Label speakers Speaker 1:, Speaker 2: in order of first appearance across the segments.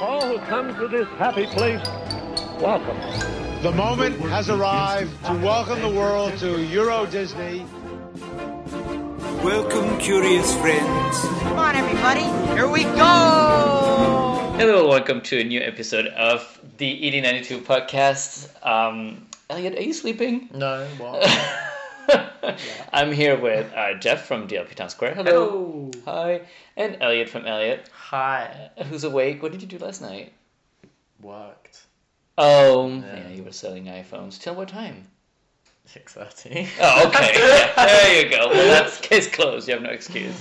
Speaker 1: All who come to this happy place, welcome.
Speaker 2: The moment has arrived to welcome the world to Euro Disney.
Speaker 3: Welcome, curious friends.
Speaker 4: Come on, everybody. Here we go.
Speaker 5: Hello, welcome to a new episode of the E ED92 podcast. Um, Elliot, are you sleeping?
Speaker 6: No, what?
Speaker 5: I'm here with uh, Jeff from DLP Town Square. Hello.
Speaker 6: Hello.
Speaker 5: Hi. And Elliot from Elliot,
Speaker 6: Hi.
Speaker 5: who's awake. What did you do last night?
Speaker 6: Worked.
Speaker 5: Oh, yeah, you were selling iPhones. Till what time?
Speaker 6: Six thirty.
Speaker 5: Oh, okay. Yeah, there you go. Well, that's case closed. You have no excuse.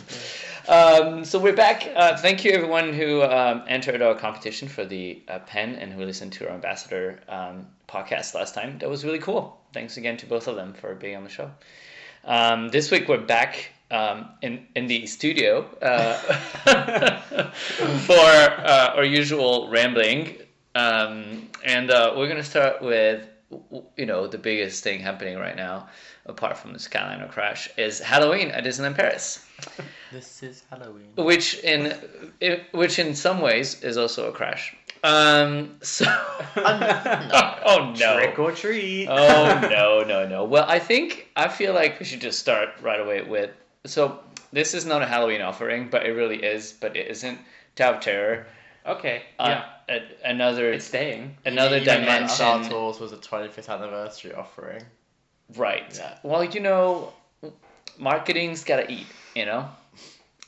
Speaker 5: Um, so we're back. Uh, thank you, everyone who um, entered our competition for the uh, pen and who listened to our ambassador um, podcast last time. That was really cool. Thanks again to both of them for being on the show. Um, this week we're back um, in in the studio uh, for uh, our usual rambling, um, and uh, we're gonna start with you know the biggest thing happening right now, apart from the Skyliner crash, is Halloween at Disneyland Paris,
Speaker 6: This is Halloween.
Speaker 5: which in i which in some ways is also a crash. Um, so oh no,
Speaker 6: Trick or treat.
Speaker 5: oh no no no well i think i feel like we should just start right away with so this is not a halloween offering but it really is but it isn't tower of terror
Speaker 7: Okay.
Speaker 5: uh,
Speaker 7: yeah.
Speaker 5: a- another
Speaker 7: It's staying.
Speaker 5: another
Speaker 6: Even like Star
Speaker 5: dimension
Speaker 6: Tours was a 25th anniversary offering.
Speaker 5: right
Speaker 6: Yeah.
Speaker 5: well you know marketing's gotta eat you know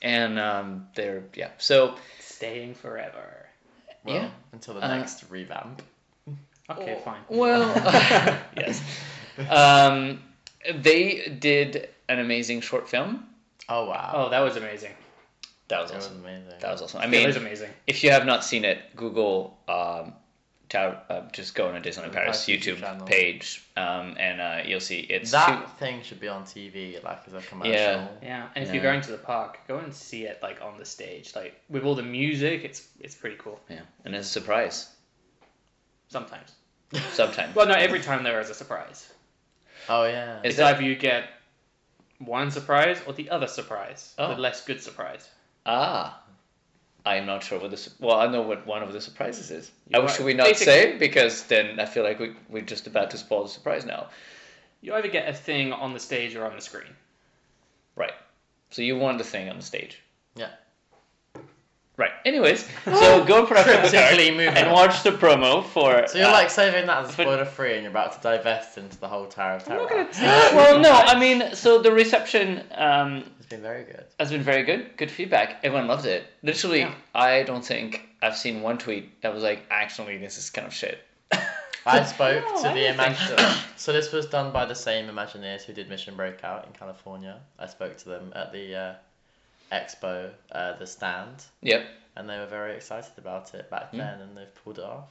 Speaker 5: and um they're yeah so
Speaker 7: Staying forever.
Speaker 6: Well,
Speaker 5: Yeah.
Speaker 6: Until the
Speaker 5: Uh,
Speaker 6: next revamp.
Speaker 7: Okay, fine.
Speaker 5: Oh, Well, yes. Um, they did an amazing short film.
Speaker 6: Oh wow.
Speaker 7: Oh, that was amazing.
Speaker 5: That was
Speaker 6: that was
Speaker 7: Um,
Speaker 5: awesome.
Speaker 6: amazing.
Speaker 5: That was awesome. I
Speaker 7: It
Speaker 5: mean,
Speaker 7: was amazing.
Speaker 5: if you have not seen it, Google um, Tower, uh, just go on a Disneyland Paris
Speaker 6: Paris
Speaker 5: YouTube
Speaker 6: YouTube channel.
Speaker 5: page, um, and uh, you'll see it's
Speaker 6: that thing should be on TV, like as a commercial.
Speaker 7: Yeah, and if
Speaker 5: Yeah.
Speaker 7: you're going to the park, go and see it like on the stage, like with all the music. It's it's pretty cool.
Speaker 5: two, yeah, and it's a surprise
Speaker 7: Sometimes.
Speaker 5: sometimes.
Speaker 7: Well, no, every time there is a surprise.
Speaker 6: Oh yeah.
Speaker 5: Is
Speaker 7: It's
Speaker 5: that
Speaker 7: either you get one surprise or the other surprise,
Speaker 5: Oh.
Speaker 7: the less good surprise.
Speaker 5: ah? I'm not sure what this. Well, I know what one of the surprises is.
Speaker 7: You're
Speaker 5: Oh,
Speaker 7: right.
Speaker 5: Should we not
Speaker 7: Basically-
Speaker 5: say it? because then I feel like we we're just about to spoil the surprise now,
Speaker 7: You either get a thing on the stage or on the screen.
Speaker 5: right? So you won the thing on the stage.
Speaker 6: Yeah.
Speaker 5: Right. Anyways, so go for
Speaker 6: Simply
Speaker 5: and
Speaker 6: moving.
Speaker 5: watch the promo for.
Speaker 6: So you're
Speaker 5: uh,
Speaker 6: like saving that as
Speaker 5: but-
Speaker 6: spoiler free, and you're about to divest into the whole Tower of Terror.
Speaker 5: uh, well, no, I mean, so the reception um,
Speaker 6: It's been very good.
Speaker 5: has been very good. Good feedback. Everyone loves it. Literally, I don't think I've seen one tweet that was like, actually, this is kind of shit.
Speaker 6: I spoke
Speaker 7: No,
Speaker 6: to
Speaker 7: I
Speaker 6: the
Speaker 7: don't think
Speaker 6: Imagineers. So this was done by the same Imagineers who did Mission Breakout in California. I spoke to them at the uh, expo, uh, the stand,
Speaker 5: Yep.
Speaker 6: and they were very excited about it back
Speaker 5: Hmm.
Speaker 6: then, and they've pulled it off.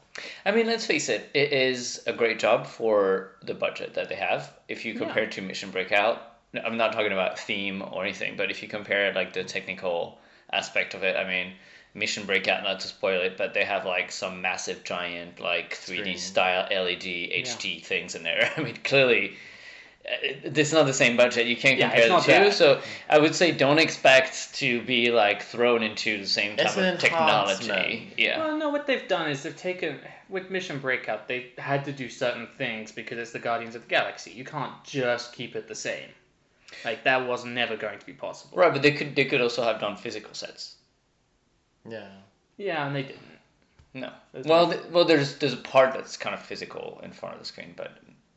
Speaker 5: I mean, let's face it, it is a great job for the budget that they have. If you compare to Mission Breakout, no, I'm not talking about theme or anything, but if you compare like the technical aspect of it, I mean, Mission Breakout, not to spoil it, but they have like some massive giant like 3D
Speaker 6: Screen.
Speaker 5: style E LED HD things in there. I mean, clearly it- it's not the same budget. You can't
Speaker 7: Yeah,
Speaker 5: compare
Speaker 7: it's not
Speaker 5: the two.
Speaker 7: that.
Speaker 5: So I would say don't expect to be like thrown into the same type
Speaker 6: It's an
Speaker 5: of technology.
Speaker 6: enhancement.
Speaker 5: Yeah.
Speaker 7: Well, no, what they've done is they've taken with Mission Breakout, they had to do certain things because it's the Guardians of the Galaxy. You can't just keep it the same. Like that was never going to be possible.
Speaker 5: Right, but they could they could also have done physical sets.
Speaker 6: Yeah.
Speaker 7: Yeah, and they didn't.
Speaker 5: No.
Speaker 7: There's
Speaker 5: Well, th- well, there's there's a part that's kind of physical in front of the screen, but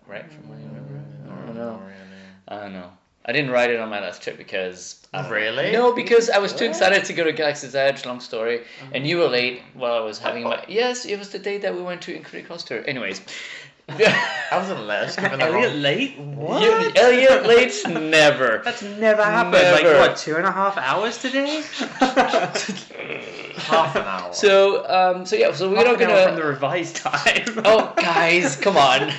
Speaker 5: right from
Speaker 7: Mm.
Speaker 5: what I remember, I don't know.
Speaker 6: Not really.
Speaker 5: I don't know. I didn't write it on my last trip because I don't know.
Speaker 6: Oh, Really?
Speaker 5: no, because I was too excited to go to Galaxy's Edge. Long story,
Speaker 7: Mm-hmm.
Speaker 5: and you were late while I was
Speaker 7: Oh.
Speaker 5: having my yes. It was the day that we went to Incredible Coaster. Anyways,
Speaker 6: I wasn't there. I was given the
Speaker 7: Elliot
Speaker 6: wrong...
Speaker 7: late? What?
Speaker 5: You- Elliot late never.
Speaker 7: That's never happened.
Speaker 5: Never.
Speaker 7: Like what? Two and a half hours today?
Speaker 6: half an hour.
Speaker 5: So um, so yeah, so we're
Speaker 7: Half
Speaker 5: not
Speaker 7: an
Speaker 5: gonna
Speaker 7: hour from the revised time.
Speaker 5: oh guys come on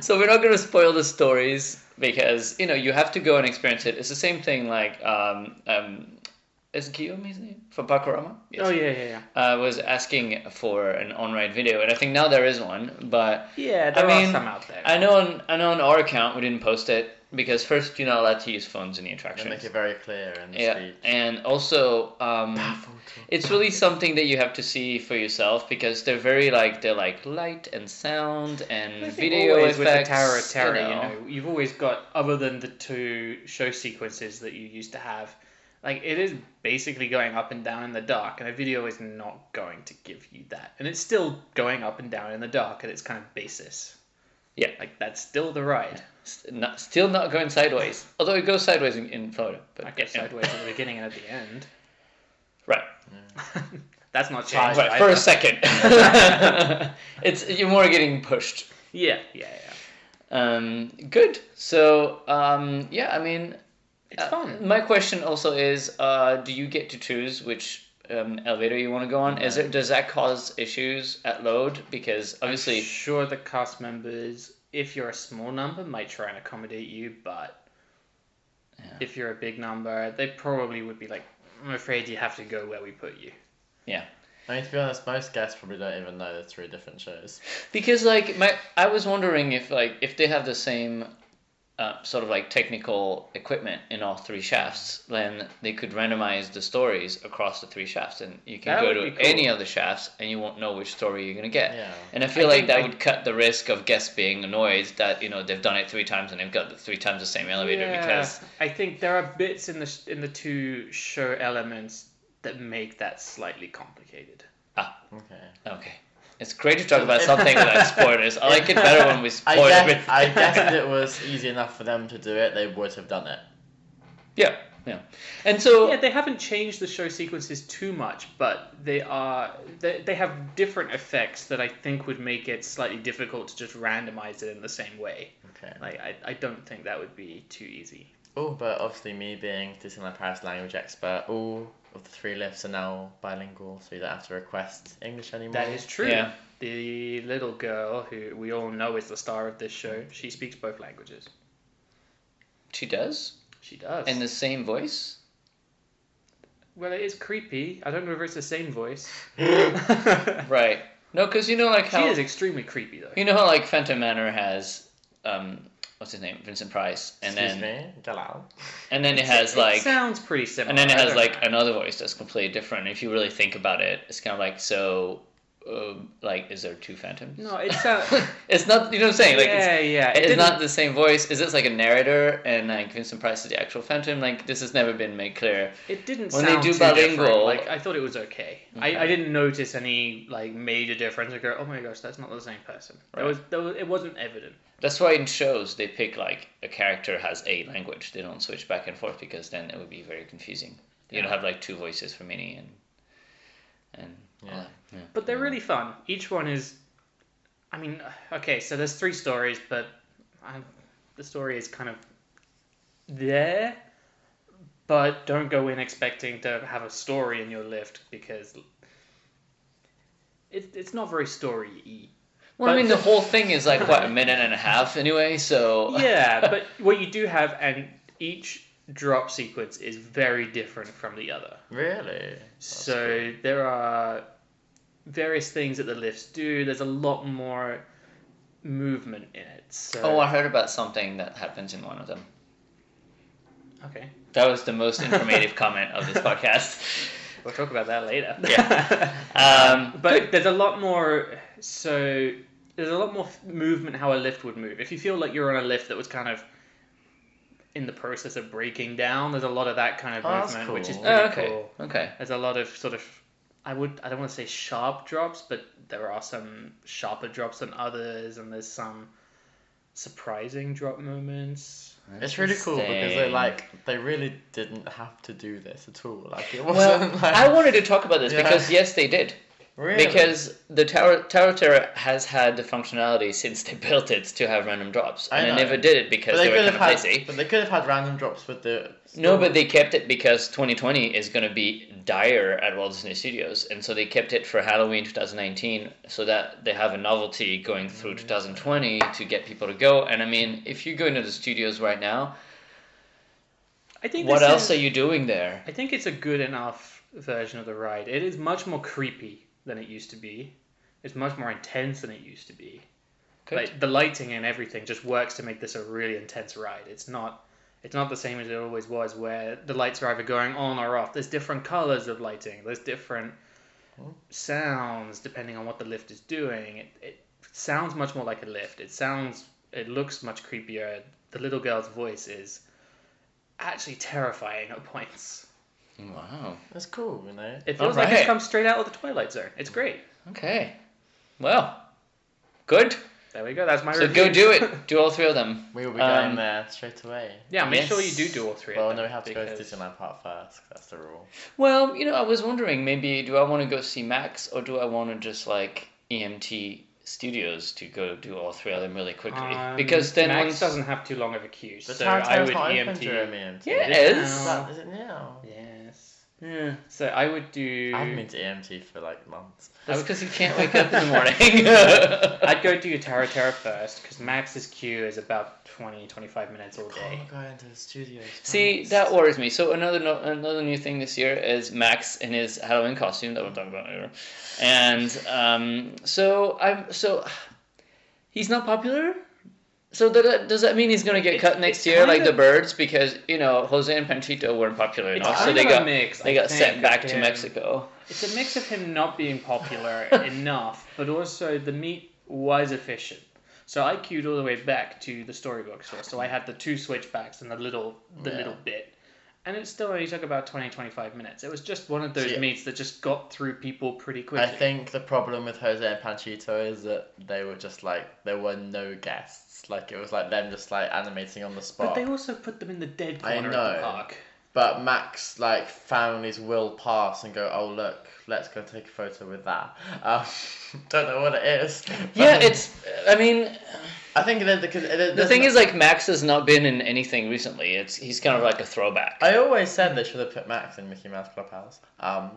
Speaker 5: so we're not going to spoil the stories because you know you have to go and experience it it's the same thing like um, um, is Guillaume his name for Pakorama yes.
Speaker 7: Oh yeah, yeah, yeah.
Speaker 5: I was asking for an on-ride video and I think now there is one but
Speaker 7: Yeah,
Speaker 5: I
Speaker 7: there
Speaker 5: mean
Speaker 7: are some out there.
Speaker 5: I know on I know on our account we didn't post it because first you're not allowed to use phones in the
Speaker 6: They
Speaker 5: attractions.
Speaker 6: make it very clear in the
Speaker 5: Yeah,
Speaker 6: speech.
Speaker 5: and also um, it's really something that you have to see for yourself because they're very like they're like light and sound and
Speaker 7: I think
Speaker 5: video
Speaker 7: always with the
Speaker 5: effects.
Speaker 7: Tower of
Speaker 5: you
Speaker 7: Terror, you
Speaker 5: know.
Speaker 7: know. you've always got other than the two show sequences that you used to have. Like it is basically going up and down in the dark, and a video is not going to give you that. And it's still going up and down in the dark at its kind of basis.
Speaker 5: Yeah.
Speaker 7: like that's still the ride.
Speaker 5: S- not- still not going sideways. Although it goes sideways in, in Florida, but
Speaker 7: I guess
Speaker 5: yeah.
Speaker 7: sideways at the beginning and at the end.
Speaker 5: Right,
Speaker 7: That's not changed.
Speaker 5: right. For
Speaker 7: either.
Speaker 5: a second, it's you're more getting pushed.
Speaker 7: yeah, yeah, yeah.
Speaker 5: Um, good. So um, yeah, I mean,
Speaker 7: It's
Speaker 5: uh,
Speaker 7: fun.
Speaker 5: My question also is, uh, do you get to choose which um, elevator you want to go on? Is it does that cause issues at load? Because obviously,
Speaker 7: Sure, the cast members, if you're a small number, might try and accommodate you, but if you're a big number, they probably would be like, I'm afraid you have to go where we put you.
Speaker 5: yeah.
Speaker 6: I mean, to be honest, most guests probably don't even know there's three different shows.
Speaker 5: Because like my, I was wondering if like if they have the same uh, sort of like technical equipment in all three shafts, then they could randomize the stories across the three shafts, and you can
Speaker 7: That
Speaker 5: go
Speaker 7: would
Speaker 5: to
Speaker 7: be cool.
Speaker 5: any of the shafts, and you won't know which story you're gonna get.
Speaker 6: Yeah.
Speaker 5: And I feel
Speaker 7: I
Speaker 5: like
Speaker 7: think
Speaker 5: that
Speaker 7: I-
Speaker 5: would cut the risk of guests being annoyed that you know they've done it three times and they've got the three times the same elevator because
Speaker 7: I think there are bits in the sh- in the two show elements that make that slightly complicated.
Speaker 6: Okay.
Speaker 5: Okay. It's great to talk about something without spoilers. I like it better when we
Speaker 6: I
Speaker 5: spoil
Speaker 6: guess,
Speaker 5: everything.
Speaker 6: I guess if it was easy enough for them to do it, they would have done it.
Speaker 5: yeah, yeah. And so,
Speaker 7: Yeah, they haven't changed the show sequences too much, but they are they, they have different effects that I think would make it slightly difficult to just randomize it in the same way.
Speaker 6: Okay.
Speaker 7: Like I, I don't think that would be too easy.
Speaker 6: Oh, but obviously me being Disneyland Paris language expert, all of the three lifts are now bilingual, so you don't have to request English anymore.
Speaker 7: That is true.
Speaker 5: Yeah.
Speaker 7: The little girl who we all know is the star of this show, she speaks both languages.
Speaker 5: she does?
Speaker 7: She does.
Speaker 5: In the same voice?
Speaker 7: well, it is creepy. I don't know if it's the same voice.
Speaker 5: Right. No, because you know, like,
Speaker 7: She
Speaker 5: how.
Speaker 7: is extremely creepy though.
Speaker 5: You know how, like, Phantom Manor has. um What's his name? Vincent Price. And
Speaker 6: Excuse
Speaker 5: then.
Speaker 6: me, Galal.
Speaker 5: And then it has,
Speaker 7: it
Speaker 5: like.
Speaker 7: sounds pretty similar.
Speaker 5: And then it
Speaker 7: I
Speaker 5: has
Speaker 7: don't
Speaker 5: like
Speaker 7: know.
Speaker 5: another voice that's completely different. If you really think about it, it's kind of like so, um, like is there two phantoms?
Speaker 7: No, it sounds-
Speaker 5: it's not. You know what I'm saying? Like
Speaker 7: yeah,
Speaker 5: it's,
Speaker 7: yeah.
Speaker 5: it's
Speaker 7: didn't-
Speaker 5: not the same voice. Is this like a narrator and like Vincent Price is the actual phantom? Like this has never been made clear.
Speaker 7: It didn't
Speaker 5: When they
Speaker 7: sound
Speaker 5: do
Speaker 7: too
Speaker 5: bilingual- Mm-hmm.
Speaker 7: different. Like I thought it was okay. I, I didn't notice any like major difference. I go, oh my gosh, that's not the same person. There
Speaker 5: Right.
Speaker 7: was, there was, it wasn't evident.
Speaker 5: That's why in shows they pick like a character has a language. They don't switch back and forth because then it would be very confusing. You'd
Speaker 7: Yeah.
Speaker 5: have like two voices for Minnie and and all
Speaker 6: Yeah.
Speaker 5: that. yeah.
Speaker 7: But they're really fun. Each one is, I mean, okay, so there's three stories, but i the story is kind of there. But don't go in expecting to have a story in your lift because it, it's not very story y.
Speaker 5: Well, I
Speaker 7: But-
Speaker 5: mean the whole thing is like what a minute and a half anyway. So
Speaker 7: Yeah, but what you do have, and each drop sequence is very different from the other.
Speaker 6: Really?
Speaker 7: so there are various things that the lifts do. There's a lot more movement in it. So
Speaker 5: Oh, I heard about something that happens in one of them.
Speaker 7: okay,
Speaker 5: That was the most informative comment of this podcast.
Speaker 7: we'll talk about that later. Uh,
Speaker 5: Yeah. Um,
Speaker 7: but there's a lot more. So there's a lot more f- movement how a lift would move. If you feel like you're on a lift that was kind of in the process of breaking down, there's a lot of that kind of
Speaker 6: Oh, that's
Speaker 7: movement, which is
Speaker 6: cool.
Speaker 7: pretty
Speaker 5: oh, okay.
Speaker 7: cool.
Speaker 5: Okay.
Speaker 7: There's a lot of sort of, I would I don't want to say sharp drops, but there are some sharper drops than others, and there's some surprising drop moments.
Speaker 6: It's really cool because they
Speaker 5: Interesting.
Speaker 6: like they really didn't have to do this at all. Like it
Speaker 5: Well,
Speaker 6: wasn't like
Speaker 5: I wanted to talk about this
Speaker 6: Yeah.
Speaker 5: because yes, they did.
Speaker 6: really?
Speaker 5: Because the Tower Tower Terror has had the functionality since they built it to have random drops,
Speaker 6: I
Speaker 5: and they
Speaker 6: know.
Speaker 5: never did it
Speaker 6: but
Speaker 5: because they,
Speaker 6: they, could
Speaker 5: were
Speaker 6: have
Speaker 5: kind of
Speaker 6: had
Speaker 5: lazy.
Speaker 6: but they could have had random drops with the
Speaker 5: No, but they kept it because 2020 is going to be dire at Walt Disney Studios, and so they kept it for Halloween 2019 so that they have a novelty going through
Speaker 6: Mm.
Speaker 5: 2020 to get people to go. And I mean, if you go into the studios right now,
Speaker 7: I think
Speaker 5: what
Speaker 7: this
Speaker 5: else
Speaker 7: is-
Speaker 5: are you doing there?
Speaker 7: I think it's a good enough version of the ride. It is much more creepy than it used to be. It's much more intense than it used to be.
Speaker 5: Good.
Speaker 7: Like the lighting and everything just works to make this a really intense ride. It's not it's not the same as it always was where the lights are either going on or off. There's different colors of lighting. There's different sounds depending on what the lift is doing. It, it sounds much more like a lift. It sounds it looks much creepier. The little girl's voice is actually terrifying at points.
Speaker 5: Wow.
Speaker 6: That's cool, you know.
Speaker 7: It feels like
Speaker 5: Alright.
Speaker 7: it comes straight out of the Twilight Zone. It's great.
Speaker 5: Okay. Well, good.
Speaker 7: There we go. That's my
Speaker 5: So
Speaker 7: review.
Speaker 5: go do it. Do all three of them.
Speaker 6: We will be
Speaker 5: Um,
Speaker 6: going there straight away.
Speaker 7: Yeah, make sure you
Speaker 5: Yes.
Speaker 7: do do all three.
Speaker 6: Well,
Speaker 7: of them
Speaker 6: no, we have to go to
Speaker 7: because-
Speaker 6: Disneyland Park first. 'cause that's the rule.
Speaker 5: Well, you know, I was wondering maybe do I want to go see Max or do I want to just like EMT Studios to go do all three of them really quickly?
Speaker 7: Um,
Speaker 5: because then
Speaker 7: Max
Speaker 5: once
Speaker 7: doesn't have too long of a queue,
Speaker 6: But
Speaker 7: so
Speaker 6: Tarantino's
Speaker 7: I would E
Speaker 6: not open during
Speaker 7: EMT.
Speaker 6: EMT.
Speaker 5: Yeah, it
Speaker 6: Is it
Speaker 5: is.
Speaker 6: now? Is it now?
Speaker 7: Yes. So I would do.
Speaker 6: I haven't been to EMT for like months.
Speaker 5: That's because you can't wake up in the morning.
Speaker 7: I'd go do Tara Tara first because Max's queue is about 20, 25 minutes all day.
Speaker 6: Can't go into the studios.
Speaker 5: See, that worries me. So another no- another new thing this year is Max in his Halloween costume that we'll talk about later, and um, so I'm so he's not popular. So that- that, does that mean he's gonna get cut next
Speaker 7: it's
Speaker 5: year
Speaker 7: kind
Speaker 5: like the
Speaker 7: of-
Speaker 5: birds because you know Jose and Panchito weren't popular
Speaker 7: It's
Speaker 5: enough, Oh, so
Speaker 7: kind
Speaker 5: they
Speaker 7: of a
Speaker 5: got
Speaker 7: mix,
Speaker 5: they
Speaker 7: I
Speaker 5: got
Speaker 7: think,
Speaker 5: sent
Speaker 7: of
Speaker 5: back to
Speaker 7: him.
Speaker 5: Mexico.
Speaker 7: It's a mix of him not being popular enough, but also the meat was efficient. So I queued all the way back to the storybook source. So I had the two switchbacks and the little the
Speaker 6: Yeah.
Speaker 7: little bit. And it still only took about 20, 25 minutes. It was just one of those
Speaker 6: See,
Speaker 7: meats that just got through people pretty
Speaker 6: I
Speaker 7: quickly.
Speaker 6: think the problem with Jose and Panchito is that they were just like there were no guests. Like it was like them just like animating on the
Speaker 7: but
Speaker 6: spot.
Speaker 7: they also put them in the dead
Speaker 6: I
Speaker 7: corner of
Speaker 6: know.
Speaker 7: the park.
Speaker 6: But Max like families will pass and go, oh look, let's go take a photo with that. Um, don't know what it is.
Speaker 5: Yeah,
Speaker 6: But
Speaker 5: it's. I mean,
Speaker 6: I think that because the,
Speaker 5: the thing is like Max has not been in anything recently. It's he's kind of like a throwback.
Speaker 6: I always said they should have put Max in Mickey Mouse Clubhouse. Um,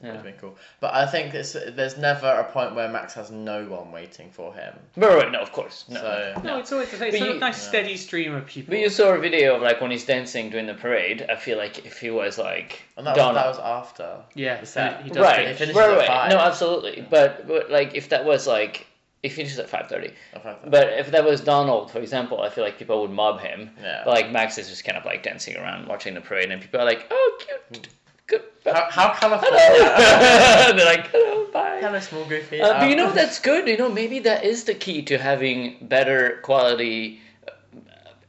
Speaker 6: would
Speaker 5: Yeah.
Speaker 6: have been cool. But I think it's, there's never a point where Max has no one waiting for him.
Speaker 5: But wait, no, of course, no.
Speaker 6: So
Speaker 7: No, it's always the same. It's
Speaker 5: But
Speaker 7: a
Speaker 5: you-
Speaker 7: nice steady stream of people.
Speaker 5: But you saw a video of like when he's dancing during the parade. I feel like if he was like
Speaker 6: and that was,
Speaker 5: done
Speaker 6: that was after.
Speaker 7: yeah,
Speaker 6: that- he
Speaker 7: he does
Speaker 5: right, right,
Speaker 6: finish- he finishes at
Speaker 5: right.
Speaker 6: five.
Speaker 5: no, absolutely. But, but like if that was like he finishes at five thirty.
Speaker 6: If I-
Speaker 5: But if that was Donald, for example, I feel like people would mob him.
Speaker 6: Yeah.
Speaker 5: But like Max is just kind of like dancing around, watching the parade, and people are like, "Oh, cute, good." bye."
Speaker 6: How, how California?
Speaker 5: They're like, "Hello, bye."
Speaker 6: Hello, small goofy.
Speaker 5: Uh, but you know
Speaker 6: Um,
Speaker 5: that's good. You know maybe that is the key to having better quality uh,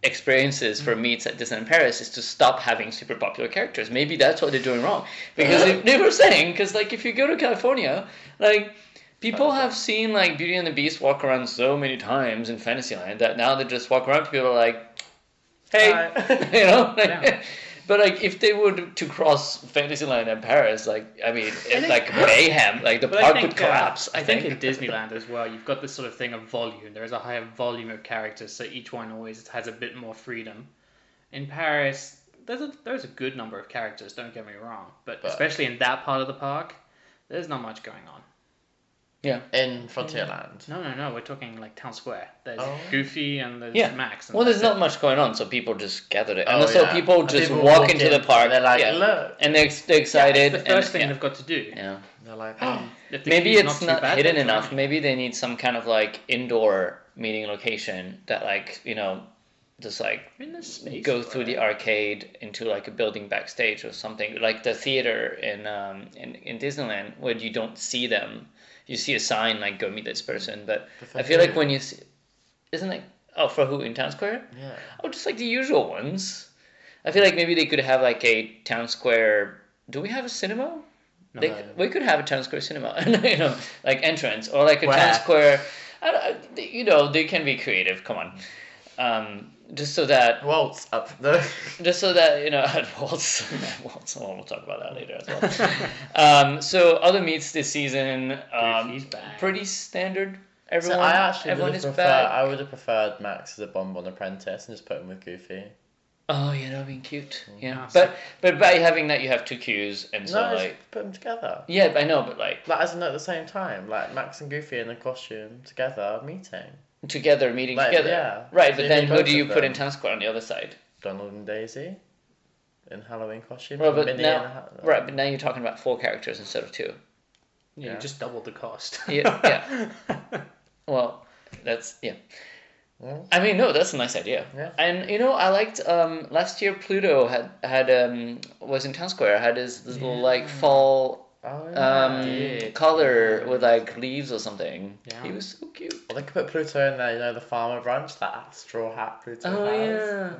Speaker 5: experiences for meets at Disneyland Paris is to stop having super popular characters. Maybe that's what they're doing wrong because if, they were saying because like if you go to California, like people have seen like Beauty and the Beast walk around so many times in Fantasyland that now they just walk around. People are like, hey,
Speaker 6: Hi.
Speaker 5: you know. like-
Speaker 7: Yeah.
Speaker 5: But like, if they would to cross Fantasyland and Paris, like I mean, it's like mayhem, like the
Speaker 7: But
Speaker 5: park
Speaker 7: I think,
Speaker 5: would collapse.
Speaker 7: uh, I think in Disneyland as well, you've got this sort of thing of volume. There is a higher volume of characters, so each one always has a bit more freedom. In Paris, there's a there's a good number of characters. Don't get me wrong, but,
Speaker 6: But-
Speaker 7: especially in that part of the park, there's not much going on.
Speaker 6: in Frontierland.
Speaker 7: No, no, no. We're talking like town square. There's
Speaker 6: Oh.
Speaker 7: Goofy and there's
Speaker 5: Yeah.
Speaker 7: Max. And
Speaker 5: Well, there's
Speaker 7: that's
Speaker 5: not much going on, so people just gather it, and
Speaker 6: Oh,
Speaker 5: so
Speaker 6: yeah.
Speaker 5: people
Speaker 6: And
Speaker 5: just
Speaker 6: people
Speaker 5: walk,
Speaker 6: walk
Speaker 5: into
Speaker 6: in,
Speaker 5: the park.
Speaker 6: they're like,
Speaker 5: yeah.
Speaker 6: "Look."
Speaker 5: and they're, ex- they're
Speaker 7: it. Yeah,
Speaker 5: excited.
Speaker 7: it's the first thing
Speaker 5: and,
Speaker 7: they've got to do.
Speaker 5: yeah, yeah.
Speaker 6: They're like, oh,
Speaker 7: If the
Speaker 5: Maybe
Speaker 7: queue's
Speaker 5: it's
Speaker 7: too
Speaker 5: not,
Speaker 7: bad,
Speaker 5: hidden
Speaker 7: they'll join
Speaker 5: enough.
Speaker 7: it.
Speaker 5: Maybe they need some kind of like indoor meeting location that, like, you know, just like
Speaker 7: I mean, there's space
Speaker 5: go
Speaker 7: for
Speaker 5: through the
Speaker 7: it.
Speaker 5: arcade into like a building backstage or something, like the theater in um, in, in Disneyland, where you don't see them. You see a sign like "Go meet this person," but I feel like
Speaker 6: who?
Speaker 5: when you see, isn't it? Oh, for who in Town Square?
Speaker 6: yeah.
Speaker 5: Oh, just like the usual ones. I feel like maybe they could have like a town square. Do we have a cinema? They,
Speaker 6: No.
Speaker 5: we could have a town square cinema, you know, like entrance or like a
Speaker 6: Where?
Speaker 5: town square. I, don't- I, you know, they can be creative. Come on, um, just so that,
Speaker 6: Waltz up the.
Speaker 5: just so that you know, Waltz, Waltz. Oh, we'll talk about that later as well. um, so other meets this season, um,
Speaker 7: Goofy's back.
Speaker 5: pretty standard. Everyone,
Speaker 6: So I actually would
Speaker 5: everyone
Speaker 6: have
Speaker 5: is
Speaker 6: preferred.
Speaker 5: back.
Speaker 6: I would have preferred Max as a bonbon apprentice and just put him with Goofy.
Speaker 5: Oh, yeah, that would be cute. Yeah,
Speaker 7: Yeah,
Speaker 5: but but by having that, you have two cues, and so
Speaker 6: no,
Speaker 5: like.
Speaker 6: just put them together.
Speaker 5: Yeah, I know, but like
Speaker 6: Like as in at the same time, like Max and Goofy in a costume together meeting.
Speaker 5: together meeting
Speaker 6: Like,
Speaker 5: together.
Speaker 6: yeah.
Speaker 5: Right,
Speaker 6: So
Speaker 5: but
Speaker 6: you
Speaker 5: then
Speaker 6: need
Speaker 5: who
Speaker 6: both
Speaker 5: do
Speaker 6: of
Speaker 5: you put in
Speaker 6: them.
Speaker 5: town square on the other side?
Speaker 6: Donald and Daisy in Halloween costume.
Speaker 5: Well, but
Speaker 6: Minnie in a
Speaker 5: now,
Speaker 6: ha-
Speaker 5: right, but now you're talking about four characters instead of two.
Speaker 7: Yeah,
Speaker 6: Yeah.
Speaker 7: you just doubled the cost.
Speaker 5: Yeah, yeah. Well, That's yeah.
Speaker 6: Yeah.
Speaker 5: I mean, no, that's a nice idea.
Speaker 6: Yeah.
Speaker 5: And you know, I liked um, last year. Pluto had had um, was in town square. Had his, his little like fall
Speaker 6: Oh, yeah.
Speaker 5: um,
Speaker 7: did.
Speaker 5: color with like leaves or something.
Speaker 7: Yeah.
Speaker 5: He was so cute.
Speaker 6: Well, they could put Pluto in there, you know, the farmer branch, that straw hat Pluto
Speaker 5: Oh,
Speaker 6: has.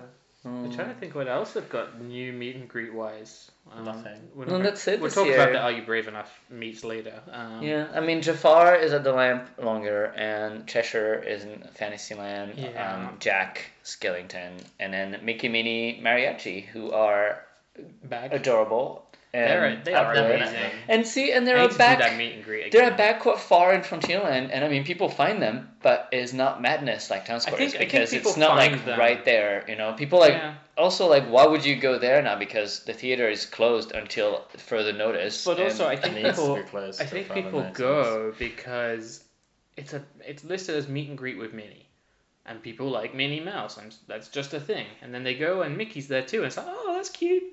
Speaker 7: I'm trying to think what else they've got new meet and greet wise. Um,
Speaker 6: Nothing.
Speaker 7: We're
Speaker 5: No, that's it
Speaker 7: We'll
Speaker 5: this
Speaker 7: talk
Speaker 5: year.
Speaker 7: about the Are You Brave Enough meets later. Um,
Speaker 5: Yeah, I mean Jafar is at the lamp longer, and Cheshire is in Fantasyland.
Speaker 7: Yeah.
Speaker 5: Um, Jack Skellington, and then Mickey, Minnie, Mariachi, who are
Speaker 7: Back.
Speaker 5: adorable. And
Speaker 7: They're, they
Speaker 5: up
Speaker 7: are
Speaker 5: there.
Speaker 7: amazing.
Speaker 5: And see, and
Speaker 7: I
Speaker 5: they're
Speaker 7: need
Speaker 5: a
Speaker 7: to do
Speaker 5: back.
Speaker 7: that meet and greet again.
Speaker 5: They're a backcourt far in Frontierland, and I mean, people find them, but it's not madness like Town Square
Speaker 7: think-
Speaker 5: is
Speaker 7: I think
Speaker 5: because
Speaker 7: people
Speaker 5: it's not
Speaker 7: find
Speaker 5: like
Speaker 7: them.
Speaker 5: right there, you know. People like
Speaker 7: Yeah.
Speaker 5: also like, why would you go there now? Because the theater is closed until further notice.
Speaker 7: But also, I
Speaker 5: and-
Speaker 7: think
Speaker 6: It needs to
Speaker 7: people,
Speaker 6: be closed
Speaker 7: I
Speaker 6: for
Speaker 7: think
Speaker 6: fun and
Speaker 7: people
Speaker 6: nice
Speaker 7: go because it's a it's listed as meet and greet with Minnie, and people like Minnie Mouse, and that's just a thing. And then they go, and Mickey's there too, and it's like, oh, that's cute.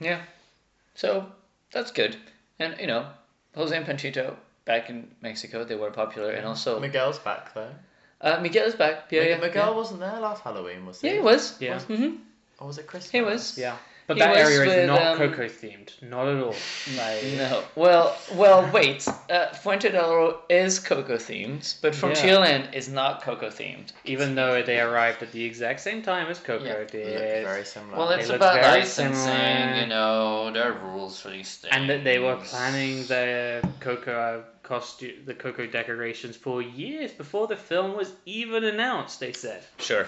Speaker 5: yeah, so that's good, and you know, Jose and Panchito back in Mexico, they were popular,
Speaker 7: Mm-hmm.
Speaker 5: and also
Speaker 6: Miguel's back though.
Speaker 5: uh, Miguel is back. Yeah, yeah,
Speaker 6: Miguel, Miguel
Speaker 5: yeah.
Speaker 6: wasn't there last Halloween, was he?
Speaker 5: Yeah, he was.
Speaker 7: Yeah. Uh,
Speaker 5: hmm
Speaker 6: Or was it Christmas?
Speaker 5: he was.
Speaker 7: Yeah, but
Speaker 5: He
Speaker 7: that
Speaker 5: was
Speaker 7: area is
Speaker 5: with,
Speaker 7: not
Speaker 5: um,
Speaker 7: Coco themed, not at all. Like,
Speaker 5: No. Well, well, wait. Uh, Fuente del Oro is cocoa themed, but Frontierland is not cocoa themed.
Speaker 7: even though they arrived at the exact same time as Coco
Speaker 5: Yeah.
Speaker 6: They looked
Speaker 7: did,
Speaker 6: very similar.
Speaker 5: Well,
Speaker 7: They
Speaker 5: it's
Speaker 7: look
Speaker 5: about
Speaker 7: very
Speaker 5: licensing,
Speaker 7: similar.
Speaker 5: you know. There are rules for these things.
Speaker 7: and that they were planning their Coco costume, the Coco decorations for years before the film was even announced. They said.
Speaker 5: Sure.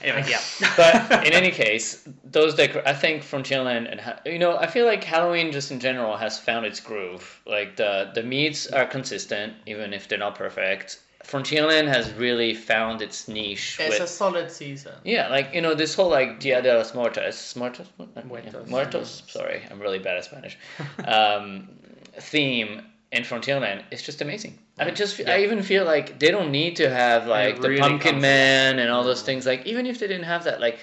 Speaker 7: Anyway, yeah.
Speaker 5: but in any case, those decor- I think Frontierland and Ha- you know I feel like Halloween just in general has found its groove. Like the the meets are consistent, even if they're not perfect. Frontierland has really found its niche.
Speaker 6: It's
Speaker 5: with,
Speaker 6: a solid season.
Speaker 5: Yeah, like you know this whole like Dia de los Muertos, Muertos, Yeah,
Speaker 7: Muertos.
Speaker 5: Muertos. Sorry, I'm really bad at Spanish. um, theme in Frontierland is just amazing. I just I even feel like they don't need to have like the
Speaker 7: really
Speaker 5: Pumpkin
Speaker 7: comes Mm.
Speaker 5: Man and all those things. Like even if they didn't have that, like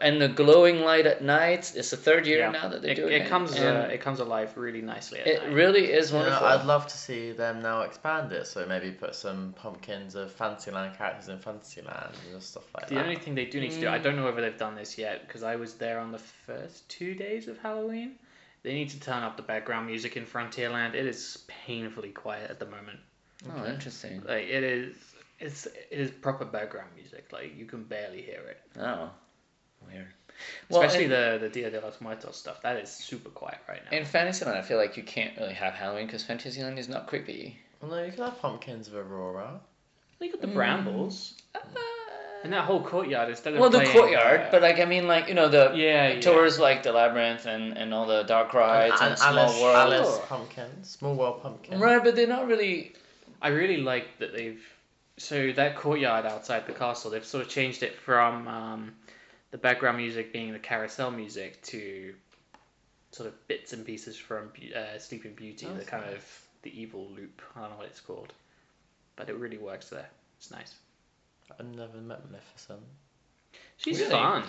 Speaker 5: and the glowing light at night. It's the third year
Speaker 7: Yeah.
Speaker 5: now that they're
Speaker 7: it,
Speaker 5: doing
Speaker 7: it comes
Speaker 5: and
Speaker 7: uh, it comes alive really nicely. At
Speaker 5: it
Speaker 7: night.
Speaker 5: really is
Speaker 6: You know,
Speaker 5: wonderful. Oh,
Speaker 6: I'd love to see them now expand it, so maybe put some pumpkins of Fantasyland characters in Fantasyland and stuff like
Speaker 7: the
Speaker 6: that.
Speaker 7: only thing they do need to do,
Speaker 5: Mm.
Speaker 7: I don't know whether they've done this yet, because I was there on the first two days of Halloween. They need to turn up the background music in Frontierland. It is painfully quiet at the moment.
Speaker 5: oh, interesting.
Speaker 7: Like it is, it's it is proper background music. Like you can barely hear it.
Speaker 5: Oh, weird.
Speaker 7: Especially
Speaker 5: and-
Speaker 7: the the Dia de los Muertos stuff. That is super quiet right now.
Speaker 5: In Fantasyland, I feel like you can't really have Halloween because Fantasyland is not creepy.
Speaker 6: Well, no, you could have pumpkins of Aurora.
Speaker 7: They got the
Speaker 5: mm,
Speaker 7: brambles and that whole courtyard instead of
Speaker 5: uh, well, the
Speaker 7: playing,
Speaker 5: courtyard, uh,
Speaker 7: uh,
Speaker 5: but like I mean, like you know the
Speaker 7: Yeah, yeah.
Speaker 5: tours like the labyrinth and and all the dark rides and,
Speaker 6: and
Speaker 5: small
Speaker 6: Alice,
Speaker 5: world.
Speaker 6: Alice pumpkin, small world pumpkin.
Speaker 5: Oh, Right, but they're not really.
Speaker 7: I really like that they've so that courtyard outside the castle. They've sort of changed it from um, the background music being the carousel music to sort of bits and pieces from Be- uh, Sleeping Beauty, the
Speaker 6: That's
Speaker 7: kind of the evil loop. I don't know what it's called, but it really works there. It's nice.
Speaker 6: I've never met Maleficent.
Speaker 7: She's
Speaker 5: Really?
Speaker 7: fun.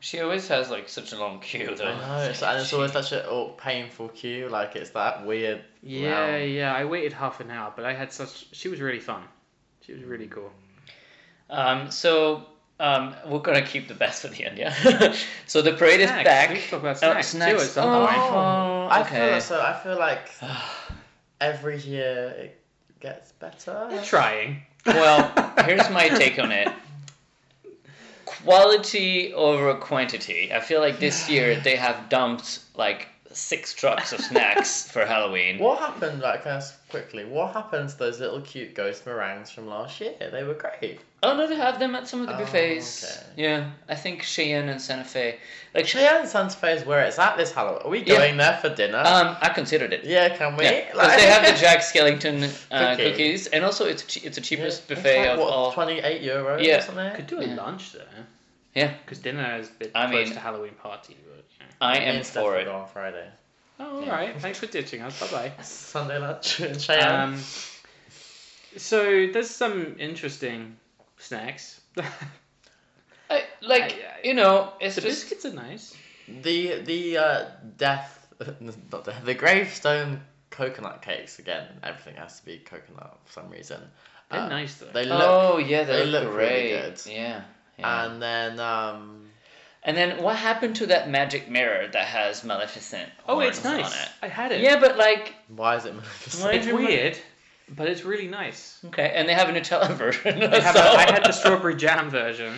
Speaker 5: She always has like such a long queue though.
Speaker 6: I know, it's, and it's always such a oh, painful queue. Like it's that weird.
Speaker 7: Yeah,
Speaker 6: round-
Speaker 7: yeah. I waited half an hour, but I had such. She was really fun. She was really cool.
Speaker 5: Um, so um, we're gonna keep the best for the end, yeah. so the parade is
Speaker 7: Snacks.
Speaker 5: back.
Speaker 7: We should talk about
Speaker 5: Oh,
Speaker 7: snacks too at some
Speaker 5: Oh,
Speaker 7: point.
Speaker 5: oh,
Speaker 6: I
Speaker 5: okay.
Speaker 6: feel so. I feel like every year it gets better.
Speaker 7: Trying.
Speaker 5: Well, here's my take on it. Quality over quantity. I feel like this year they have dumped like six trucks of snacks for Halloween.
Speaker 6: What happened? Like, can I ask quickly? What happened to those little cute ghost meringues from last year? They were great.
Speaker 5: Oh no, they have them at some of the buffets.
Speaker 6: okay.
Speaker 5: Yeah, I think Cheyenne and Santa Fe. Like Cheyenne,
Speaker 6: Cheyenne Santa Fe is where it's at this Halloween. Are we
Speaker 5: Yeah.
Speaker 6: going there for dinner?
Speaker 5: um, I considered it.
Speaker 6: yeah, can we?
Speaker 5: Yeah, 'cause they have the Jack Skellington uh,
Speaker 6: Cookie.
Speaker 5: cookies, and also it's che- it's the cheapest
Speaker 6: It's
Speaker 5: buffet
Speaker 6: like,
Speaker 5: of
Speaker 6: what,
Speaker 5: all.
Speaker 6: Twenty-eight euros
Speaker 5: Yeah.
Speaker 6: or something.
Speaker 7: Could do a
Speaker 5: Yeah.
Speaker 7: lunch there.
Speaker 5: Yeah.
Speaker 7: Because dinner is a bit
Speaker 5: I
Speaker 7: close
Speaker 5: mean-
Speaker 7: to Halloween party. But, yeah.
Speaker 5: I
Speaker 6: Me
Speaker 5: am
Speaker 6: and Steph
Speaker 5: for
Speaker 6: will
Speaker 5: it.
Speaker 6: go on Friday.
Speaker 7: Oh,
Speaker 5: Yeah.
Speaker 7: alright. Thanks for ditching us. Bye
Speaker 6: Sunday lunch in
Speaker 7: bye.
Speaker 6: Cheyenne.
Speaker 7: Um, so, there's some interesting snacks.
Speaker 5: I, like
Speaker 7: I- I-
Speaker 5: you know, it's
Speaker 7: the
Speaker 5: just
Speaker 7: biscuits are nice.
Speaker 6: The the uh, death, not death, the gravestone coconut cakes again. Everything has to be coconut for some reason.
Speaker 7: They're
Speaker 6: Um,
Speaker 7: nice though.
Speaker 6: They look.
Speaker 5: oh yeah, Ah, they,
Speaker 6: they
Speaker 5: look,
Speaker 6: look really
Speaker 5: great.
Speaker 6: good.
Speaker 5: Yeah. yeah.
Speaker 6: And then um,
Speaker 5: and then what happened to that magic mirror that has Maleficent?
Speaker 7: oh, it's
Speaker 5: horns
Speaker 7: nice.
Speaker 5: On
Speaker 7: I had
Speaker 5: it?
Speaker 7: it.
Speaker 5: Yeah, but like
Speaker 6: why is it
Speaker 7: Well,
Speaker 6: Maleficent?
Speaker 7: it's weird, but it's really nice.
Speaker 5: okay, and they have a Nutella version.
Speaker 7: I, have
Speaker 5: so-
Speaker 7: a, I had the strawberry jam version,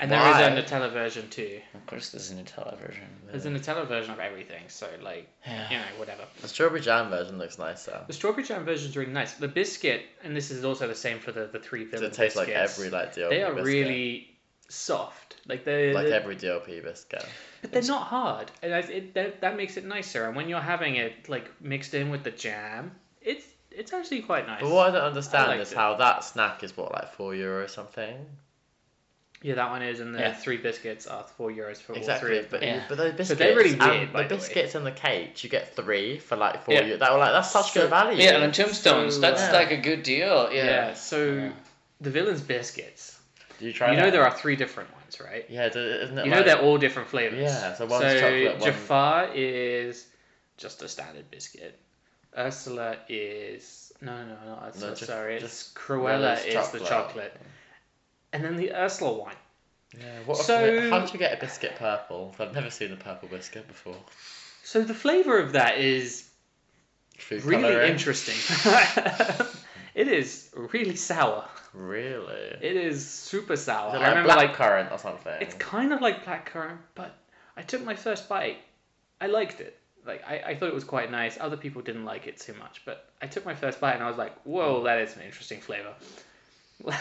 Speaker 7: and there is
Speaker 6: Why? Uh.
Speaker 7: a Nutella version too.
Speaker 5: Of course, there's a Nutella version.
Speaker 7: There's a Nutella version of everything, so like, you know, whatever.
Speaker 6: The strawberry jam version looks nicer.
Speaker 7: The strawberry jam version is really nice. The biscuit, and this is also the same for the, the three
Speaker 6: Does
Speaker 7: villain
Speaker 6: it taste like
Speaker 7: biscuits,
Speaker 6: every like DLP
Speaker 7: They are
Speaker 6: biscuit?
Speaker 7: really soft. Like they're,
Speaker 6: like
Speaker 7: they're-
Speaker 6: every DLP biscuit.
Speaker 7: but they're not hard, and I, it, that, that makes it nicer. And when you're having it like mixed in with the jam, it's it's actually quite nice.
Speaker 6: But what I don't understand
Speaker 7: liked
Speaker 6: is
Speaker 7: it.
Speaker 6: how that snack is what like four euro or something.
Speaker 7: Yeah, that one is, and the
Speaker 5: Yeah.
Speaker 7: three biscuits are four euros for all three.
Speaker 6: Exactly,
Speaker 7: of them.
Speaker 6: but
Speaker 5: Yeah.
Speaker 6: but those biscuits,
Speaker 7: But they're really weird,
Speaker 6: and
Speaker 7: by
Speaker 6: the
Speaker 7: the way.
Speaker 6: biscuits and the cake, you get three for like four.
Speaker 5: Yeah.
Speaker 6: euro. That were like that's such good value.
Speaker 5: Yeah, and tombstones.
Speaker 7: So,
Speaker 5: that's
Speaker 7: yeah.
Speaker 5: like a good deal. Yeah.
Speaker 7: yeah. so the villain's biscuits.
Speaker 6: Do you try?
Speaker 7: you know there are three different ones, right?
Speaker 6: Yeah, d- isn't it?
Speaker 7: You know
Speaker 6: like,
Speaker 7: they're all different flavors.
Speaker 6: Yeah, so one's
Speaker 7: so
Speaker 6: chocolate, one-
Speaker 7: Jafar is just a standard biscuit. Ursula is no, no, no, not Ursula.
Speaker 6: No, just-
Speaker 7: sorry, it's
Speaker 6: just
Speaker 7: Cruella
Speaker 6: Cruella's
Speaker 7: is
Speaker 6: chocolate.
Speaker 7: the chocolate, and then the Ursula one.
Speaker 6: Yeah, what
Speaker 7: So-
Speaker 6: so how do you get a biscuit purple? I've never seen a purple biscuit before.
Speaker 7: So the flavor of that is
Speaker 6: Food
Speaker 7: really
Speaker 6: colouring?
Speaker 7: interesting. it is really sour.
Speaker 6: Really. Is
Speaker 7: It is super sour.
Speaker 6: it
Speaker 7: I
Speaker 6: like
Speaker 7: remember like
Speaker 6: black currant or something.
Speaker 7: It's kind of like blackcurrant, but I took my first bite. I liked it. Like I, I thought it was quite nice. Other people didn't like it too much, but I took my first bite and I was like, "Whoa, that is an interesting flavor."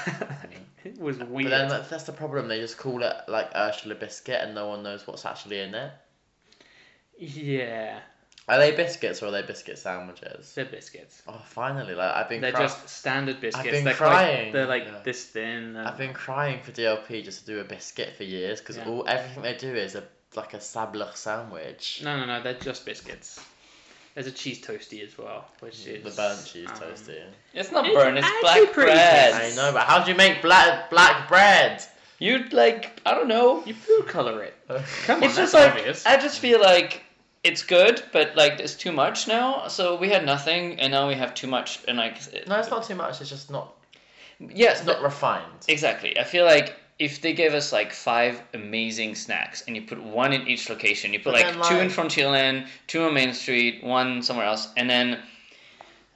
Speaker 7: it was
Speaker 6: But
Speaker 7: weird.
Speaker 6: then that, that's the problem. They just call it like Ursula biscuit, and no one knows what's actually in it.
Speaker 7: yeah,
Speaker 6: Are they biscuits or are they biscuit sandwiches?
Speaker 7: they're biscuits.
Speaker 6: Oh, finally! Like I've been
Speaker 7: They're
Speaker 6: cra-
Speaker 7: just standard biscuits.
Speaker 6: been
Speaker 7: they're
Speaker 6: crying.
Speaker 7: Quite, they're like
Speaker 6: Yeah.
Speaker 7: this thin. uh, and-
Speaker 6: I've been crying for DLP just to do a biscuit for years because
Speaker 7: Yeah.
Speaker 6: all everything they do is a like a sableur sandwich.
Speaker 7: No, no, no. They're just biscuits. There's a cheese toasty as well, which is
Speaker 6: The burnt cheese
Speaker 7: um,
Speaker 6: toasty.
Speaker 5: It's not
Speaker 7: It's
Speaker 5: burn. It's
Speaker 7: actually
Speaker 5: black
Speaker 7: pretty
Speaker 5: bread.
Speaker 6: I know, but how do you make black black bread?
Speaker 5: You'd like I don't know.
Speaker 7: You food color it. Come on,
Speaker 5: it's
Speaker 7: that's
Speaker 5: just like
Speaker 7: obvious.
Speaker 5: I just feel like it's good, but like it's too much now. So we had nothing, and now we have too much, and like it-
Speaker 6: No, it's not too much. It's just not
Speaker 5: yes,
Speaker 6: it's
Speaker 5: but-
Speaker 6: not refined.
Speaker 5: exactly. I feel like if they gave us like five amazing snacks, and you put one in each location, you put
Speaker 6: But
Speaker 5: like,
Speaker 6: then,
Speaker 5: two in
Speaker 6: like-
Speaker 5: Frontierland, two on Main Street, one somewhere else, and then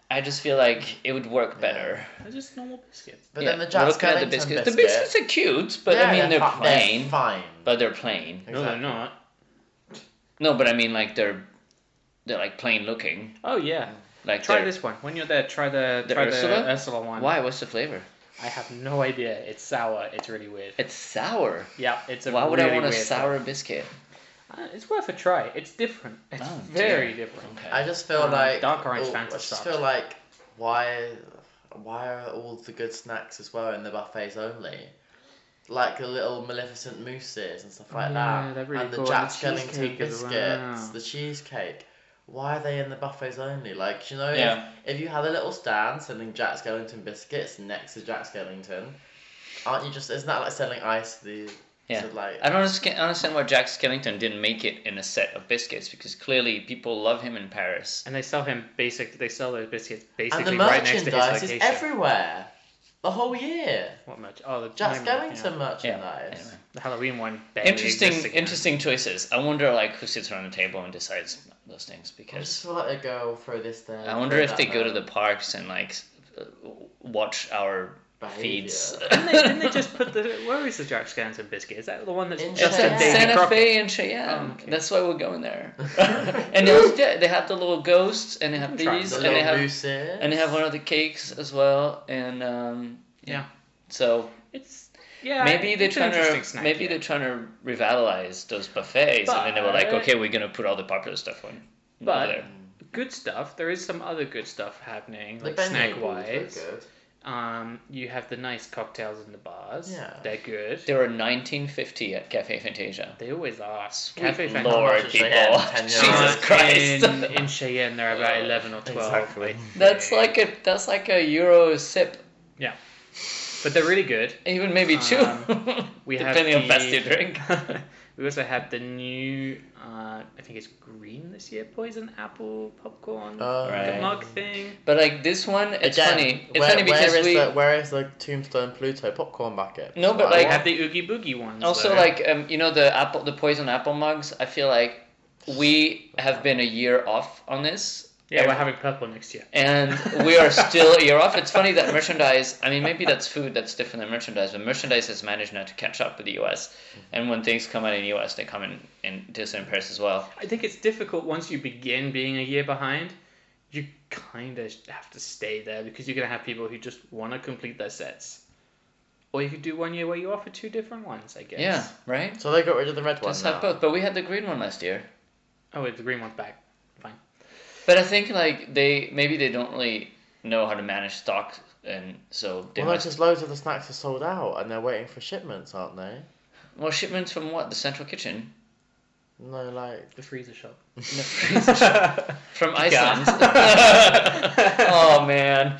Speaker 5: I just feel like it would work better.
Speaker 7: They're just normal biscuits.
Speaker 6: But
Speaker 5: Yeah.
Speaker 6: then the
Speaker 5: We're
Speaker 6: Jack
Speaker 5: looking at
Speaker 6: Skellington biscuit.
Speaker 5: The biscuits are cute, but I
Speaker 6: Yeah,
Speaker 5: mean they're,
Speaker 6: fi-
Speaker 5: plain.
Speaker 6: fine.
Speaker 5: But they're plain.
Speaker 7: No, they're
Speaker 6: Exactly.
Speaker 7: not.
Speaker 5: No, but I mean like they're they're like plain looking.
Speaker 7: Oh yeah.
Speaker 5: Like
Speaker 7: Try
Speaker 5: they're-
Speaker 7: this one. When you're there, try the,
Speaker 5: The
Speaker 7: try
Speaker 5: Ursula?
Speaker 7: the Ursula one.
Speaker 5: Why? What's the flavor?
Speaker 7: I have no idea. It's sour. It's really weird.
Speaker 5: It's sour.
Speaker 7: Yeah, it's a
Speaker 5: Why would I
Speaker 7: really
Speaker 5: want a
Speaker 7: weird
Speaker 5: sour biscuit?
Speaker 7: one. Uh, It's worth a try. It's different. It's
Speaker 5: Oh,
Speaker 7: very
Speaker 5: dear.
Speaker 7: different.
Speaker 5: Okay.
Speaker 6: I just feel
Speaker 7: Um,
Speaker 6: like
Speaker 7: dark orange
Speaker 6: oh, I
Speaker 7: Fanta
Speaker 6: just
Speaker 7: sucks.
Speaker 6: feel like why why are all the good snacks as well in the buffets only? Like the little Maleficent mousses and stuff like
Speaker 7: Yeah,
Speaker 6: that,
Speaker 7: they're really
Speaker 6: and the
Speaker 7: cool. And
Speaker 6: Jack
Speaker 7: the
Speaker 6: Skellington
Speaker 7: cheesecake as
Speaker 6: biscuits,
Speaker 7: well.
Speaker 6: the cheesecake. Why are they in the buffets only? Like you know,
Speaker 5: Yeah.
Speaker 6: if, if you had a little stand selling Jack Skellington biscuits next to Jack Skellington, aren't you just isn't that like selling ice? to The
Speaker 5: Yeah.
Speaker 6: to, like
Speaker 5: I don't understa- understand why Jack Skellington didn't make it in a set of biscuits because clearly people love him in Paris.
Speaker 7: And they sell him basic. They sell those biscuits
Speaker 6: and the
Speaker 7: basically right next to his
Speaker 6: merchandise is
Speaker 7: location.
Speaker 6: everywhere, the whole year.
Speaker 7: What merch? Oh, the
Speaker 6: Jack
Speaker 7: Nightmare,
Speaker 6: Skellington
Speaker 7: yeah.
Speaker 5: Yeah.
Speaker 6: merchandise.
Speaker 5: anyway.
Speaker 7: The Halloween one. barely exists
Speaker 5: Interesting,
Speaker 7: again.
Speaker 5: interesting choices. I wonder like who sits around the table and decides those things
Speaker 6: I just
Speaker 5: because
Speaker 6: feel like they go throw this there.
Speaker 5: I wonder
Speaker 6: throw
Speaker 5: if
Speaker 6: that
Speaker 5: they go to
Speaker 6: there.
Speaker 5: the parks and like s- uh, watch our
Speaker 6: Behaviour.
Speaker 5: feeds.
Speaker 7: Oh, Didn't they, didn't they just put the? Where is the Jack Skellington biscuit? Is that the one that's
Speaker 6: In
Speaker 5: It's
Speaker 7: just a
Speaker 5: in
Speaker 6: Cheyenne.
Speaker 7: daily
Speaker 5: Santa
Speaker 7: crop?
Speaker 5: Fe and Cheyenne.
Speaker 7: Oh, okay.
Speaker 5: That's why we're going there. and they also yeah, they have the little ghosts and they have
Speaker 7: can try
Speaker 5: these
Speaker 6: The
Speaker 5: and they
Speaker 6: little
Speaker 5: have
Speaker 6: mooses.
Speaker 5: and they have one of the cakes as well. And um,
Speaker 7: Yeah.
Speaker 5: so
Speaker 7: It's yeah.
Speaker 5: maybe they're
Speaker 7: it's an
Speaker 5: trying to
Speaker 7: interesting snack,
Speaker 5: maybe
Speaker 7: yeah.
Speaker 5: they're trying to revitalize those buffets. and then they were like,
Speaker 7: But-
Speaker 5: okay, we're gonna put all the popular stuff on. over
Speaker 7: But-
Speaker 5: there.
Speaker 7: good stuff. There is some other good stuff happening,
Speaker 6: The
Speaker 7: like
Speaker 6: Benny
Speaker 7: snack
Speaker 6: balls are
Speaker 7: wise.
Speaker 6: good.
Speaker 7: Um, you have the nice cocktails in the bars.
Speaker 6: Yeah.
Speaker 7: they're good.
Speaker 5: They were 1950 at Cafe Fantasia.
Speaker 7: They always are.
Speaker 5: Sweet
Speaker 7: Cafe Fantasia.
Speaker 5: Lord,
Speaker 6: much is
Speaker 5: people.
Speaker 6: Cheyenne? 10
Speaker 5: Jesus
Speaker 6: euros.
Speaker 7: Uh,
Speaker 5: Christ.
Speaker 7: In, in Cheyenne, they're about eleven or twelve.
Speaker 6: Exactly.
Speaker 7: I think.
Speaker 5: that's like a that's like a euro sip,
Speaker 7: yeah, but they're really good.
Speaker 5: even maybe two,
Speaker 7: Um, We have
Speaker 5: depending on
Speaker 7: the-
Speaker 5: best you drink.
Speaker 7: We also have the new, uh, I think it's green this year, poison apple popcorn
Speaker 6: Oh,
Speaker 5: Right.
Speaker 7: the mug thing.
Speaker 5: But like this one, it's
Speaker 6: Again,
Speaker 5: funny. It's
Speaker 6: where-
Speaker 5: funny because
Speaker 6: where is
Speaker 5: we
Speaker 6: the, where is the Tombstone Pluto popcorn bucket?
Speaker 5: No, but,
Speaker 7: We
Speaker 5: like,
Speaker 7: have the oogie boogie ones.
Speaker 5: also
Speaker 7: though.
Speaker 5: like um, you know the apple, the poison apple mugs. I feel like we have been a year off on this.
Speaker 7: yeah, we're having purple next year.
Speaker 5: and we are still a year off. It's funny that merchandise. I mean, maybe that's food that's different than merchandise, but merchandise has managed now to catch up with the U.S. And when things come out in the U.S., they come in in Disney and Paris as well.
Speaker 7: I think it's difficult once you begin being a year behind. You kind of have to stay there because you're going to have people who just want to complete their sets. Or you could do one year where you offer two different ones, I guess.
Speaker 5: Yeah, right.
Speaker 6: So they got rid of the red one
Speaker 5: Just
Speaker 6: now.
Speaker 5: have both. But we had the green one last year.
Speaker 7: Oh, wait, the green one's back.
Speaker 5: But I think like they maybe they don't really know how to manage stock, and so they
Speaker 6: Well, that's
Speaker 5: must.
Speaker 6: just loads of the snacks are sold out and they're waiting for shipments, aren't they?
Speaker 5: Well, shipments from what the central kitchen
Speaker 6: No, like
Speaker 7: The freezer shop.
Speaker 5: from
Speaker 7: Yeah.
Speaker 5: Iceland. oh man.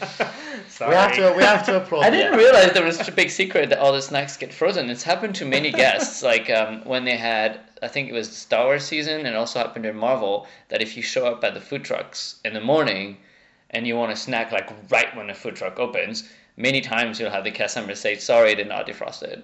Speaker 7: Sorry.
Speaker 6: we have to we have to applaud.
Speaker 5: I didn't
Speaker 6: the-
Speaker 5: realize there was such a big secret that all the snacks get frozen. It's happened to many guests. Like um, when they had, I think it was Star Wars season, and also happened in Marvel that if you show up at the food trucks in the morning, and you want a snack like right when the food truck opens, many times you'll have the cast member say, "Sorry, they're not defrosted."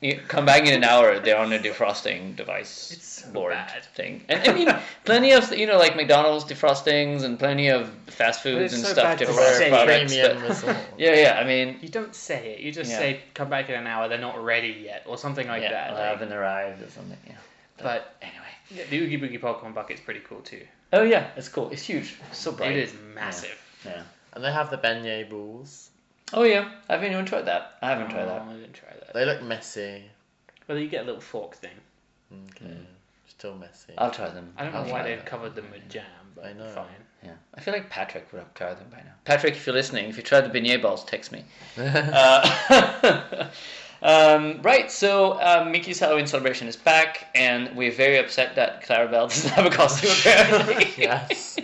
Speaker 5: you come back in an hour, they're on a defrosting device
Speaker 7: It's so
Speaker 5: board
Speaker 7: bad.
Speaker 5: thing. And I mean, plenty of you know like McDonald's defrostings and plenty of fast foods
Speaker 7: it's
Speaker 5: and
Speaker 7: so
Speaker 5: stuff
Speaker 7: bad to
Speaker 5: defrost
Speaker 7: say
Speaker 5: products.
Speaker 6: premium
Speaker 5: but-
Speaker 6: resort.
Speaker 5: yeah, yeah. I mean,
Speaker 7: You don't say it. You just
Speaker 5: Yeah.
Speaker 7: say, come back in an hour, they're not ready yet, or something like
Speaker 5: yeah,
Speaker 7: that.
Speaker 5: I
Speaker 7: like-
Speaker 5: haven't arrived or something. Yeah.
Speaker 7: but
Speaker 5: Anyway.
Speaker 7: the Oogie Boogie popcorn bucket's pretty cool too.
Speaker 5: Oh yeah, it's cool. It's huge. It's so bright.
Speaker 7: It is massive.
Speaker 5: Yeah.
Speaker 6: And they have the beignet balls.
Speaker 5: Oh yeah, I've even tried that. I haven't tried
Speaker 7: Oh,
Speaker 5: that.
Speaker 7: I didn't try that.
Speaker 6: They look messy.
Speaker 7: Well, you get a little fork thing.
Speaker 5: Mm.
Speaker 6: Okay. Still messy.
Speaker 5: I'll try them.
Speaker 7: I don't
Speaker 5: I'll
Speaker 7: know why
Speaker 5: try
Speaker 7: they've
Speaker 5: them.
Speaker 7: covered them with jam, but
Speaker 6: I know.
Speaker 7: fine.
Speaker 5: Yeah. I feel like Patrick would have tried them by now. Patrick, if you're listening, if you tried the beignet balls, text me. Uh, um, right, so um, Mickey's Halloween celebration is back, and we're very upset that Clarabelle doesn't have a costume apparently.
Speaker 6: yes.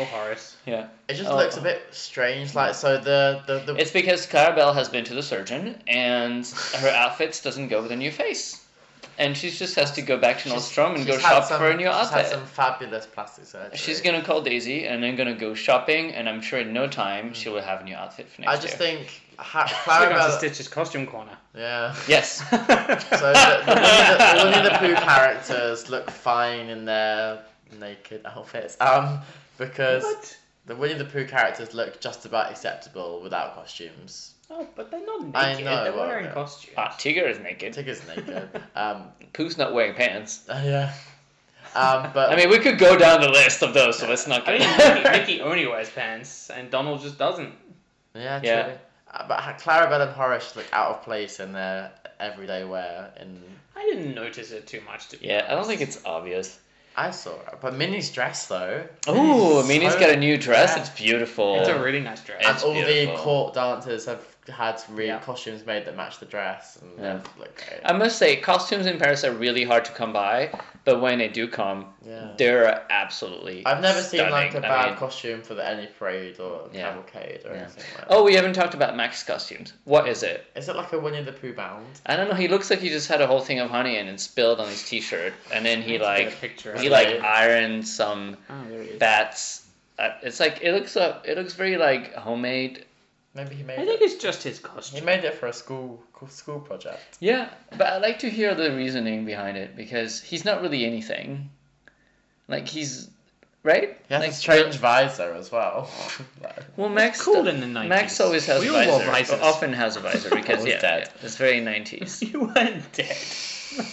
Speaker 7: Oh, Horace.
Speaker 5: yeah.
Speaker 6: It just
Speaker 5: Oh.
Speaker 6: looks a bit strange. Like so the the, the
Speaker 5: It's because Clarabelle has been to the surgeon and her outfits doesn't go with a new face. And she just has to go back to Nordstrom and go
Speaker 6: she's had
Speaker 5: shop
Speaker 6: some-
Speaker 5: for a new
Speaker 6: she's had
Speaker 5: outfit.
Speaker 6: some fabulous plastic surgery.
Speaker 5: She's gonna call Daisy and then gonna go shopping and I'm sure in no time she will have a new outfit for next
Speaker 6: Mm. I
Speaker 5: year.
Speaker 6: just think ha-
Speaker 7: We're going to
Speaker 6: Clarabelle.
Speaker 7: Stitch's costume corner.
Speaker 6: Yeah.
Speaker 5: Yes.
Speaker 6: So the, the, Winnie the, the Winnie the Pooh characters look fine in their naked outfits. Um, because
Speaker 7: What?
Speaker 6: the Winnie the Pooh characters look just about acceptable without costumes.
Speaker 7: Oh, but they're not naked.
Speaker 6: I know,
Speaker 7: they're
Speaker 6: well,
Speaker 7: wearing
Speaker 6: yeah.
Speaker 7: costumes.
Speaker 5: Ah, Tigger is naked.
Speaker 6: Tigger's naked. Um,
Speaker 5: Pooh's not wearing pants.
Speaker 6: yeah. Um, but
Speaker 5: I mean, we could go down the list of those, so let's not
Speaker 7: I
Speaker 5: get
Speaker 7: mean, Mickey, Mickey only wears pants, and Donald just doesn't.
Speaker 6: yeah, true.
Speaker 5: yeah.
Speaker 6: Uh, but ha- Clarabelle and Horace look out of place in their everyday wear. In
Speaker 7: I didn't notice it too much. To be
Speaker 5: Yeah, I don't
Speaker 7: honest.
Speaker 5: think it's obvious.
Speaker 6: I saw, it. but Minnie's dress though.
Speaker 5: Oh,
Speaker 6: Minnie's
Speaker 5: Minnie's
Speaker 6: so-
Speaker 5: got a new dress.
Speaker 6: Yeah.
Speaker 5: It's beautiful.
Speaker 7: It's a really nice dress.
Speaker 5: Yeah.
Speaker 6: and all
Speaker 5: beautiful.
Speaker 6: the court dancers have had re-
Speaker 7: Yeah.
Speaker 6: costumes made that match the dress and
Speaker 5: Yeah. Um,
Speaker 6: they look great.
Speaker 5: I must say, costumes in Paris are really hard to come by, but when they do come,
Speaker 6: Yeah.
Speaker 5: they're absolutely.
Speaker 6: I've never seen like a
Speaker 5: stunning. I
Speaker 6: bad
Speaker 5: mean-
Speaker 6: costume for the any parade or
Speaker 5: Yeah.
Speaker 6: cavalcade or
Speaker 5: Yeah.
Speaker 6: anything like that.
Speaker 5: Oh, we haven't talked about Max's costumes. What is it?
Speaker 6: Is it like a Winnie the Pooh bound?
Speaker 5: I don't know. He looks like he just had a whole thing of honey and it spilled on his t-shirt, and then he
Speaker 7: Let's get
Speaker 5: like
Speaker 7: a picture. of
Speaker 5: he
Speaker 7: it.
Speaker 5: like
Speaker 6: Right.
Speaker 5: ironed some
Speaker 7: Oh, there he is.
Speaker 5: bats. Uh, It's like it looks uh, it looks very like homemade.
Speaker 6: Maybe he made
Speaker 7: I think
Speaker 6: it.
Speaker 7: it's just his
Speaker 6: He
Speaker 7: costume.
Speaker 6: made it for a school school project.
Speaker 5: Yeah, but I like to hear the reasoning behind it because he's not really anything. Like he's right.
Speaker 6: He has
Speaker 5: like,
Speaker 6: a strange visor as well.
Speaker 5: Well, Max
Speaker 7: cool in the 90s.
Speaker 5: Max always has
Speaker 7: We
Speaker 5: a
Speaker 7: all wore
Speaker 5: visor.
Speaker 7: visors.
Speaker 5: Often has a visor because
Speaker 6: was
Speaker 5: yeah,
Speaker 6: dead.
Speaker 5: yeah, it's very nineties.
Speaker 7: You weren't dead.
Speaker 5: So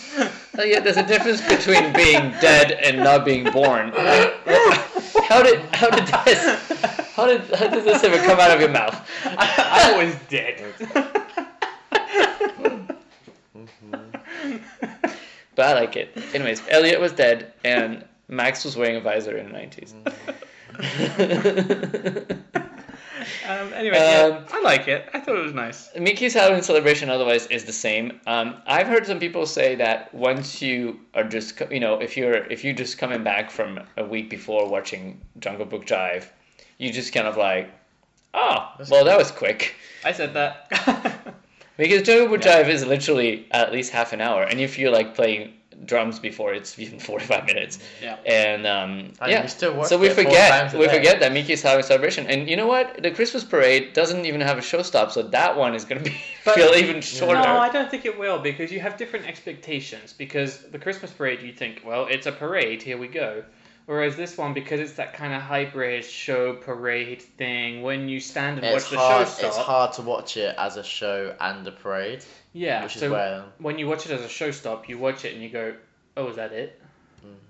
Speaker 5: Oh, yeah, there's a difference between being dead and not being born. How did how did this how did how did this ever come out of your mouth?
Speaker 7: I was dead.
Speaker 5: But I like it. Anyways, Elliot was dead and Max was wearing a visor in the nineties.
Speaker 7: Mm. Um, anyway,
Speaker 5: Um,
Speaker 7: yeah, I like it. I thought it was nice.
Speaker 5: Mickey's Halloween celebration otherwise is the same. Um, I've heard some people say that once you are just co- you know if you're if you're just coming back from a week before watching Jungle Book Jive, "Ah, you just kind of like, oh well that was quick.
Speaker 7: I said that.
Speaker 5: Because Turbo Jive is literally at least half an hour, and if you're like playing drums before, it's even forty-five minutes.
Speaker 7: Yeah.
Speaker 5: And um,
Speaker 6: And
Speaker 5: yeah,
Speaker 6: you still work
Speaker 5: so we
Speaker 6: it four
Speaker 5: forget
Speaker 6: times a
Speaker 5: we
Speaker 6: day.
Speaker 5: forget that Mickey's having celebration, and you know what? The Christmas parade doesn't even have a show stop, so that one is gonna be
Speaker 7: But-
Speaker 5: feel even shorter.
Speaker 7: No, I don't think it will because you have different expectations. Because the Christmas parade, you think, well, it's a parade, here we go. Whereas this one, because it's that kind of hybrid show parade thing, when you stand and
Speaker 6: It's
Speaker 7: watch the
Speaker 6: hard.
Speaker 7: show start,
Speaker 6: It's hard to watch it as a show and a parade,
Speaker 7: yeah.
Speaker 6: which is
Speaker 7: so
Speaker 6: where
Speaker 7: when you watch it as a show stop, you watch it and you go, oh, is that it?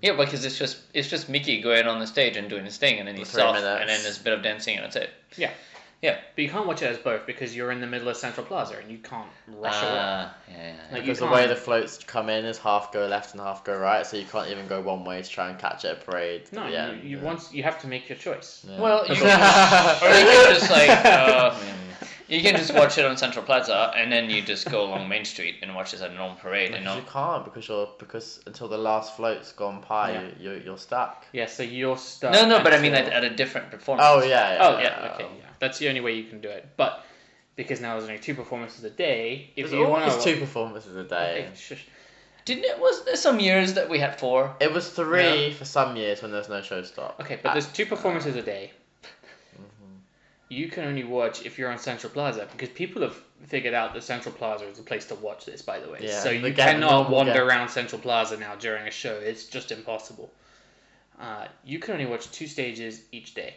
Speaker 5: Yeah, because it's just it's just Mickey going on the stage and doing his thing, and then he's
Speaker 6: Three
Speaker 5: off,
Speaker 6: minutes.
Speaker 5: and then there's a bit of dancing, and that's it.
Speaker 7: Yeah.
Speaker 5: Yeah.
Speaker 7: But you can't watch it as both because you're in the middle of Central Plaza and you can't rush away.
Speaker 5: Ah, yeah, yeah, yeah.
Speaker 7: Like, you
Speaker 6: because the way
Speaker 7: can't-
Speaker 6: the floats come in is half go left and half go right, so you can't even go one way to try and catch it at a parade.
Speaker 7: No,
Speaker 6: yeah,
Speaker 7: you, you
Speaker 6: yeah.
Speaker 7: once you have to make your choice.
Speaker 6: Yeah.
Speaker 5: Well, you can,
Speaker 7: That's
Speaker 5: or you can just like uh,
Speaker 6: Mm.
Speaker 5: you can just watch it on Central Plaza, and then you just go along Main Street and watch it at a normal parade. And
Speaker 6: Because
Speaker 5: not,
Speaker 6: you can't because you're because until the last float's gone by,
Speaker 7: Yeah.
Speaker 6: you, you're you're stuck.
Speaker 7: Yeah, so you're stuck.
Speaker 5: no, no, but I mean
Speaker 7: until-
Speaker 5: at, at a different performance.
Speaker 6: Oh yeah. yeah
Speaker 7: Oh yeah, okay, yeah. That's the only way you can do it. But because now there's only two performances a day, if
Speaker 6: There's
Speaker 7: you want
Speaker 6: always
Speaker 7: to
Speaker 6: two performances a day.
Speaker 5: Didn't it? Was there some years that we had four?
Speaker 6: It was three for some years when there's no show stop.
Speaker 7: Okay, but there's two performances a day.
Speaker 6: Mm-hmm.
Speaker 7: You can only watch if you're on Central Plaza because people have figured out that Central Plaza is the place to watch this. By the way,
Speaker 6: Yeah,
Speaker 7: so
Speaker 6: the
Speaker 7: you
Speaker 6: ga-
Speaker 7: cannot
Speaker 6: normal
Speaker 7: wander
Speaker 6: ga-
Speaker 7: around Central Plaza now during a show. It's just impossible. Uh, you can only watch two stages each day.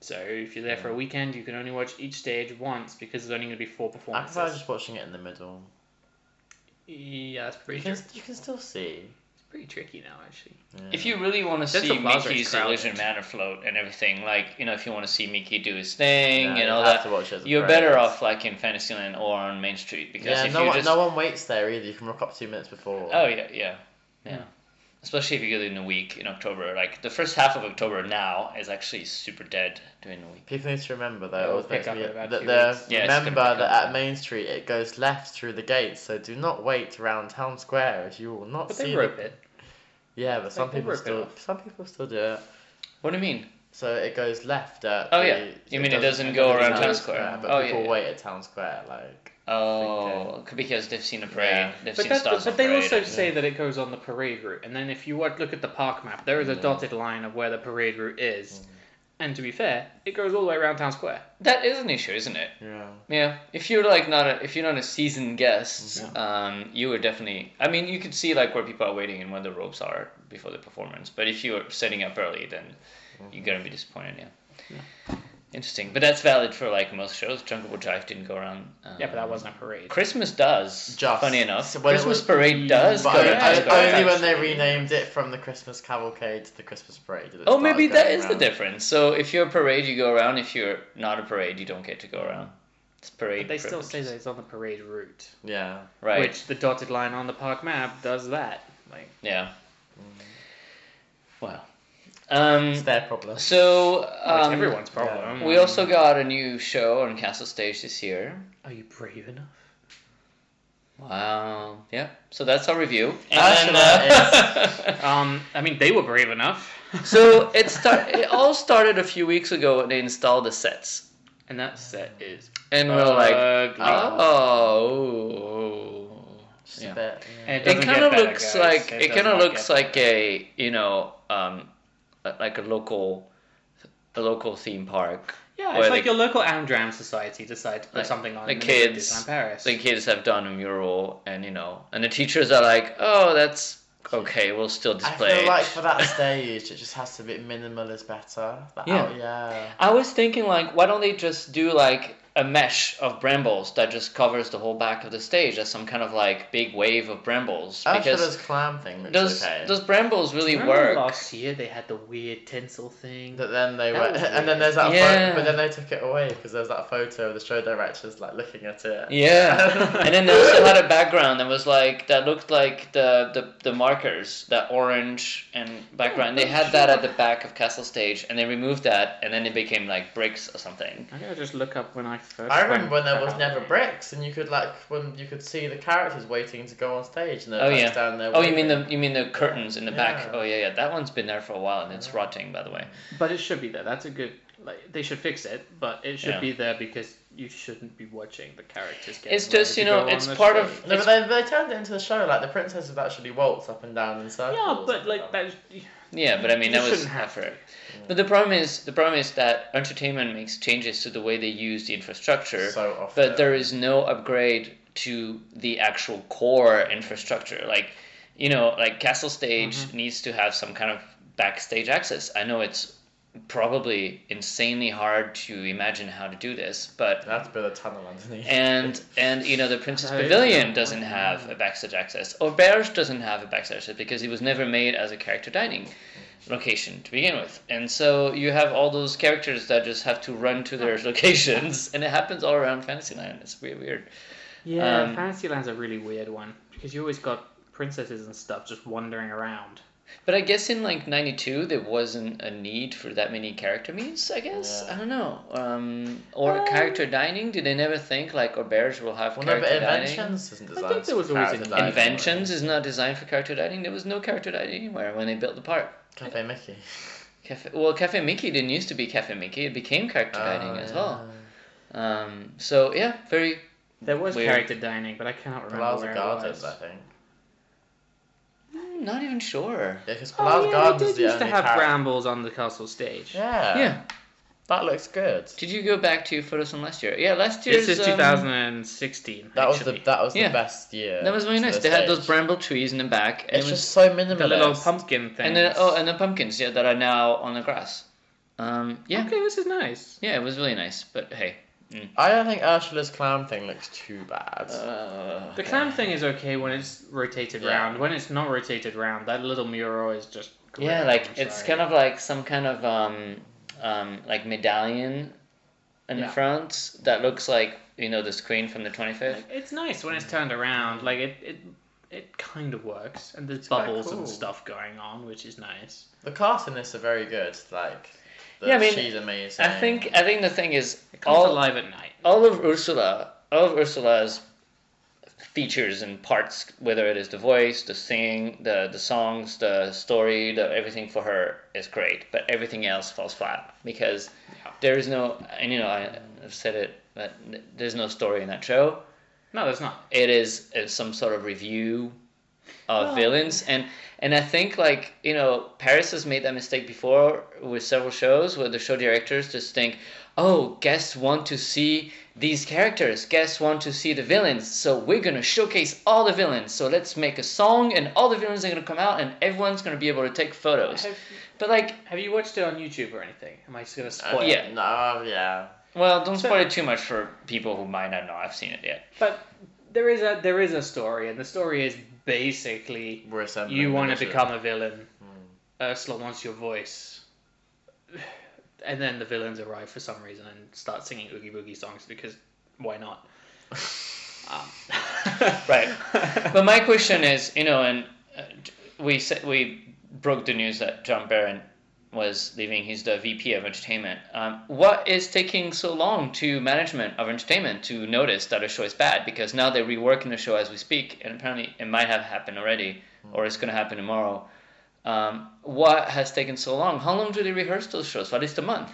Speaker 7: So if you're there
Speaker 6: Mm.
Speaker 7: for a weekend, you can only watch each stage once because there's only going to be four
Speaker 6: I
Speaker 7: performances.
Speaker 6: prefer just watching it in the middle.
Speaker 7: Yeah, that's pretty
Speaker 6: You can, you can still see.
Speaker 7: pretty tricky now, actually.
Speaker 5: If you really want to
Speaker 7: Central
Speaker 5: see
Speaker 7: Plaza is
Speaker 5: Mickey's
Speaker 7: crowded.
Speaker 5: Illusion Manor float and everything, like you know, if you want to see Mickey do his thing
Speaker 6: No,
Speaker 5: and
Speaker 6: you
Speaker 5: all
Speaker 6: have
Speaker 5: that,
Speaker 6: to watch it as a
Speaker 5: you're
Speaker 6: parade.
Speaker 5: better off like in Fantasyland or on Main Street because
Speaker 6: Yeah,
Speaker 5: if
Speaker 6: no
Speaker 5: you
Speaker 6: one,
Speaker 5: just
Speaker 6: no one waits there either. You can rock up two minutes before.
Speaker 5: Oh yeah, yeah, yeah.
Speaker 7: Yeah.
Speaker 5: Especially if you go in a week in October, like the first half of October now is actually super dead during the week.
Speaker 6: People need to remember though.
Speaker 7: It'll
Speaker 6: always
Speaker 7: pick
Speaker 6: makes
Speaker 7: up
Speaker 6: me-
Speaker 7: in about
Speaker 6: that
Speaker 7: two
Speaker 6: they're-
Speaker 7: weeks.
Speaker 5: Yeah, it's gonna
Speaker 6: remember
Speaker 5: pick
Speaker 6: that
Speaker 5: up.
Speaker 6: at Main Street it goes left through the gates, so do not wait around town square as you will not
Speaker 7: But
Speaker 6: see.
Speaker 7: they
Speaker 6: the-
Speaker 7: rope it.
Speaker 6: Yeah, but some
Speaker 7: they
Speaker 6: people
Speaker 7: rip it
Speaker 6: still
Speaker 7: off.
Speaker 6: some people still do it.
Speaker 5: What do you mean?
Speaker 6: So it goes left at.
Speaker 5: Oh,
Speaker 6: the-
Speaker 5: yeah. You mean it doesn't go around
Speaker 6: does
Speaker 5: town
Speaker 6: go
Speaker 5: square?
Speaker 6: But
Speaker 5: Oh, yeah,
Speaker 6: people
Speaker 5: yeah.
Speaker 6: wait at town square like.
Speaker 5: Oh, because they've seen a parade,
Speaker 6: Yeah.
Speaker 5: they've
Speaker 7: But,
Speaker 5: seen
Speaker 7: that's,
Speaker 5: stars on
Speaker 7: but they
Speaker 5: parade.
Speaker 7: also say that it goes on the parade route, and then if you wa- look at the park map, there is a dotted line of where the parade route is. And to be fair, it goes all the way around town square.
Speaker 5: that is an issue, isn't it?
Speaker 6: Yeah.
Speaker 5: Yeah. If you're like not a, if you're not a seasoned guest, um, you were definitely. I mean, you could see like where people are waiting and where the ropes are before the performance. But if you're setting up early, then you're gonna be disappointed. Yeah. Interesting, but that's valid for like most shows. Jungle Jive didn't go around. Um,
Speaker 7: Yeah, but that wasn't a parade.
Speaker 5: Christmas does.
Speaker 6: Just.
Speaker 5: Funny enough,
Speaker 6: So when it
Speaker 5: Christmas
Speaker 6: was-
Speaker 5: parade does go
Speaker 6: But
Speaker 5: around.
Speaker 7: yeah,
Speaker 6: I- I-
Speaker 7: it's got
Speaker 6: only when they
Speaker 5: actually.
Speaker 6: renamed it from the Christmas cavalcade to the Christmas parade. did it
Speaker 5: Oh,
Speaker 6: start
Speaker 5: maybe
Speaker 6: going
Speaker 5: that is the
Speaker 6: around.
Speaker 5: difference. So if you're a parade, you go around. If you're not a parade, you don't get to go around. It's parade.
Speaker 7: But they still
Speaker 5: privileges.
Speaker 7: say that it's on the parade route,
Speaker 6: Yeah.
Speaker 5: Right.
Speaker 7: which the dotted line on the park map does that. Like,
Speaker 5: Yeah.
Speaker 7: Mm.
Speaker 5: Wow. Um,
Speaker 6: It's their problem.
Speaker 5: so
Speaker 7: well, it's
Speaker 5: um,
Speaker 7: everyone's problem.
Speaker 5: We also got a new show on Castle Stage this year.
Speaker 7: are you brave enough?
Speaker 5: Wow. Yeah. So that's our review.
Speaker 6: Ursula
Speaker 5: uh,
Speaker 7: Um, I mean, they were brave enough,
Speaker 5: so it start. It all started a few weeks ago when they installed the sets,
Speaker 7: and that set is
Speaker 5: and we
Speaker 7: Uh,
Speaker 5: are like,
Speaker 7: ugly.
Speaker 5: oh.
Speaker 6: Just
Speaker 5: Yeah.
Speaker 6: a
Speaker 5: Oh,
Speaker 6: bit. Yeah.
Speaker 7: And
Speaker 5: It
Speaker 7: doesn't
Speaker 5: kind of
Speaker 7: get better,
Speaker 5: looks
Speaker 7: guys.
Speaker 5: like it,
Speaker 7: does
Speaker 5: kind of
Speaker 7: not
Speaker 5: looks
Speaker 7: get
Speaker 5: like
Speaker 7: better.
Speaker 5: a you know um a- like a local a local theme park.
Speaker 7: Yeah,
Speaker 5: where
Speaker 7: it's like
Speaker 5: the,
Speaker 7: your local Amdram society decides to put
Speaker 5: Like,
Speaker 7: something on
Speaker 5: the
Speaker 7: in the middle of
Speaker 5: kids,
Speaker 7: Disneyland Paris.
Speaker 5: the kids have done a mural, and you know, and the teachers are like, oh, that's okay. We'll still
Speaker 6: I
Speaker 5: display.
Speaker 6: feel
Speaker 5: it."
Speaker 6: like for that stage, it just has to be minimal is better. That
Speaker 5: Yeah.
Speaker 6: yeah. yeah.
Speaker 5: I was thinking like, why don't they just do like a mesh of brambles that just covers the whole back of the stage as some kind of like big wave of brambles?
Speaker 6: Ursula's
Speaker 5: Because
Speaker 6: clam thing looks
Speaker 5: those
Speaker 6: okay.
Speaker 5: those brambles really
Speaker 7: Remember
Speaker 5: work.
Speaker 7: last year they had the weird tinsel thing.
Speaker 6: That then they
Speaker 7: That
Speaker 6: went,
Speaker 7: was
Speaker 6: and
Speaker 7: weird.
Speaker 6: then there's that
Speaker 5: Yeah.
Speaker 6: photo, but then they took it away because there's that photo of the show directors like looking at it.
Speaker 5: Yeah, and then they also had a background that was like that looked like the the, the markers, that orange and background. they had that at the back of Castle Stage, and they removed that, and then it became like bricks or something.
Speaker 7: I gotta just look up when I first.
Speaker 6: I remember when
Speaker 7: went
Speaker 6: there was
Speaker 7: out.
Speaker 6: never bricks, and you could like when you could see the characters waiting to go on stage, and they're
Speaker 5: Oh,
Speaker 6: like,
Speaker 5: yeah.
Speaker 6: down there.
Speaker 5: Oh, you mean the
Speaker 6: waving.
Speaker 5: you mean the curtains in the back?
Speaker 6: Yeah.
Speaker 5: Oh yeah, yeah. That one's been there for a while, and it's rotting, by the way.
Speaker 7: But it should be there. That's a good. Like they should fix it, but it should
Speaker 5: Yeah.
Speaker 7: be there because you shouldn't be watching the characters get
Speaker 5: It's
Speaker 7: ready
Speaker 5: just,
Speaker 7: to
Speaker 5: you know,
Speaker 7: go on
Speaker 5: it's
Speaker 7: the
Speaker 5: part of-
Speaker 7: stage.
Speaker 6: No, but they, they turned it into a show. Like the princess would actually waltz up and down in circles.
Speaker 7: yeah but like
Speaker 6: that.
Speaker 7: that's
Speaker 5: Yeah, but I mean
Speaker 7: You
Speaker 5: that was
Speaker 7: shouldn't have
Speaker 5: effort. But the problem is the problem is that entertainment makes changes to the way they use the infrastructure.
Speaker 6: So often.
Speaker 5: But there is no upgrade to the actual core infrastructure. Like, you know, like Castle Stage needs to have some kind of backstage access. I know it's probably insanely hard to imagine how to do this, but
Speaker 6: That's built a tunnel underneath.
Speaker 5: and and you know the Princess
Speaker 7: Oh, yeah.
Speaker 5: Pavilion doesn't have a backstage access, or Berge doesn't have a backstage access because it was never made as a character dining location to begin with, and so you have all those characters that just have to run to their locations, and it happens all around Fantasyland. It's weird, weird.
Speaker 7: yeah
Speaker 5: Um,
Speaker 7: fantasyland's a really weird one because you always got princesses and stuff just wandering around
Speaker 5: But I guess in like '92 there wasn't a need for that many character meets. I guess
Speaker 6: Yeah.
Speaker 5: I don't know, um, or character dining. Did they never think like Auberge will have
Speaker 6: Well, no,
Speaker 5: character
Speaker 6: but
Speaker 5: dining?
Speaker 6: inventions isn't designed.
Speaker 7: think there was
Speaker 6: for
Speaker 7: always
Speaker 6: character
Speaker 7: an
Speaker 6: dining.
Speaker 5: Inventions is not designed for character dining. There was no character dining anywhere when they built the park.
Speaker 6: Cafe Mickey.
Speaker 5: Cafe, well, Cafe Mickey didn't used to be Cafe Mickey. It became character dining
Speaker 6: Oh,
Speaker 5: as
Speaker 6: yeah.
Speaker 5: well. Um, so yeah, very.
Speaker 7: there was
Speaker 5: Weird.
Speaker 7: character dining but i cannot remember
Speaker 6: Palazzo
Speaker 7: where it
Speaker 6: Gardens,
Speaker 7: was.
Speaker 6: I think.
Speaker 5: mm, Not even sure.
Speaker 6: Yeah, because
Speaker 7: Oh,
Speaker 6: Palazzo
Speaker 7: yeah,
Speaker 6: Gardens
Speaker 7: they
Speaker 6: is the
Speaker 7: did used to
Speaker 6: only
Speaker 7: have
Speaker 6: parrot.
Speaker 7: brambles on the castle stage.
Speaker 6: Yeah.
Speaker 5: Yeah.
Speaker 6: That looks good.
Speaker 5: Uh, Did you go back to photos from last year? Yeah, last year's.
Speaker 7: This is
Speaker 5: um,
Speaker 7: 2016.
Speaker 6: That was the
Speaker 7: actually.
Speaker 6: that was
Speaker 5: Yeah.
Speaker 6: the best year.
Speaker 5: um, That was very
Speaker 6: to
Speaker 5: nice.
Speaker 6: this
Speaker 5: They had
Speaker 6: age.
Speaker 5: those bramble trees in the back. And
Speaker 6: It's
Speaker 5: it was,
Speaker 6: just so minimalist.
Speaker 7: the little pumpkin thing.
Speaker 5: and then oh, and the pumpkins yeah that are now on the grass. Um, yeah,
Speaker 7: okay, this is nice.
Speaker 5: yeah, it was really nice. But hey,
Speaker 6: I don't think Ursula's clown thing looks too bad.
Speaker 5: uh,
Speaker 7: The clam thing is okay when it's rotated
Speaker 6: Yeah.
Speaker 7: round. When it's not rotated round, that little mural is just. grim,
Speaker 5: Yeah, like
Speaker 7: I'm
Speaker 5: it's
Speaker 7: sorry.
Speaker 5: kind of like some kind of um, um, like medallion in
Speaker 7: Yeah.
Speaker 5: front that looks like you know the screen from the twenty fifth.
Speaker 7: Like, it's nice
Speaker 6: Mm.
Speaker 7: when it's turned around. Like it, it, it kind of works, and there's
Speaker 6: quite
Speaker 7: bubbles
Speaker 6: cool.
Speaker 7: and stuff going on, which is nice.
Speaker 6: the cast in this are very good. Like, the,
Speaker 5: Yeah, I mean,
Speaker 6: she's amazing.
Speaker 5: I think uh, I think the thing is
Speaker 7: It comes
Speaker 5: all
Speaker 7: alive at night.
Speaker 5: all of Ursula all of Ursula's features and parts, whether it is the voice, the singing, the the songs, the story, the everything for her is great, but everything else falls flat because there is no and you know I, I've said it but there's no story in that show.
Speaker 7: No, there's not.
Speaker 5: it is uh, some sort of review of
Speaker 7: Well-
Speaker 5: villains and and i think like you know paris has made that mistake before with several shows where the show directors just think oh guests want to see these characters guests want to see the villains so we're going to showcase all the villains so let's make a song and all the villains are going to come out and everyone's going to be able to take photos
Speaker 7: Have,
Speaker 5: but like
Speaker 7: have you watched it on YouTube or anything? Am I just gonna
Speaker 6: Uh,
Speaker 7: spoil? it?
Speaker 5: yeah.
Speaker 6: No, yeah.
Speaker 5: well don't spoil it too much for people who might not know i've seen it yet
Speaker 7: But there is a there is a story, and the story is basically
Speaker 6: We're assembling.
Speaker 7: you want to
Speaker 6: Ursula.
Speaker 7: become a villain.
Speaker 5: Hmm.
Speaker 7: Ursula wants your voice, and then the villains arrive for some reason and start singing oogie boogie songs because why not? um.
Speaker 5: Right. but my question is, you know, and uh, we said we broke the news that John Barron was leaving. He's the VP of Entertainment. Um, what is taking so long to management of entertainment to notice that a show is bad? Because now they're reworking the show as we speak, and apparently it might have happened already, or it's going to happen tomorrow. Um, what has taken so long? How long do they rehearse those shows? For at least a month,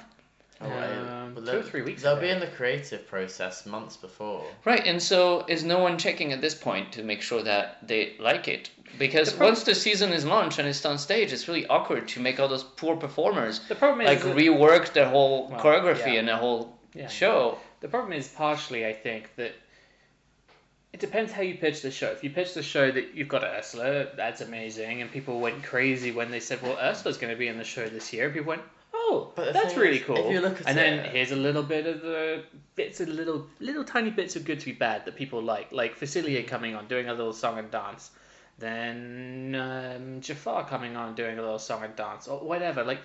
Speaker 6: Oh, wait.
Speaker 7: Um,
Speaker 6: But
Speaker 7: two
Speaker 6: they'll-
Speaker 7: or three weeks
Speaker 6: They'll
Speaker 7: ago.
Speaker 6: be in the creative process months before.
Speaker 5: right? And so is no one checking at this point to make sure that they like it? Because
Speaker 7: The prob-
Speaker 5: once the season is launched and it's on stage, it's really awkward to make all those poor performers
Speaker 7: the problem
Speaker 5: like
Speaker 7: is that-
Speaker 5: rework their whole
Speaker 7: Well,
Speaker 5: choreography
Speaker 7: yeah.
Speaker 5: and their whole
Speaker 7: Yeah.
Speaker 5: show.
Speaker 7: The problem is partially, I think, that it depends how you pitch the show. If you pitch the show that you've got Ursula, that's amazing, and people went crazy when they said, "Well, Ursula's going to be in the show this year," and people went, "Oh,
Speaker 6: But the
Speaker 7: that's
Speaker 6: thing
Speaker 7: really
Speaker 6: is,
Speaker 7: cool."
Speaker 6: if you look at
Speaker 7: and then
Speaker 6: it-
Speaker 7: here's a little bit of the bits, of little little tiny bits of good to be bad that people like, like Facilia coming on doing a little song and dance. Then um, Jafar coming on doing a little song and dance or whatever. Like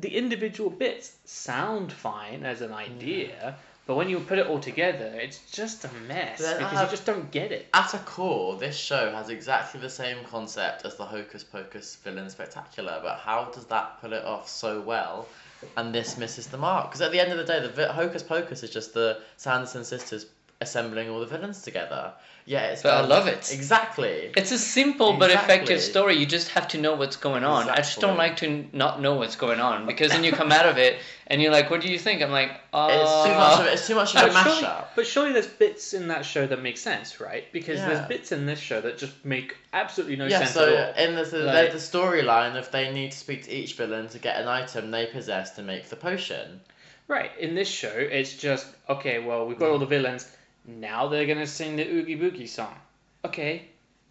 Speaker 7: the individual bits sound fine as an idea, but when you put it all together, it's just a mess
Speaker 6: Then I
Speaker 7: because
Speaker 5: uh,
Speaker 6: have-
Speaker 7: you just don't get it.
Speaker 6: At a core, this show has exactly the same concept as the Hocus Pocus Villain Spectacular, but how does that pull it off so well? And this misses the mark because at the end of the day, the vi- Hocus Pocus is just the Sanderson sisters assembling all the villains together. Yeah, it's
Speaker 5: But I
Speaker 6: done-
Speaker 5: love it.
Speaker 6: Exactly.
Speaker 5: It's a simple but
Speaker 6: Exactly.
Speaker 5: effective story. You just have to know what's going on. I just don't
Speaker 6: Exactly.
Speaker 5: like to n- not know what's going on because then you come out of it and you're like, "What do you think?" I'm like, "Oh,
Speaker 6: It's too much of it's too much of a
Speaker 7: But surely,
Speaker 6: mashup.
Speaker 7: but surely there's bits in that show that make sense, right? Because
Speaker 6: Yeah.
Speaker 7: there's bits in this show that just make absolutely no
Speaker 6: Yeah,
Speaker 7: sense
Speaker 6: so
Speaker 7: at all.
Speaker 6: in the, the,
Speaker 7: Like-
Speaker 6: the storyline, if they need to speak to each villain to get an item they possess to make the potion.
Speaker 7: Right, in this show, it's just, okay, well, we've got all the villains. Now they're going to sing the Oogie Boogie song. Okay,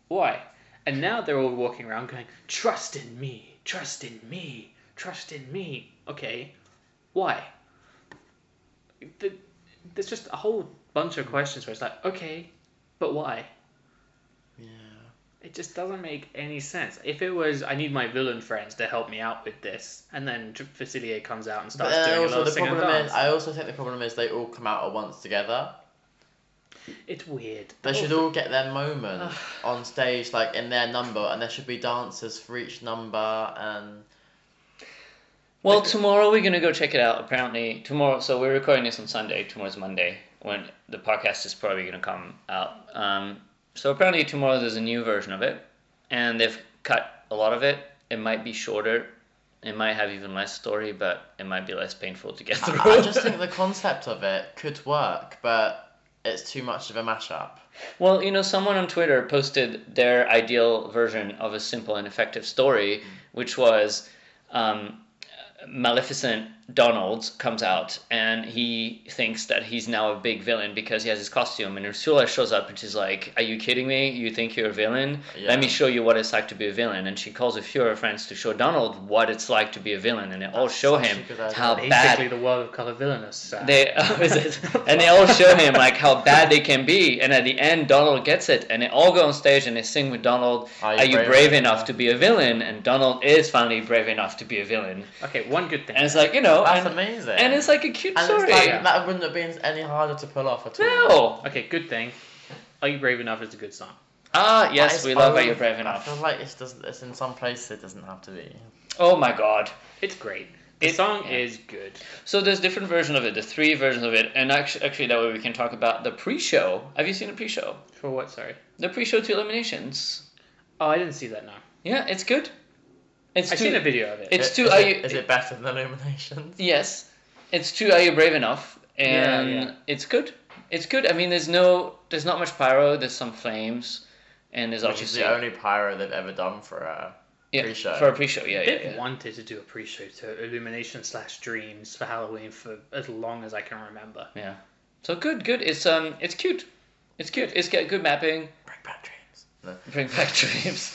Speaker 7: why? And now they're all walking around going, trust in me, trust in me, trust in me. Okay, why? Th- There's just a whole bunch of questions where it's like, okay, but why?
Speaker 6: Yeah.
Speaker 7: It just doesn't make any sense. If it was, I need my villain friends to help me out with this, and then Tr- Facilier comes out and
Speaker 6: But
Speaker 5: uh,
Speaker 7: starts
Speaker 6: then
Speaker 7: doing a
Speaker 6: also
Speaker 7: little
Speaker 6: the
Speaker 7: sing and
Speaker 6: problem is,
Speaker 7: dance.
Speaker 6: I also think the problem is they all come out at once together.
Speaker 7: It's weird.
Speaker 6: They should
Speaker 7: Also-
Speaker 6: all get their moment on stage, like in their number, and there should be dancers for each number. And
Speaker 5: Well, tomorrow we're gonna go check it out. Apparently tomorrow, so we're recording this on Sunday. Tomorrow's Monday when the podcast is probably gonna come out. Um, so apparently tomorrow there's a new version of it, and they've cut a lot of it. It might be shorter. It might have even less story, but it might be less painful to get
Speaker 7: Ah,
Speaker 5: through.
Speaker 6: I just think the concept of it could work, but it's too much of a mashup.
Speaker 5: Well, you know, someone on Twitter posted their ideal version of a simple and effective
Speaker 6: Mm.
Speaker 5: story, which was um, Maleficent Donald comes out and he thinks that he's now a big villain because he has his costume, and Ursula shows up and she's like, "Are you kidding me? You think you're a villain?
Speaker 6: Yeah.
Speaker 5: Let me show you what it's like to be a villain." And she calls a few of her friends to show Donald what it's like to be a villain, and they all show
Speaker 6: such a
Speaker 5: him
Speaker 6: good idea.
Speaker 5: how bad
Speaker 7: basically the world of color villainous. so-
Speaker 5: they oh, is it- and they all show him like how bad they can be and at the end donald gets it and they all go on stage and they sing with donald are you, brave, enough to be a villain and donald is finally brave enough to be a villain
Speaker 7: okay, one good thing.
Speaker 5: and it's like you know
Speaker 6: That's
Speaker 5: and,
Speaker 6: amazing.
Speaker 5: and it's like a cute
Speaker 6: And
Speaker 5: story
Speaker 6: it's like, that wouldn't have been any harder to pull off at all.
Speaker 5: no
Speaker 7: okay, good thing. Are you brave enough? Is a good song.
Speaker 5: ah
Speaker 6: But
Speaker 5: yes
Speaker 6: it's
Speaker 5: we love are
Speaker 6: only-
Speaker 5: you brave
Speaker 6: I feel
Speaker 5: enough
Speaker 6: like it's does It's in some places it doesn't have to be.
Speaker 5: oh my god
Speaker 7: It's great. The
Speaker 5: It-
Speaker 7: song
Speaker 5: yeah.
Speaker 7: is good.
Speaker 5: so there's different versions of it there's three versions of it and actually, actually that way we can talk about the pre-show have you seen the pre-show
Speaker 7: For what? Sorry.
Speaker 5: the pre-show to eliminations
Speaker 7: Oh, I didn't see that. No,
Speaker 5: yeah it's good it's
Speaker 7: I've
Speaker 5: too-
Speaker 7: seen a video of it.
Speaker 5: it's
Speaker 6: Is-
Speaker 5: too
Speaker 6: Is,
Speaker 5: are
Speaker 6: it,
Speaker 5: you
Speaker 6: is it better than Illuminations?
Speaker 5: Yes, it's too. Are you brave enough? And
Speaker 7: Yeah, yeah.
Speaker 5: it's good. It's good. I mean, there's no, there's not much pyro. There's some flames, and there's
Speaker 6: Which is
Speaker 5: obviously
Speaker 6: the only pyro they've ever done for uh, a
Speaker 5: yeah,
Speaker 6: pre-show.
Speaker 5: for a pre-show. Yeah, yeah,
Speaker 7: They've
Speaker 5: yeah.
Speaker 7: wanted to do a pre-show to Illumination slash Dreams for Halloween for as long as I can remember.
Speaker 5: yeah. So good, good. It's um, it's cute. It's cute. It's got good mapping.
Speaker 6: Break Bad Dreams. No.
Speaker 5: Bring back dreams.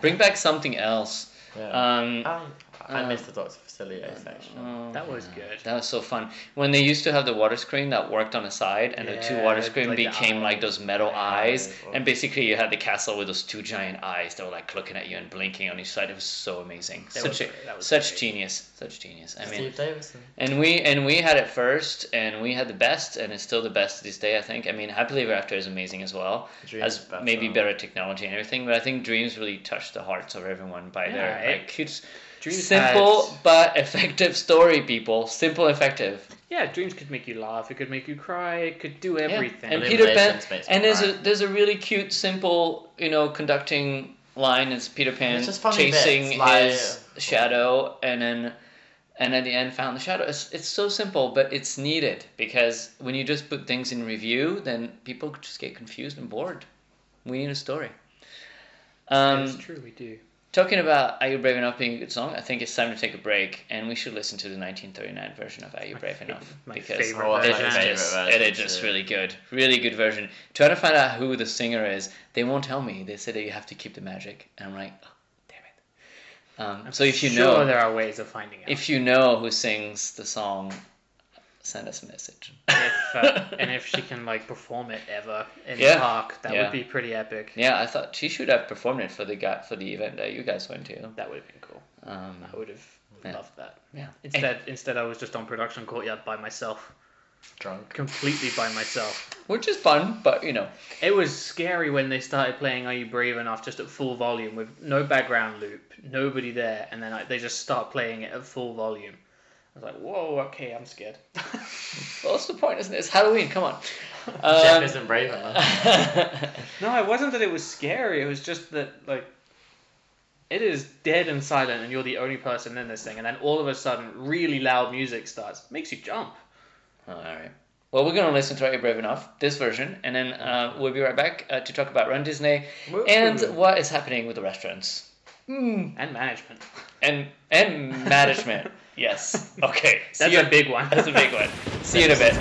Speaker 5: Bring back something else.
Speaker 6: Yeah.
Speaker 5: Um,
Speaker 6: I, I
Speaker 5: um,
Speaker 6: missed the Doctor Facilier section.
Speaker 5: oh,
Speaker 7: That was
Speaker 5: yeah.
Speaker 7: good.
Speaker 5: That was so fun. When they used to have the water screen that worked on the side, and the two
Speaker 7: Yeah,
Speaker 5: water screen
Speaker 7: like the
Speaker 5: became like those metal eyes,
Speaker 6: eyes,
Speaker 5: and basically you had the castle with those two giant eyes that were like looking at you and blinking on each side. It was so amazing.
Speaker 7: That
Speaker 5: such
Speaker 7: was
Speaker 5: a,
Speaker 7: great, that was
Speaker 5: such
Speaker 7: great.
Speaker 5: genius, such genius. I mean,
Speaker 6: Steve Davison.
Speaker 5: and we and we had it first, and we had the best, and it's still the best to this day. I think. I mean, Happily Ever After is amazing as well,
Speaker 6: Dreams
Speaker 5: has
Speaker 6: is better.
Speaker 5: maybe better technology and everything. But I think Dreams really touched the hearts of everyone by
Speaker 7: Yeah,
Speaker 5: their
Speaker 7: it-
Speaker 5: like cute,
Speaker 7: Dreams
Speaker 5: simple
Speaker 7: had-
Speaker 5: but effective story. People, simple effective.
Speaker 7: Yeah, Dreams could make you laugh. It could make you cry. It could do
Speaker 5: Yeah.
Speaker 7: everything.
Speaker 5: And
Speaker 6: Illuminations
Speaker 5: Peter Pan.
Speaker 6: makes me
Speaker 5: And there's
Speaker 6: cry.
Speaker 5: a there's a really cute, simple, you know, conducting line. It's Peter Pan
Speaker 6: It's just funny
Speaker 5: chasing
Speaker 6: bits, like-
Speaker 5: his shadow, and then and at the end found the shadow. It's, it's so simple, but it's needed because when you just put things in review, then people just get confused and bored. We need a story.
Speaker 7: It's
Speaker 5: Um,
Speaker 7: true. We do.
Speaker 5: talking about Are You Brave Enough being a good song, I think it's time to take a break, and we should listen to the 1939 version of Are You Brave
Speaker 7: fa-
Speaker 5: Enough
Speaker 7: my
Speaker 5: because
Speaker 7: favorite
Speaker 5: it is
Speaker 7: version.
Speaker 5: just,
Speaker 7: My
Speaker 5: it
Speaker 6: favorite
Speaker 5: is
Speaker 6: version
Speaker 5: just
Speaker 6: too.
Speaker 5: really good, really good version. Trying to find out who the singer is, they won't tell me. They say that you have to keep the magic, and I'm like, oh, damn it. Um, so if you
Speaker 7: sure
Speaker 5: know,
Speaker 7: there are ways of finding out.
Speaker 5: if you know who sings the song, send us a message.
Speaker 7: if, uh, and if she can like perform it ever in
Speaker 5: Yeah.
Speaker 7: the park, that
Speaker 5: Yeah.
Speaker 7: would be pretty epic.
Speaker 5: yeah, I thought she should have performed it for the guy, for the event that you guys went to.
Speaker 7: That would have been cool.
Speaker 5: Um,
Speaker 7: I would have
Speaker 5: Yeah.
Speaker 7: loved that.
Speaker 5: yeah.
Speaker 7: Instead, instead I was just on production courtyard by myself,
Speaker 6: Drunk.
Speaker 7: completely by myself.
Speaker 5: Which is fun, but you know.
Speaker 7: It was scary when they started playing "Are You Brave Enough" just at full volume with no background loop, nobody there, and then like, they just start playing it at full volume. I was like, whoa, okay, I'm scared.
Speaker 5: Well, that's the point, isn't it? It's Halloween. Come on.
Speaker 6: Jeff
Speaker 5: Um,
Speaker 6: isn't brave enough.
Speaker 7: No, it wasn't that it was scary. It was just that like it is dead and silent, and you're the only person in this thing. And then all of a sudden, really loud music starts, makes you jump.
Speaker 5: All right. Well, we're going to listen to Are You Brave Enough, this version, and then uh, we'll be right back uh, to talk about Run Disney and what is happening with the restaurants
Speaker 7: And management.
Speaker 5: and and management. yes. Okay. See
Speaker 7: That's
Speaker 5: you-
Speaker 7: a big one.
Speaker 5: That's a big one. See you in a bit.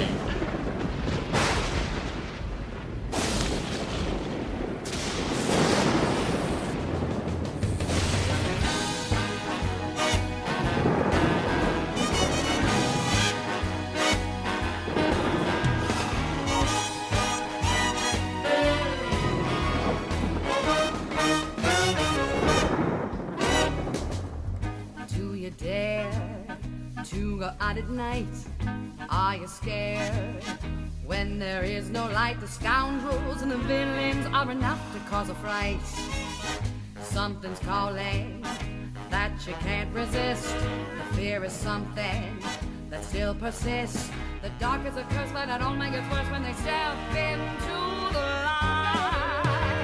Speaker 8: Do you dare to go out at night? Are you scared? When there is no light, the scoundrels and the villains are enough to cause a fright. Something's calling that you can't resist. The fear is something that still persists. The dark is a curse, but it only gets worse when they step into the light. Are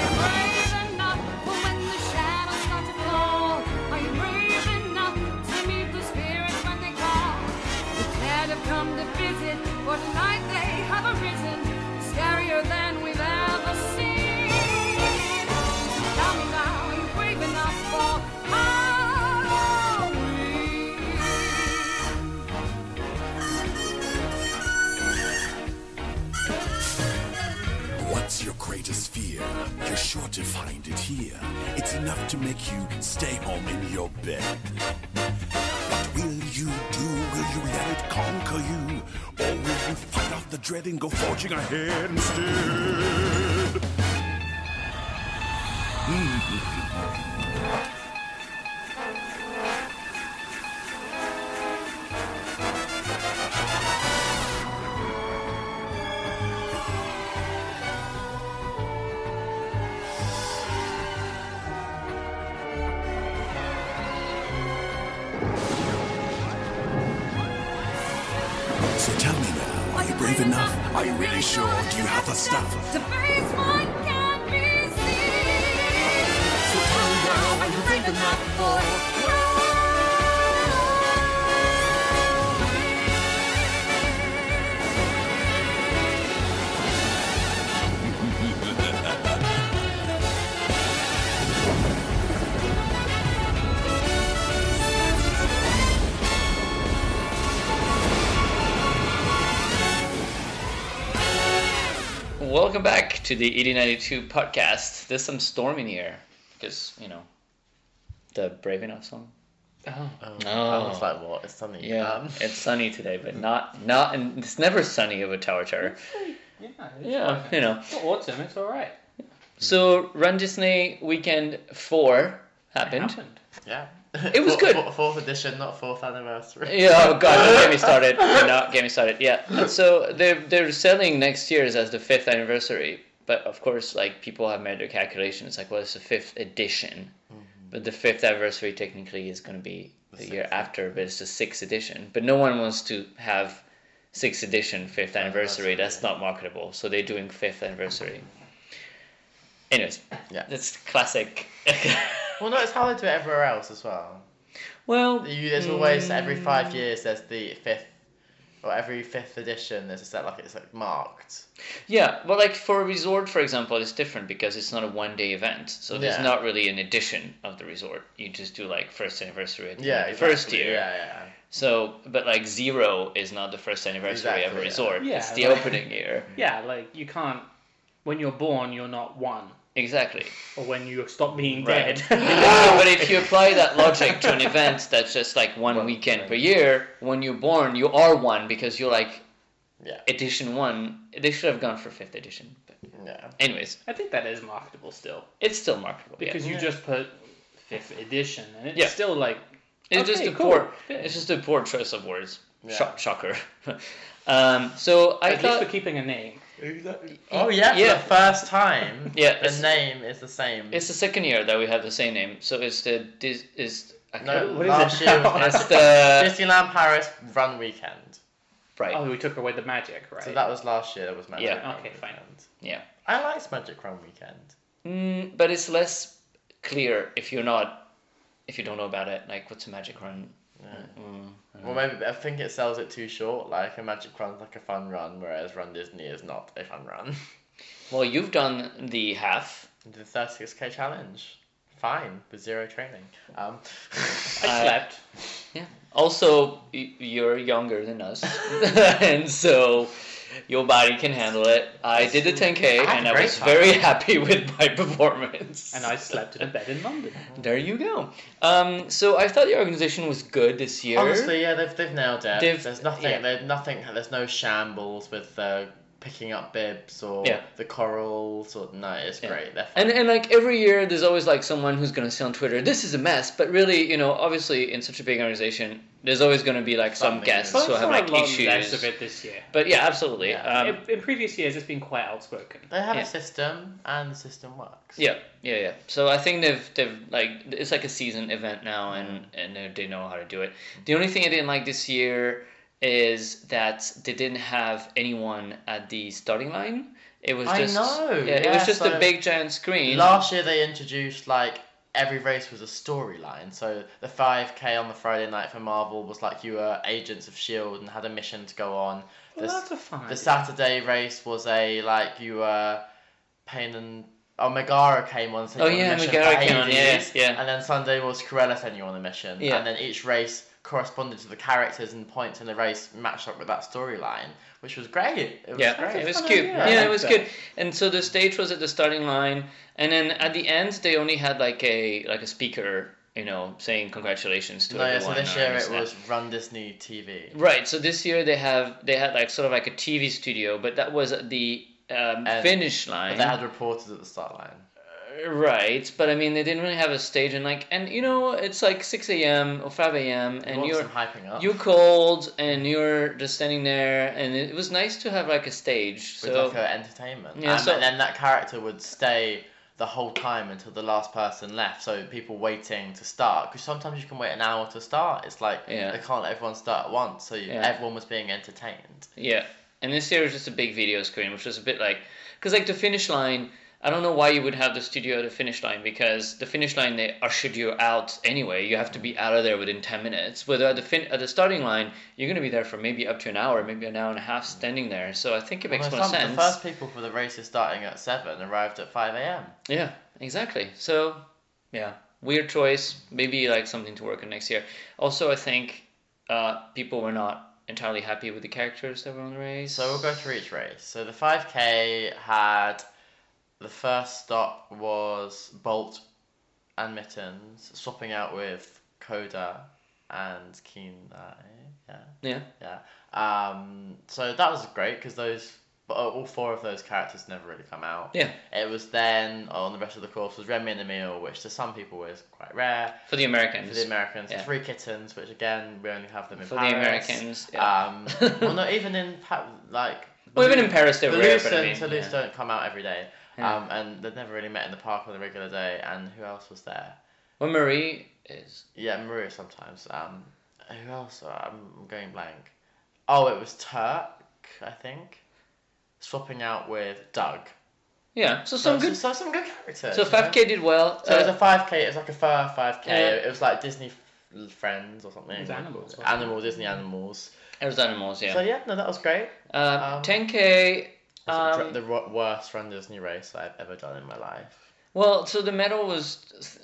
Speaker 8: you brave enough for when the shadows start to fall? Are you brave enough to meet the spirits when they call? The dead have come to visit, for tonight they have arisen, scarier than we've ever seen. Tell me now, are you brave enough for Halloween?
Speaker 9: What's your greatest fear? You're sure to find it here. It's enough to make you stay home in your bed. What will you do? Will you let it conquer you? Or will you fight off the dread and go forging ahead instead? So tell me now, are you brave enough? Are you really sure? Do you have the stuff?
Speaker 8: To face what can be seen.
Speaker 9: So tell me now, are you brave enough?
Speaker 8: For
Speaker 5: Welcome back to the E 8092 podcast. There's some storm in here because, you know, the Brave Enough song.
Speaker 7: Oh.
Speaker 6: Oh,
Speaker 5: No.
Speaker 6: I was like, what? It's sunny.
Speaker 5: Yeah,
Speaker 6: Um,
Speaker 5: it's sunny today, but not not and it's never sunny of a tower terror.
Speaker 7: Yeah, it's
Speaker 5: Yeah, you know.
Speaker 7: not autumn. It's all right.
Speaker 5: So Run Disney Weekend Four
Speaker 7: It
Speaker 5: happened.
Speaker 7: happened.
Speaker 6: yeah.
Speaker 5: It was good.
Speaker 6: Fourth, fourth edition, not fourth anniversary.
Speaker 5: Yeah, oh god, don't get me started. Do Not get me started. Yeah. And so they're they're selling next year's as the fifth anniversary, but of course, like people have made their calculations, like, well, it's the fifth edition, but the fifth anniversary technically is going to be Mm-hmm. the, year after, but it's the sixth edition. But no one wants to have sixth edition fifth anniversary. That's not marketable. So they're doing fifth anniversary. Anyways,
Speaker 6: Yeah.
Speaker 5: that's classic.
Speaker 6: Well, no, it's how they do it everywhere else as well.
Speaker 5: well,
Speaker 6: You, there's always every
Speaker 5: Mm.
Speaker 6: five years there's the fifth, or every fifth edition there's a set like it's like marked.
Speaker 5: Yeah, but like for a resort, for example, it's different because it's not a one day event. So there's
Speaker 6: Yeah.
Speaker 5: not really an edition of the resort. You just do like first anniversary at the
Speaker 6: Yeah,
Speaker 5: end of the first
Speaker 6: exactly.
Speaker 5: year.
Speaker 6: Yeah, yeah.
Speaker 5: So, but like zero is not the first anniversary of a
Speaker 6: Exactly, yeah.
Speaker 5: resort.
Speaker 7: Yeah,
Speaker 5: it's the
Speaker 7: like-
Speaker 5: opening year.
Speaker 7: Yeah, like you can't. When you're born, you're not one,
Speaker 5: Exactly.
Speaker 7: or when you stop being
Speaker 5: Right.
Speaker 7: dead.
Speaker 5: but if you apply that logic to an event that's just like one weekend per year, when you're born, you are one because you're like
Speaker 6: Yeah.
Speaker 5: edition one. They should have gone for fifth edition. But
Speaker 6: Yeah.
Speaker 5: anyways,
Speaker 7: I think that is marketable still
Speaker 5: it's still marketable. yeah.
Speaker 7: because you just put fifth edition, and it's
Speaker 5: Yeah.
Speaker 7: still like
Speaker 5: It's
Speaker 7: Okay,
Speaker 5: just a
Speaker 7: cool.
Speaker 5: poor.
Speaker 7: Yeah.
Speaker 5: It's just a poor choice of words. Sh-
Speaker 6: Yeah.
Speaker 5: shocker. um, so I
Speaker 7: at least
Speaker 5: thought.
Speaker 7: we're keeping a name.
Speaker 6: Oh yeah, for
Speaker 5: Yeah.
Speaker 6: the first time.
Speaker 5: Yeah,
Speaker 6: The
Speaker 5: it's-
Speaker 6: name is the same.
Speaker 5: It's the second year that we have the same name. So it's the this is
Speaker 6: No,
Speaker 7: What is
Speaker 6: last year was
Speaker 5: That's the
Speaker 6: Disneyland Paris Run Weekend.
Speaker 5: right.
Speaker 7: Oh, we took away the magic, right?
Speaker 6: So that was last year. That was Magic.
Speaker 5: Yeah.
Speaker 6: Run
Speaker 7: Okay, fine.
Speaker 6: Weekend.
Speaker 5: Yeah,
Speaker 6: I liked Magic Run Weekend.
Speaker 5: mm, but it's less clear if you're not if you don't know about it. Like, what's a magic run?
Speaker 7: Mm-hmm.
Speaker 6: Well, maybe I think it sells it too short. Like a Magic Run's like a fun run, whereas Run Disney is not a fun run.
Speaker 5: Well, you've done the half.
Speaker 6: the 36k challenge. Fine, with zero training. Um,
Speaker 7: I slept.
Speaker 5: Yeah. Also, y- you're younger than us, and so your body can handle it. I did the 10k,
Speaker 6: had
Speaker 5: and
Speaker 6: a
Speaker 5: I
Speaker 6: great
Speaker 5: was
Speaker 6: time.
Speaker 5: very happy with my performance.
Speaker 7: And I slept in a bed in London.
Speaker 5: There you go. Um, so I thought the organization was good this year.
Speaker 6: honestly, yeah, they've, they've nailed it.
Speaker 5: They've-
Speaker 6: there's nothing.
Speaker 5: yeah.
Speaker 6: There's nothing. There's no shambles with uh, picking up bibs or
Speaker 5: Yeah.
Speaker 6: the corals or no. It's great. They're fine.
Speaker 5: And, and like every year, there's always like someone who's gonna say on Twitter, "This is a mess." But really, you know, obviously, in such a big organization, there's always gonna be like some
Speaker 6: Something.
Speaker 5: guests
Speaker 7: But
Speaker 5: who
Speaker 7: it's
Speaker 5: have
Speaker 7: not
Speaker 5: like
Speaker 7: a lot
Speaker 5: issues.
Speaker 7: less of it this year.
Speaker 5: But yeah, absolutely.
Speaker 6: Yeah.
Speaker 5: Um,
Speaker 7: in, in previous years, it's been quite outspoken.
Speaker 6: they have
Speaker 5: yeah.
Speaker 6: a system, and the system works.
Speaker 5: Yeah, yeah, yeah. So I think they've they've like it's like a season event now, and
Speaker 6: Mm-hmm.
Speaker 5: and they- they know how to do it. The only thing I didn't like this year is that they didn't have anyone at the starting line. It was
Speaker 6: I
Speaker 5: just
Speaker 6: know,
Speaker 5: yeah, it
Speaker 6: yeah,
Speaker 5: was just
Speaker 6: so-
Speaker 5: a big giant screen.
Speaker 6: Last year they introduced like every race was a storyline. So the 5K on the Friday night for Marvel was like you were agents of Shield E and had a mission to go on. The,
Speaker 7: Well,
Speaker 6: s-
Speaker 7: that's a fun
Speaker 6: the
Speaker 7: idea.
Speaker 6: Saturday race was a like you were Pain and oh Megara came on. So
Speaker 5: Oh,
Speaker 6: you were on
Speaker 5: yeah,
Speaker 6: a mission
Speaker 5: Megara
Speaker 6: for
Speaker 5: came on,
Speaker 6: Hades,
Speaker 5: yeah, yeah.
Speaker 6: And then Sunday was Corella sending you on a mission.
Speaker 5: Yeah.
Speaker 6: And then each race corresponded to the characters and points in the race matched up with that storyline, which was great. It was
Speaker 5: yeah,
Speaker 6: great.
Speaker 5: it was
Speaker 7: fun
Speaker 5: cute.
Speaker 7: idea.
Speaker 5: Yeah,
Speaker 7: I
Speaker 5: it
Speaker 7: like
Speaker 5: was
Speaker 7: that.
Speaker 5: good. And so the stage was at the starting line, and then at the end they only had like a like a speaker, you know, saying congratulations to
Speaker 6: No, yeah, so
Speaker 5: everyone.
Speaker 6: this
Speaker 5: or
Speaker 6: year it
Speaker 5: something.
Speaker 6: was Run Disney TV.
Speaker 5: Right. So this year they have they had like sort of like a TV studio, but that was at the um,
Speaker 6: And-
Speaker 5: finish line.
Speaker 6: But they had reporters at the start line.
Speaker 5: Right. But I mean, they didn't really have a stage, and like, and you know, it's like six a.m. or five a.m.
Speaker 6: You
Speaker 5: and
Speaker 6: want
Speaker 5: you're
Speaker 6: some hyping up.
Speaker 5: you're cold and you're just standing there, and it was nice to have like a stage.
Speaker 6: with
Speaker 5: So
Speaker 6: like a entertainment.
Speaker 5: Yeah,
Speaker 6: and,
Speaker 5: so-
Speaker 6: then that character would stay the whole time until the last person left. So people waiting to start because sometimes you can wait an hour to start. It's like
Speaker 5: Yeah.
Speaker 6: they can't let everyone start at once. So you,
Speaker 5: Yeah.
Speaker 6: everyone was being entertained.
Speaker 5: yeah, and this year was just a big video screen, which was a bit like because like the finish line. I don't know why you would have the studio at the finish line because the finish line they ushered you out anyway. You have to be out of there within ten minutes. Whether at the fin- at the starting line, you're going to be there for maybe up to an hour, maybe an hour and a half, standing there. So I think it makes
Speaker 6: Well,
Speaker 5: more
Speaker 6: some-
Speaker 5: sense.
Speaker 6: The first people for the races starting at seven arrived at five a.m.
Speaker 5: Yeah, exactly. So yeah, weird choice. Maybe like something to work on next year. Also, I think uh, people were not entirely happy with the characters that were on the race.
Speaker 6: So we'll go through each race. So the 5K had the first stop was Bolt and Mittens swapping out with Coda and Keen Eye. Yeah,
Speaker 5: yeah.
Speaker 6: yeah. Um, so that was great because those but, uh, all four of those characters never really come out.
Speaker 5: Yeah.
Speaker 6: It was then on the rest of the course was Remy and Emil, which to some people is quite rare.
Speaker 5: For the Americans.
Speaker 6: For the Americans,
Speaker 5: Yeah.
Speaker 6: three kittens, which again we only have them in
Speaker 5: For the
Speaker 6: Paris.
Speaker 5: Americans, yeah.
Speaker 6: Um, well, not even in pa- like.
Speaker 5: Well, even in Paris, they're rare,
Speaker 6: Toulouse,
Speaker 5: but I mean,
Speaker 6: and Toulouse
Speaker 5: yeah.
Speaker 6: don't come out every day,
Speaker 5: Yeah.
Speaker 6: um, and they've never really met in the park on a regular day. And who else was there?
Speaker 5: Well, Marie is
Speaker 6: Yeah, Maria sometimes. Um, who else? Uh, I'm going blank. Oh, it was Turk, I think, swapping out with Doug.
Speaker 5: yeah. So some good.
Speaker 6: So some good characters.
Speaker 5: So
Speaker 6: you know?
Speaker 5: five k did well.
Speaker 6: So it
Speaker 5: uh,
Speaker 6: was a five k. It was like a fur five k.
Speaker 5: Yeah.
Speaker 6: It was like Disney f- friends or something.
Speaker 7: It was animals, wasn't it?
Speaker 6: Animal Disney animals.
Speaker 5: it was animals, yeah.
Speaker 6: So yeah, no, that was great.
Speaker 5: Uh,
Speaker 6: um,
Speaker 5: 10k.
Speaker 6: That's
Speaker 5: Um,
Speaker 6: the wor- worst run Disney race I've ever done in my life.
Speaker 5: well, so the medal was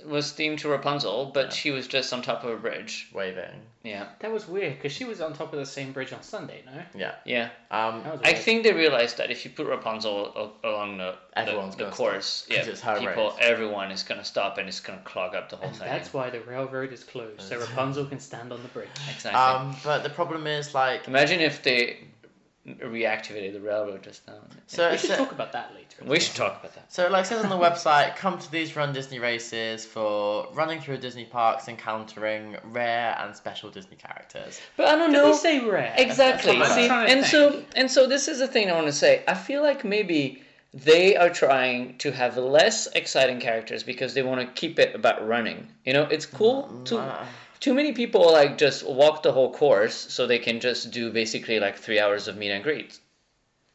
Speaker 5: was themed to Rapunzel, but she was just on top of a bridge.
Speaker 6: Waving.
Speaker 5: Yeah,
Speaker 7: That was weird because she was on top of the same bridge on Sunday, no?
Speaker 6: Yeah.
Speaker 5: yeah.
Speaker 6: Um,
Speaker 7: That was
Speaker 5: I
Speaker 7: weird.
Speaker 5: think they realized that if you put Rapunzel a- along the
Speaker 6: Everyone's
Speaker 5: the, the
Speaker 6: gonna
Speaker 5: course,
Speaker 6: stop, 'cause
Speaker 5: yeah,
Speaker 6: it's her
Speaker 5: people,
Speaker 6: race.
Speaker 5: everyone is gonna stop and it's gonna clog up the whole
Speaker 7: And
Speaker 5: thing.
Speaker 7: that's why the railroad is closed, so Rapunzel can stand on the bridge.
Speaker 5: exactly.
Speaker 6: um, but the problem is like.
Speaker 5: Imagine if they reactivated the railroad just now.
Speaker 6: So
Speaker 7: We
Speaker 6: it
Speaker 7: should
Speaker 6: sa-
Speaker 7: talk about that later.
Speaker 5: We should talk about that.
Speaker 6: So, like it says on the website, come to these Run Disney races for running through Disney parks, encountering rare and special Disney characters.
Speaker 5: But I don't
Speaker 7: Did
Speaker 5: know.
Speaker 7: we say rare?
Speaker 5: Exactly.
Speaker 7: That's what I'm
Speaker 5: See,
Speaker 7: trying to
Speaker 5: and so
Speaker 7: think.
Speaker 5: and so this is the thing I want to say. I feel like maybe they are trying to have less exciting characters because they want to keep it about running. You know, it's cool to. Too many people like just walk the whole course so they can just do basically like three hours of meet and greet,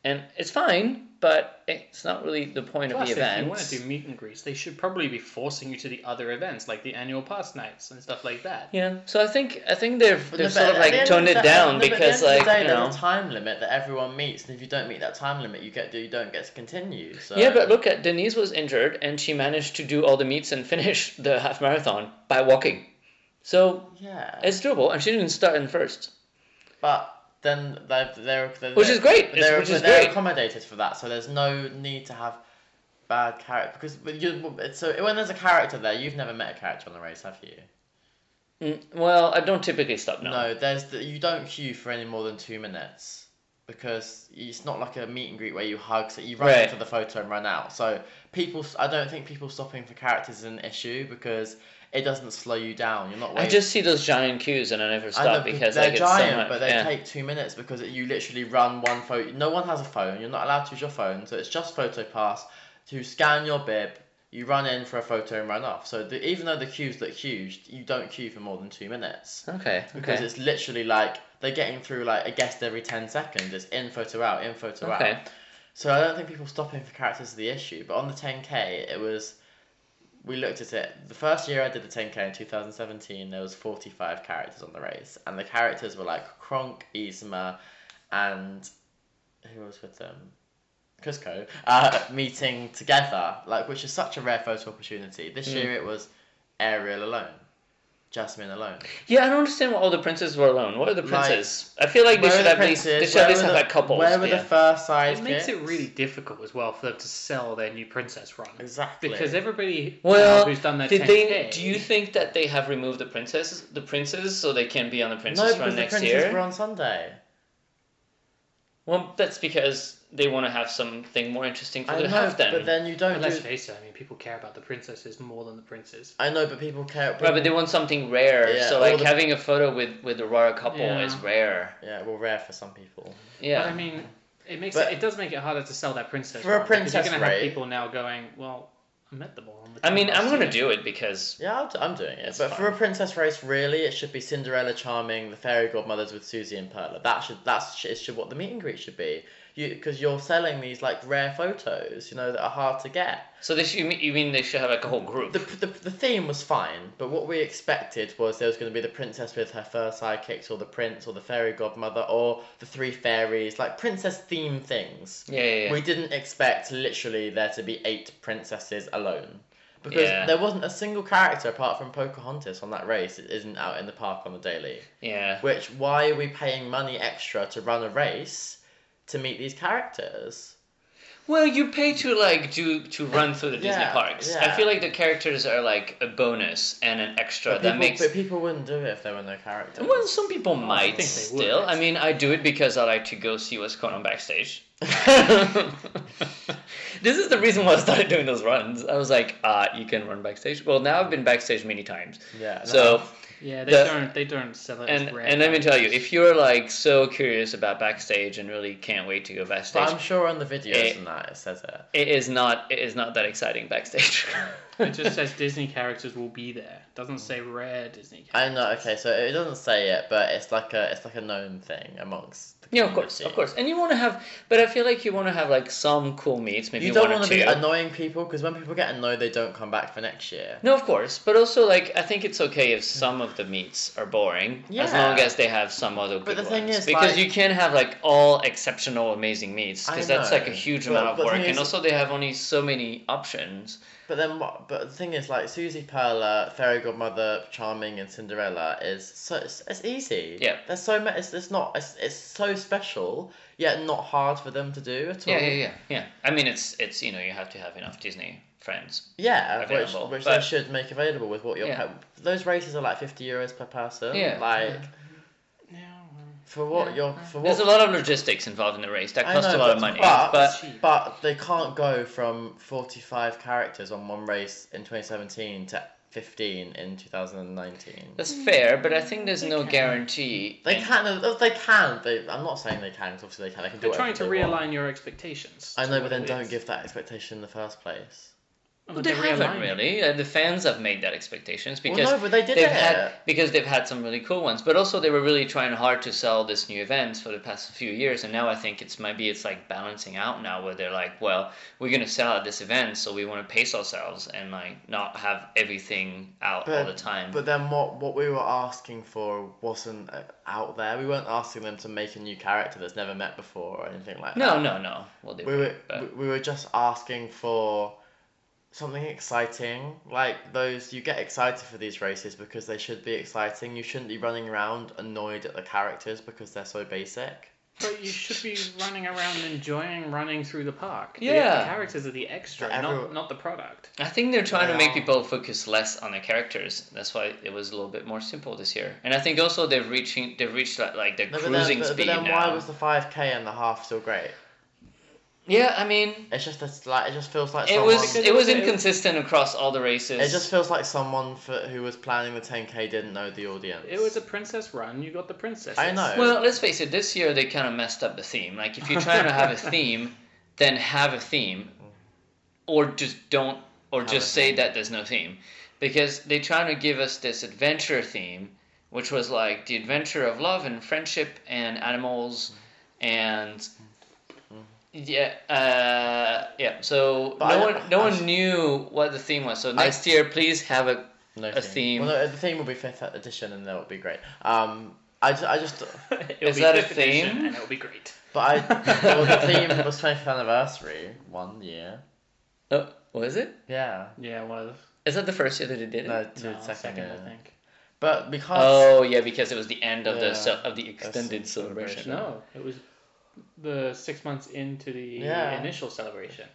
Speaker 5: and it's fine, but it's not really the point
Speaker 7: Plus,
Speaker 5: of the
Speaker 7: if
Speaker 5: event.
Speaker 7: you want to do meet and greets, they should probably be forcing you to the other events, like the annual pass nights and stuff like that.
Speaker 5: yeah, so I think I think they've
Speaker 6: But
Speaker 5: they've
Speaker 6: no, but
Speaker 5: sort of
Speaker 6: at the
Speaker 5: like
Speaker 6: end
Speaker 5: toned
Speaker 6: the
Speaker 5: it
Speaker 6: day-
Speaker 5: down
Speaker 6: no, but at the
Speaker 5: because
Speaker 6: end of
Speaker 5: like
Speaker 6: the day,
Speaker 5: you
Speaker 6: there's
Speaker 5: know
Speaker 6: a time limit that everyone meets, and if you don't meet that time limit, you get you don't get to continue. So
Speaker 5: Yeah, but look at Denise was injured and she managed to do all the meets and finish the half marathon by walking. So
Speaker 6: yeah,
Speaker 5: it's doable, and she didn't start in first.
Speaker 6: but then they're, they're, they're
Speaker 5: Which is great, it's-
Speaker 6: They're,
Speaker 5: which is
Speaker 6: they're
Speaker 5: great.
Speaker 6: accommodated for that, so there's no need to have bad character because but you it's- so when there's a character there, you've never met a character on the race, have you?
Speaker 5: Mm, Well, I don't typically stop now.
Speaker 6: No, there's the, you don't queue for any more than two minutes because it's not like a meet and greet where you hug. So you run
Speaker 5: Right.
Speaker 6: into the photo and run out. So people, I don't think people stopping for characters is an issue because it doesn't slow you down. You're not
Speaker 5: I
Speaker 6: waiting.
Speaker 5: just see those giant queues and I never
Speaker 6: I
Speaker 5: stop
Speaker 6: know,
Speaker 5: because
Speaker 6: they're
Speaker 5: like it's
Speaker 6: giant,
Speaker 5: so much.
Speaker 6: but they
Speaker 5: yeah.
Speaker 6: take two minutes because it, you literally run one photo. No one has a phone. You're not allowed to use your phone, so it's just photo pass to scan your bib. You run in for a photo and run off. So the, even though the queues look huge, you don't queue for more than two minutes
Speaker 5: okay,
Speaker 6: because
Speaker 5: okay,
Speaker 6: it's literally like they're getting through like a guest every 10 seconds it's in photo out in photo
Speaker 5: okay.
Speaker 6: out so i don't think people stopping for characters is the issue but on the 10k it was we looked at it the first year i did the 10k in 2017 there was 45 characters on the race and the characters were like kronk Yzma, and who was with them Cusco uh, meeting together, like which is such a rare photo opportunity. This
Speaker 5: Hmm.
Speaker 6: year it was Ariel alone, Jasmine alone.
Speaker 5: Yeah, I don't understand why all the princes were alone. What are the
Speaker 6: Like,
Speaker 5: princes? I feel like they
Speaker 6: Where
Speaker 5: should
Speaker 6: were the
Speaker 5: at least they
Speaker 6: princes?
Speaker 5: should at
Speaker 6: Where
Speaker 5: least
Speaker 6: were
Speaker 5: have
Speaker 6: the-
Speaker 5: like couples.
Speaker 6: Where were
Speaker 5: yeah.
Speaker 6: the first side?
Speaker 7: It makes it really difficult as well for them to sell their new princess run.
Speaker 6: Exactly.
Speaker 7: Because everybody
Speaker 5: well,
Speaker 7: who's done that
Speaker 5: did
Speaker 7: 10K,
Speaker 5: they? Do you think that they have removed the princesses, the princes, so they can be on the
Speaker 6: no,
Speaker 5: princess
Speaker 6: because
Speaker 5: run
Speaker 6: the
Speaker 5: next
Speaker 6: princes
Speaker 5: year?
Speaker 6: were on Sunday.
Speaker 5: Well, that's because they want to have something more interesting for
Speaker 6: I
Speaker 5: them to
Speaker 6: know,
Speaker 5: have then.
Speaker 6: but then you don't.
Speaker 7: But let's
Speaker 6: Do,
Speaker 7: face it, I mean, people care about the princesses more than the princes.
Speaker 6: I know, but people care.
Speaker 5: Right, but they want something rare.
Speaker 6: Yeah,
Speaker 5: so
Speaker 6: all
Speaker 5: like
Speaker 6: the-
Speaker 5: having a photo with with the royal couple
Speaker 7: Yeah.
Speaker 5: is rare.
Speaker 6: yeah, well, rare for some people.
Speaker 5: Yeah.
Speaker 7: But I mean, it makes
Speaker 6: But-
Speaker 7: it, it does make it harder to sell that princess
Speaker 6: For a
Speaker 7: run, because
Speaker 6: princess
Speaker 7: You're gonna have
Speaker 6: raid.
Speaker 7: people now going, well, I met them all. On the
Speaker 5: I mean,
Speaker 7: last
Speaker 5: I'm gonna
Speaker 7: year."
Speaker 5: do it because
Speaker 6: Yeah, I'll, I'm doing it.
Speaker 5: It's
Speaker 6: but for
Speaker 5: fine.
Speaker 6: a princess race, really, it should be Cinderella, Charming, the fairy godmothers with Susie and Perla. That should that's sh- it should what the meet and greet should be. You because you're selling these like rare photos, you know, that are hard to get.
Speaker 5: so this you mean, you mean they should have like a whole group.
Speaker 6: The, the, the theme was fine, but what we expected was there was going to be the princess with her fur sidekicks, or the prince, or the fairy godmother, or the three fairies, like princess theme things.
Speaker 5: yeah, yeah, yeah.
Speaker 6: We didn't expect literally there to be eight princesses alone. Because
Speaker 5: Yeah.
Speaker 6: there wasn't a single character apart from Pocahontas on that race that isn't out in the park on the daily.
Speaker 5: yeah.
Speaker 6: Which, why are we paying money extra to run a race to meet these characters?
Speaker 5: Well, you pay to like do to run through the Disney
Speaker 6: Yeah,
Speaker 5: parks. I
Speaker 6: yeah.
Speaker 5: feel like the characters are like a bonus and an extra
Speaker 6: But
Speaker 5: that
Speaker 6: people,
Speaker 5: makes.
Speaker 6: but people wouldn't do it if there were no characters.
Speaker 5: Well, some people might
Speaker 7: think they would.
Speaker 5: still. I mean, I do it because I like to go see what's going on backstage. this is the reason why I started doing those runs. I was like, uh, you can run backstage. Well, now I've been backstage many times.
Speaker 6: Yeah,
Speaker 5: So
Speaker 7: Yeah, they
Speaker 5: The-
Speaker 7: don't. They don't sell it
Speaker 5: and
Speaker 7: as rare.
Speaker 5: and let me tell you, if you're like so curious about backstage and really can't wait to go
Speaker 6: But
Speaker 5: backstage,
Speaker 6: I'm sure on the videos
Speaker 5: Eh.
Speaker 6: and that it says it.
Speaker 5: it is not it is not that exciting backstage.
Speaker 7: it just says Disney characters will be there. doesn't say rare Disney. characters.
Speaker 6: I know. Okay, so it doesn't say it, but it's like a it's like a known thing amongst. The
Speaker 5: Yeah, of course, of
Speaker 6: community.
Speaker 5: course. And you want to have, but I feel like you want to have like some cool meets, maybe
Speaker 6: You don't
Speaker 5: one
Speaker 6: want
Speaker 5: or
Speaker 6: to
Speaker 5: two.
Speaker 6: be annoying people because when people get annoyed, they don't come back for next year.
Speaker 5: No, of course, but also like I think it's okay if some of the meets are boring, as
Speaker 6: Yeah.
Speaker 5: long as they have some other.
Speaker 6: But
Speaker 5: good
Speaker 6: the thing
Speaker 5: ones.
Speaker 6: is,
Speaker 5: because
Speaker 6: like-
Speaker 5: you can have like all exceptional, amazing meets,
Speaker 6: I
Speaker 5: because that's like a
Speaker 6: know,
Speaker 5: huge
Speaker 6: but-
Speaker 5: amount of
Speaker 6: but the
Speaker 5: work,
Speaker 6: thing
Speaker 5: and
Speaker 6: is-
Speaker 5: also they have only so many options.
Speaker 6: But then, what? But the thing is, like Susie Perla, Fairy Godmother, Charming, and Cinderella is so it's, it's easy.
Speaker 5: Yeah.
Speaker 6: there's so much. It's, it's not. It's, it's so special, yet not hard for them to do at all.
Speaker 5: Yeah, yeah, yeah, yeah. I mean, it's it's you know you have to have enough Disney friends.
Speaker 6: Yeah, which,
Speaker 5: available,
Speaker 6: which
Speaker 5: but-
Speaker 6: they should make available with what you're.
Speaker 5: Yeah.
Speaker 6: pa- those races are like fifty euros per person.
Speaker 5: Yeah.
Speaker 6: like for what you're for what
Speaker 5: There's a lot of logistics involved in the race that
Speaker 6: I
Speaker 5: costs a
Speaker 6: know,
Speaker 5: lot
Speaker 6: but-
Speaker 5: of money,
Speaker 6: But,
Speaker 5: but
Speaker 6: but, they can't go from 45 characters on one race in 2017 to 15 in 2019.
Speaker 5: That's fair, but I think there's no guarantee.
Speaker 6: They
Speaker 5: in-
Speaker 6: can, uh, they can. They, I'm not saying they can, 'cause obviously they can. They can do
Speaker 7: They're trying to
Speaker 6: whatever they
Speaker 7: realign
Speaker 6: want.
Speaker 7: your expectations.
Speaker 6: I
Speaker 7: to
Speaker 6: know,
Speaker 7: what
Speaker 6: but then
Speaker 7: it
Speaker 6: don't
Speaker 7: is.
Speaker 6: give that expectation in the first place.
Speaker 7: Oh,
Speaker 5: Well,
Speaker 7: but
Speaker 5: they
Speaker 7: they're
Speaker 5: haven't
Speaker 7: realigning.
Speaker 5: really. Uh, the fans have made that expectations because
Speaker 6: no, but they did
Speaker 5: have
Speaker 6: it.
Speaker 5: had because they've had some really cool ones. But also they were really trying hard to sell this new event for the past few years, and now I think it's maybe it's like balancing out now where they're like, well, we're gonna sell at this event, so we want to pace ourselves and like not have everything out all the time.
Speaker 6: But then what what we were asking for wasn't uh, out there. We weren't asking them to make a new character that's never met before or anything like that.
Speaker 5: no, no, no. Well, they
Speaker 6: We were
Speaker 5: but-
Speaker 6: we- we were just asking for something exciting. Like those you get excited for these races because they should be exciting. You shouldn't be running around annoyed at the characters because they're so basic.
Speaker 7: But you should be running around enjoying running through the park. The-
Speaker 5: Yeah.
Speaker 7: The characters are the extra,
Speaker 6: But everyone-
Speaker 7: not, not the product.
Speaker 5: I think they're trying to make
Speaker 6: Wow.
Speaker 5: people focus less on the characters. That's why it was a little bit more simple this year. And I think also they've reaching they've reached like, like their
Speaker 6: No, but then,
Speaker 5: cruising
Speaker 6: but, but
Speaker 5: speed
Speaker 6: then
Speaker 5: now.
Speaker 6: why was the five k and the half still great?
Speaker 5: Yeah, I mean,
Speaker 6: It's just it's like it just feels like
Speaker 5: it
Speaker 6: someone...
Speaker 5: was
Speaker 7: Because
Speaker 5: it was
Speaker 7: it was-
Speaker 5: inconsistent across all the races.
Speaker 6: It just feels like someone for, who was planning the 10k didn't know the audience.
Speaker 7: It was a princess run. You got the princess.
Speaker 6: I know.
Speaker 5: well, Uh, let's face it. This year they kind of messed up the theme. Like if you're trying to have a theme, then have a theme, or just don't, or just
Speaker 6: a
Speaker 5: say that there's no theme, because they're trying to give us this adventure theme, which was like the adventure of love and friendship and animals, and yeah, uh, yeah. So
Speaker 6: But
Speaker 5: no
Speaker 6: I-
Speaker 5: one, no
Speaker 6: I-
Speaker 5: one knew what the theme was. So next year, please have a
Speaker 6: no
Speaker 5: a theme.
Speaker 6: Well, no, the theme will be fifth edition, and that would be great. Um, I just, I just,
Speaker 7: It'll
Speaker 5: Is
Speaker 7: be
Speaker 5: that a
Speaker 7: fifth edition,
Speaker 5: theme?
Speaker 7: And it'll be great.
Speaker 6: but I, well, the theme was 20th anniversary one year.
Speaker 5: Oh, was it?
Speaker 6: Yeah,
Speaker 7: Yeah, it was.
Speaker 5: Is that the first year that they did it?
Speaker 6: no, to
Speaker 7: No,
Speaker 6: the
Speaker 7: second,
Speaker 6: second, year.
Speaker 7: I think.
Speaker 6: But because
Speaker 5: Oh yeah, because it was the end of the
Speaker 6: Yeah.
Speaker 5: ce- of the extended
Speaker 6: That's
Speaker 5: celebration.
Speaker 6: celebration.
Speaker 7: No, it was the six months into the
Speaker 6: Yeah. Uh,
Speaker 7: initial celebration.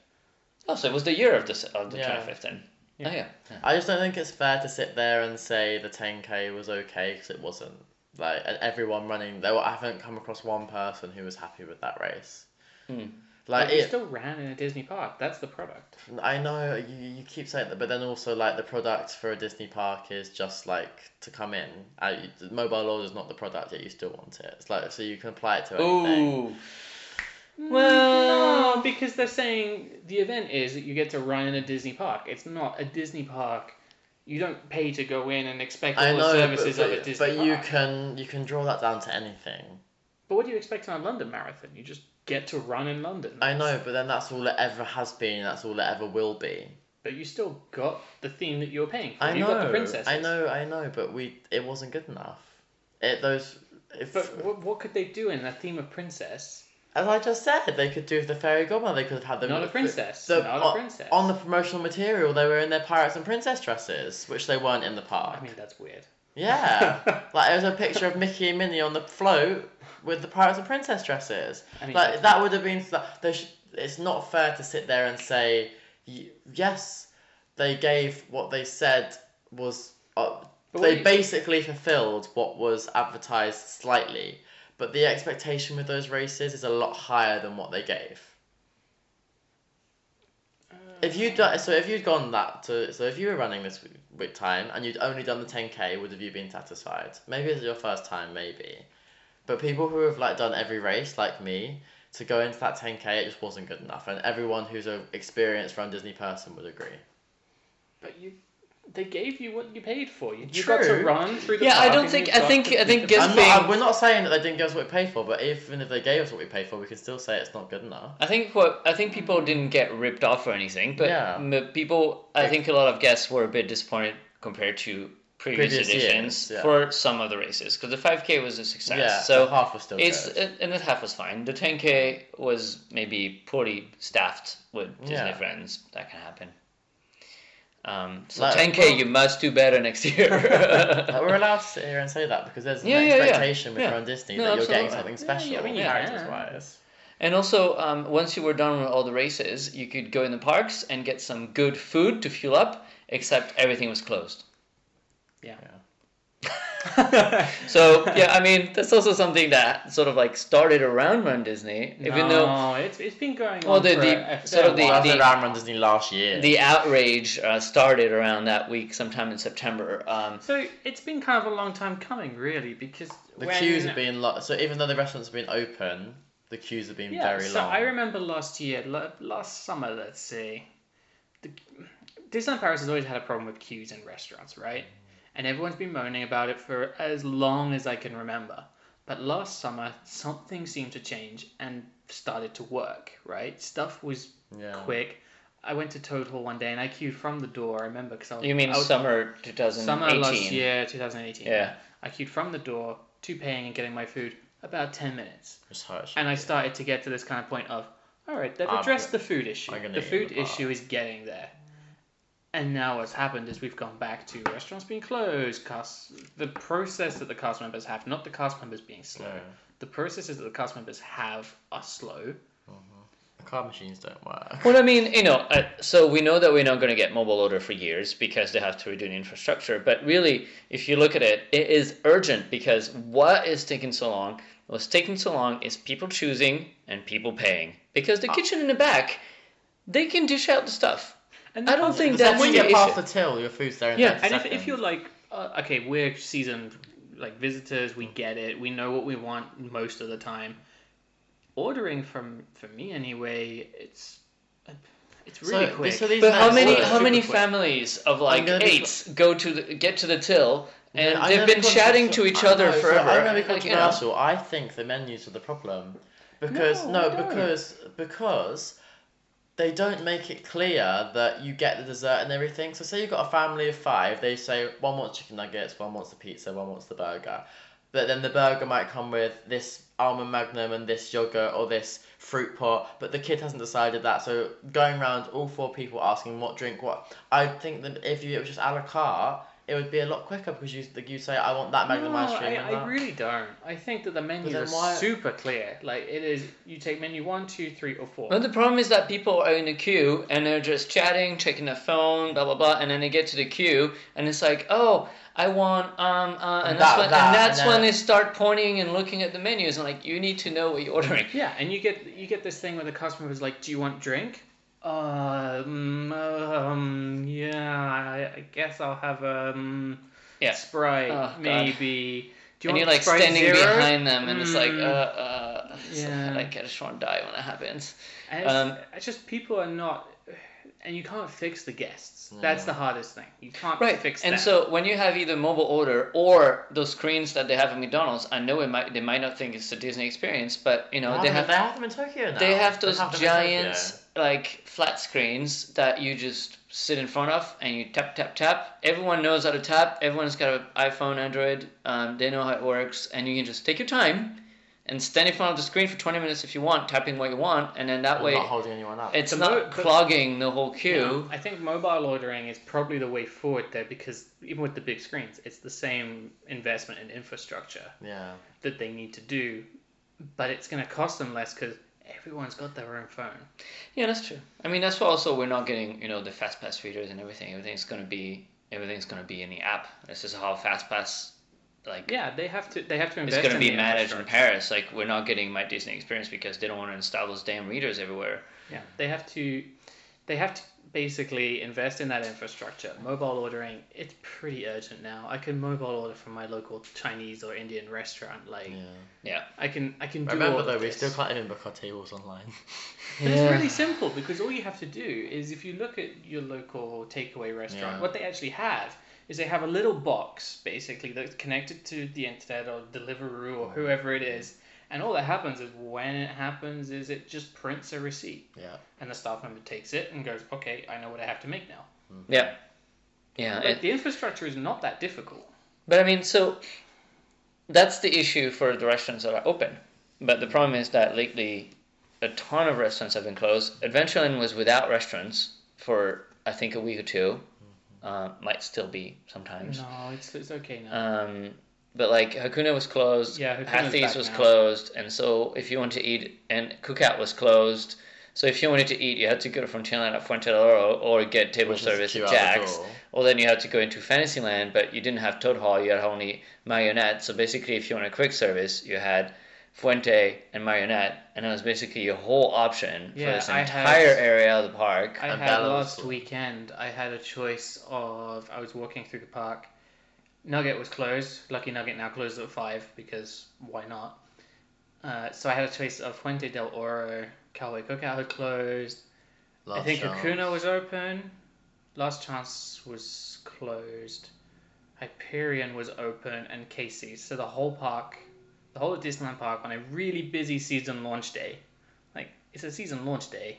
Speaker 5: Oh, so it was the year of the ce- of the
Speaker 6: Yeah.
Speaker 5: 2015. Yeah. Oh yeah.
Speaker 6: I just don't think it's fair to sit there and say the 10k was okay because it wasn't. Like and everyone running, though I haven't come across one person who was happy with that race.
Speaker 5: Hmm.
Speaker 6: Like
Speaker 7: But you
Speaker 6: it,
Speaker 7: still ran in a Disney park. That's the product.
Speaker 6: I know you, you keep saying that, but then also like the product for a Disney park is just like to come in. Uh, you- the mobile order is not the product yet. You still want it. It's like so you can apply it to anything.
Speaker 5: Ooh. Well,
Speaker 7: No, because they're saying the event is that you get to run in a Disney park. It's not a Disney park. You don't pay to go in and expect all
Speaker 6: I know,
Speaker 7: the services
Speaker 6: but,
Speaker 7: of a
Speaker 6: but-
Speaker 7: Disney
Speaker 6: but you
Speaker 7: park.
Speaker 6: can you can draw that down to anything.
Speaker 7: But what do you expect on a London marathon? You just get to run in London.
Speaker 6: I know, but then that's all it ever has been. That's all it ever will be.
Speaker 7: But you still got the theme that you're paying for.
Speaker 6: I
Speaker 7: you
Speaker 6: know.
Speaker 7: got the princesses.
Speaker 6: I know. I know. But we it wasn't good enough. It those. If,
Speaker 7: But what, what could they do in a theme of princess?
Speaker 6: As I just said, they could do the fairy godmother. They could have had them.
Speaker 7: Not a
Speaker 6: the-
Speaker 7: princess,
Speaker 6: the-
Speaker 7: not a
Speaker 6: on-
Speaker 7: princess.
Speaker 6: On the promotional material, they were in their pirates and princess dresses, which they weren't in the park.
Speaker 7: I mean, that's weird.
Speaker 6: yeah, like there was a picture of Mickey and Minnie on the float with the pirates and princess dresses.
Speaker 7: I mean,
Speaker 6: like that would have been. They should, it's not fair to sit there and say, y- yes, they gave what they said was. Uh,
Speaker 7: But
Speaker 6: they
Speaker 7: wait.
Speaker 6: basically fulfilled what was advertised slightly, but the expectation with those races is a lot higher than what they gave. If you'd done, so if you'd gone that to so if you were running this w- with time and you'd only done the ten k, would have you been satisfied? Maybe it's your first time, maybe. But people who have like done every race, like me, to go into that ten k, it just wasn't good enough. And everyone who's a experienced run Disney person would agree.
Speaker 7: But you, they gave you what you paid for. You, you
Speaker 6: True.
Speaker 7: got to run through the
Speaker 5: Yeah, I
Speaker 7: park
Speaker 5: don't
Speaker 7: and
Speaker 5: think-
Speaker 7: you
Speaker 5: I
Speaker 7: got
Speaker 5: think-
Speaker 7: to
Speaker 5: I
Speaker 7: beat
Speaker 5: think
Speaker 7: the
Speaker 5: Giz-
Speaker 6: I'm
Speaker 7: bus.
Speaker 6: not, I- we're not saying that they didn't give us what we paid for, but even if they gave us what we paid for, we can still say it's not good enough.
Speaker 5: I think what I think people didn't get ripped off or anything, but
Speaker 6: Yeah.
Speaker 5: m- people I think a lot of guests were a bit disappointed compared to previous,
Speaker 6: Previous years,
Speaker 5: editions
Speaker 6: yeah.
Speaker 5: for some of the races because the 5k was a success.
Speaker 6: Yeah,
Speaker 5: so
Speaker 6: the half was still
Speaker 5: it's
Speaker 6: good.
Speaker 5: and- and the half was fine. The 10k was maybe poorly staffed with Disney
Speaker 6: Yeah.
Speaker 5: friends. That can happen. Um, so
Speaker 6: Like-
Speaker 5: 10k, you must do better next year.
Speaker 6: Like, we're allowed to sit here and say that because there's
Speaker 5: Yeah,
Speaker 6: an
Speaker 5: yeah, yeah.
Speaker 6: expectation with
Speaker 5: Yeah.
Speaker 6: Run Disney
Speaker 5: No,
Speaker 6: that you're
Speaker 5: absolutely.
Speaker 6: getting something
Speaker 7: Yeah,
Speaker 6: special,
Speaker 7: yeah, I mean, you
Speaker 6: characters
Speaker 7: can.
Speaker 6: wise.
Speaker 5: And also, um, once you were done with all the races, you could go in the parks and get some good food to fuel up, except everything was closed.
Speaker 7: Yeah.
Speaker 5: So yeah, I mean that's also something that sort of like started around Run Disney, even though
Speaker 7: no, it's, it's been going
Speaker 5: Well,
Speaker 7: on
Speaker 5: the-
Speaker 7: for
Speaker 5: the-
Speaker 7: a- a
Speaker 5: sort of
Speaker 7: fair
Speaker 5: the-
Speaker 6: I
Speaker 7: while.
Speaker 6: was at Run Disney last year.
Speaker 5: the outrage uh, started around that week, sometime in September. Um,
Speaker 7: So it's been kind of a long time coming, really, because
Speaker 6: The
Speaker 7: when-
Speaker 6: queues have been lo- so even though the restaurants have been open, the queues have been
Speaker 7: yeah.
Speaker 6: very
Speaker 7: so
Speaker 6: long.
Speaker 7: I remember last year, la- last summer, let's see, the, Disneyland Paris has always had a problem with queues in restaurants, right? And everyone's been moaning about it for as long as I can remember. But last summer, something seemed to change and started to work, right? Stuff was
Speaker 6: Yeah.
Speaker 7: quick. I went to Total one day and I queued from the door. I remember because I was
Speaker 5: you mean
Speaker 7: I was-
Speaker 5: summer 2018?
Speaker 7: Summer last year, 2018.
Speaker 5: Yeah.
Speaker 7: I queued from the door to paying and getting my food about 10 minutes.
Speaker 6: Just how it should
Speaker 7: And I
Speaker 6: be.
Speaker 7: started to get to this kind of point of, all right, they've
Speaker 6: I'm
Speaker 7: addressed
Speaker 6: gonna-
Speaker 7: the food issue.
Speaker 6: Ah, I'm gonna
Speaker 7: The
Speaker 6: eat in
Speaker 7: food
Speaker 6: the bar.
Speaker 7: issue is getting there. And now what's happened is we've gone back to restaurants being closed, cast, the process that the cast members have, not the cast members being slow.
Speaker 6: Yeah.
Speaker 7: The processes that the cast members have are slow.
Speaker 6: the card machines don't work.
Speaker 5: Well, I mean, you know, uh, so we know that we're not going to get mobile order for years because they have to redo the infrastructure. But really, if you look at it, it is urgent because what is taking so long? What's taking so long is people choosing and people paying because
Speaker 6: Ah.
Speaker 5: the kitchen in the back, they can dish out the stuff.
Speaker 7: And
Speaker 5: I don't
Speaker 7: the-
Speaker 5: think
Speaker 6: It's like
Speaker 5: that's
Speaker 6: when
Speaker 5: the
Speaker 6: you
Speaker 5: issue.
Speaker 6: get past the till, your food's there in
Speaker 5: Yeah,
Speaker 6: 30
Speaker 7: and if, if
Speaker 6: seconds.
Speaker 7: you're like uh, okay we're seasoned like visitors we get it we know what we want most of the time ordering from for me anyway it's it's really
Speaker 6: so,
Speaker 7: quick
Speaker 6: So these
Speaker 5: But how
Speaker 6: nights
Speaker 5: many
Speaker 6: were
Speaker 5: how many
Speaker 6: super quick.
Speaker 5: families of like
Speaker 6: gonna be-
Speaker 5: eights go to the, get to the till and
Speaker 6: I
Speaker 5: they've
Speaker 6: know
Speaker 5: been
Speaker 6: because-
Speaker 5: shouting to each other
Speaker 6: I know, so
Speaker 5: forever?
Speaker 6: I'm gonna be
Speaker 5: Like, you know.
Speaker 6: controversial. I think the menus are the problem because
Speaker 7: No,
Speaker 6: no,
Speaker 7: I don't.
Speaker 6: because because they don't make it clear that you get the dessert and everything. So say you've got a family of five, they say one wants chicken nuggets, one wants the pizza, one wants the burger. But then the burger might come with this almond magnum and this yogurt or this fruit pot, but the kid hasn't decided that. So going round, all four people asking what drink, what. I think that if you, it was just a la carte, it would be a lot quicker because you you say I want that
Speaker 7: no,
Speaker 6: magnum ice cream.
Speaker 7: I,
Speaker 6: and
Speaker 7: I
Speaker 6: that."
Speaker 7: really don't. I think that the menus
Speaker 6: then
Speaker 7: are
Speaker 6: why-
Speaker 7: super clear. Like it is, you take menu one, two, three, or four.
Speaker 5: Well, the problem is that people are in a queue and they're just chatting, checking their phone, blah blah blah, and then they get to the queue and it's like, oh, I want um, uh, and,
Speaker 6: And
Speaker 5: that's
Speaker 6: that-
Speaker 5: when, and
Speaker 6: that, and
Speaker 5: that's when
Speaker 6: then-
Speaker 5: they start pointing and looking at the menus and like, you need to know what you're ordering.
Speaker 7: Yeah, and you get you get this thing where the customer was like, "Do you want drink?" Um, um yeah, I, I guess I'll have um
Speaker 5: Yeah.
Speaker 7: Sprite
Speaker 5: Oh, God.
Speaker 7: maybe. Do
Speaker 5: And
Speaker 7: want
Speaker 5: you're like
Speaker 7: Sprite
Speaker 5: standing
Speaker 7: Zero?
Speaker 5: behind them, and it's like, uh,
Speaker 7: Mm.
Speaker 5: uh, it's a
Speaker 7: Yeah.
Speaker 5: headache, I just want to die when it happens.
Speaker 7: And it's,
Speaker 5: um,
Speaker 7: it's just people are not, and you can't fix the guests. That's the hardest thing. You can't
Speaker 5: Right.
Speaker 7: fix
Speaker 5: and
Speaker 7: them.
Speaker 5: so when you have either mobile order or those screens that they have at McDonald's, I know it might they might not think it's a Disney experience, but you know
Speaker 6: They
Speaker 5: they
Speaker 6: have,
Speaker 5: have
Speaker 6: they have them in Tokyo now.
Speaker 5: They have those
Speaker 6: them in
Speaker 5: giant
Speaker 6: Tokyo.
Speaker 5: like flat screens that you just sit in front of and you tap tap tap. Everyone knows how to tap. Everyone's got an iPhone, Android. Um, they know how it works, and you can just take your time and stand in front of the screen for 20 minutes if you want, tapping what you want, and then that
Speaker 6: I'm
Speaker 5: way
Speaker 6: not holding anyone up.
Speaker 5: it's
Speaker 7: The
Speaker 5: not
Speaker 7: mo- but-
Speaker 5: clogging the whole queue.
Speaker 7: I think mobile ordering is probably the way forward there because even with the big screens, it's the same investment in infrastructure.
Speaker 6: yeah.
Speaker 7: that they need to do, but it's going to cost them less because everyone's got their own phone.
Speaker 5: Yeah, that's true. I mean, that's why also we're not getting you know the fast pass readers and everything. Everything's gonna be everything's gonna be in the app. This is how fast pass like
Speaker 7: Yeah, they have to. They have to
Speaker 5: it's
Speaker 7: invest.
Speaker 5: going to
Speaker 7: in
Speaker 5: be
Speaker 7: the
Speaker 5: managed in
Speaker 7: infrastructure.
Speaker 5: Paris. Like we're not getting my Disney experience because they don't want to install those damn readers everywhere.
Speaker 7: Yeah, they have to. They have to basically invest in that infrastructure. Mobile ordering, it's pretty urgent now. I can mobile order from my local Chinese or Indian restaurant. Like,
Speaker 5: Yeah.
Speaker 7: I can. I can do.
Speaker 6: Remember
Speaker 7: all
Speaker 6: though,
Speaker 7: of
Speaker 6: we
Speaker 7: this.
Speaker 6: still can't even book our tables online.
Speaker 5: Yeah.
Speaker 7: But it's really simple because all you have to do is if you look at your local takeaway restaurant,
Speaker 6: Yeah.
Speaker 7: what they actually have is they have a little box basically that's connected to the internet or Deliveroo or whoever it is, and all that happens is when it happens is it just prints a receipt
Speaker 6: yeah.
Speaker 7: and the staff member takes it and goes, okay, I know what I have to make now.
Speaker 5: Yeah. Yeah.
Speaker 7: But
Speaker 5: it-
Speaker 7: the infrastructure is not that difficult.
Speaker 5: But I mean, so that's the issue for the restaurants that are open. But the problem is that lately, a ton of restaurants have been closed. Adventureland was without restaurants for I think a week or two. Uh, might still be sometimes.
Speaker 7: No, it's it's okay now.
Speaker 5: Um, but like Hakuna was closed,
Speaker 7: Yeah, Hakuna's
Speaker 5: Hathis
Speaker 7: back
Speaker 5: was
Speaker 7: now.
Speaker 5: closed, and so if you want to eat, and Cookout was closed, So if you wanted to eat, you had to go from Frontierland at Fuentelador or get table
Speaker 6: Which is
Speaker 5: service
Speaker 6: two
Speaker 5: at
Speaker 6: hours
Speaker 5: Jack's.
Speaker 6: ago.
Speaker 5: Or then you had to go into Fantasyland, but you didn't have Toad Hall, you had only Marionette. So basically, if you want a quick service, you had Fuente and Marionette, and that was basically your whole option for
Speaker 7: Yeah,
Speaker 5: this
Speaker 7: I had-
Speaker 5: entire area of the park.
Speaker 7: I
Speaker 6: And
Speaker 7: had
Speaker 6: balance.
Speaker 7: last weekend. I had a choice of I was walking through the park. Nugget was closed. Lucky Nugget now closes at five because why not? Uh, so I had a choice of Fuente del Oro, Cowboy Cookout had closed.
Speaker 6: Last
Speaker 7: I think
Speaker 6: chance.
Speaker 7: Hakuna was open. Last Chance was closed. Hyperion was open, and Casey's. So the whole park, the whole of Disneyland Park, on a really busy season launch day, like it's a season launch day.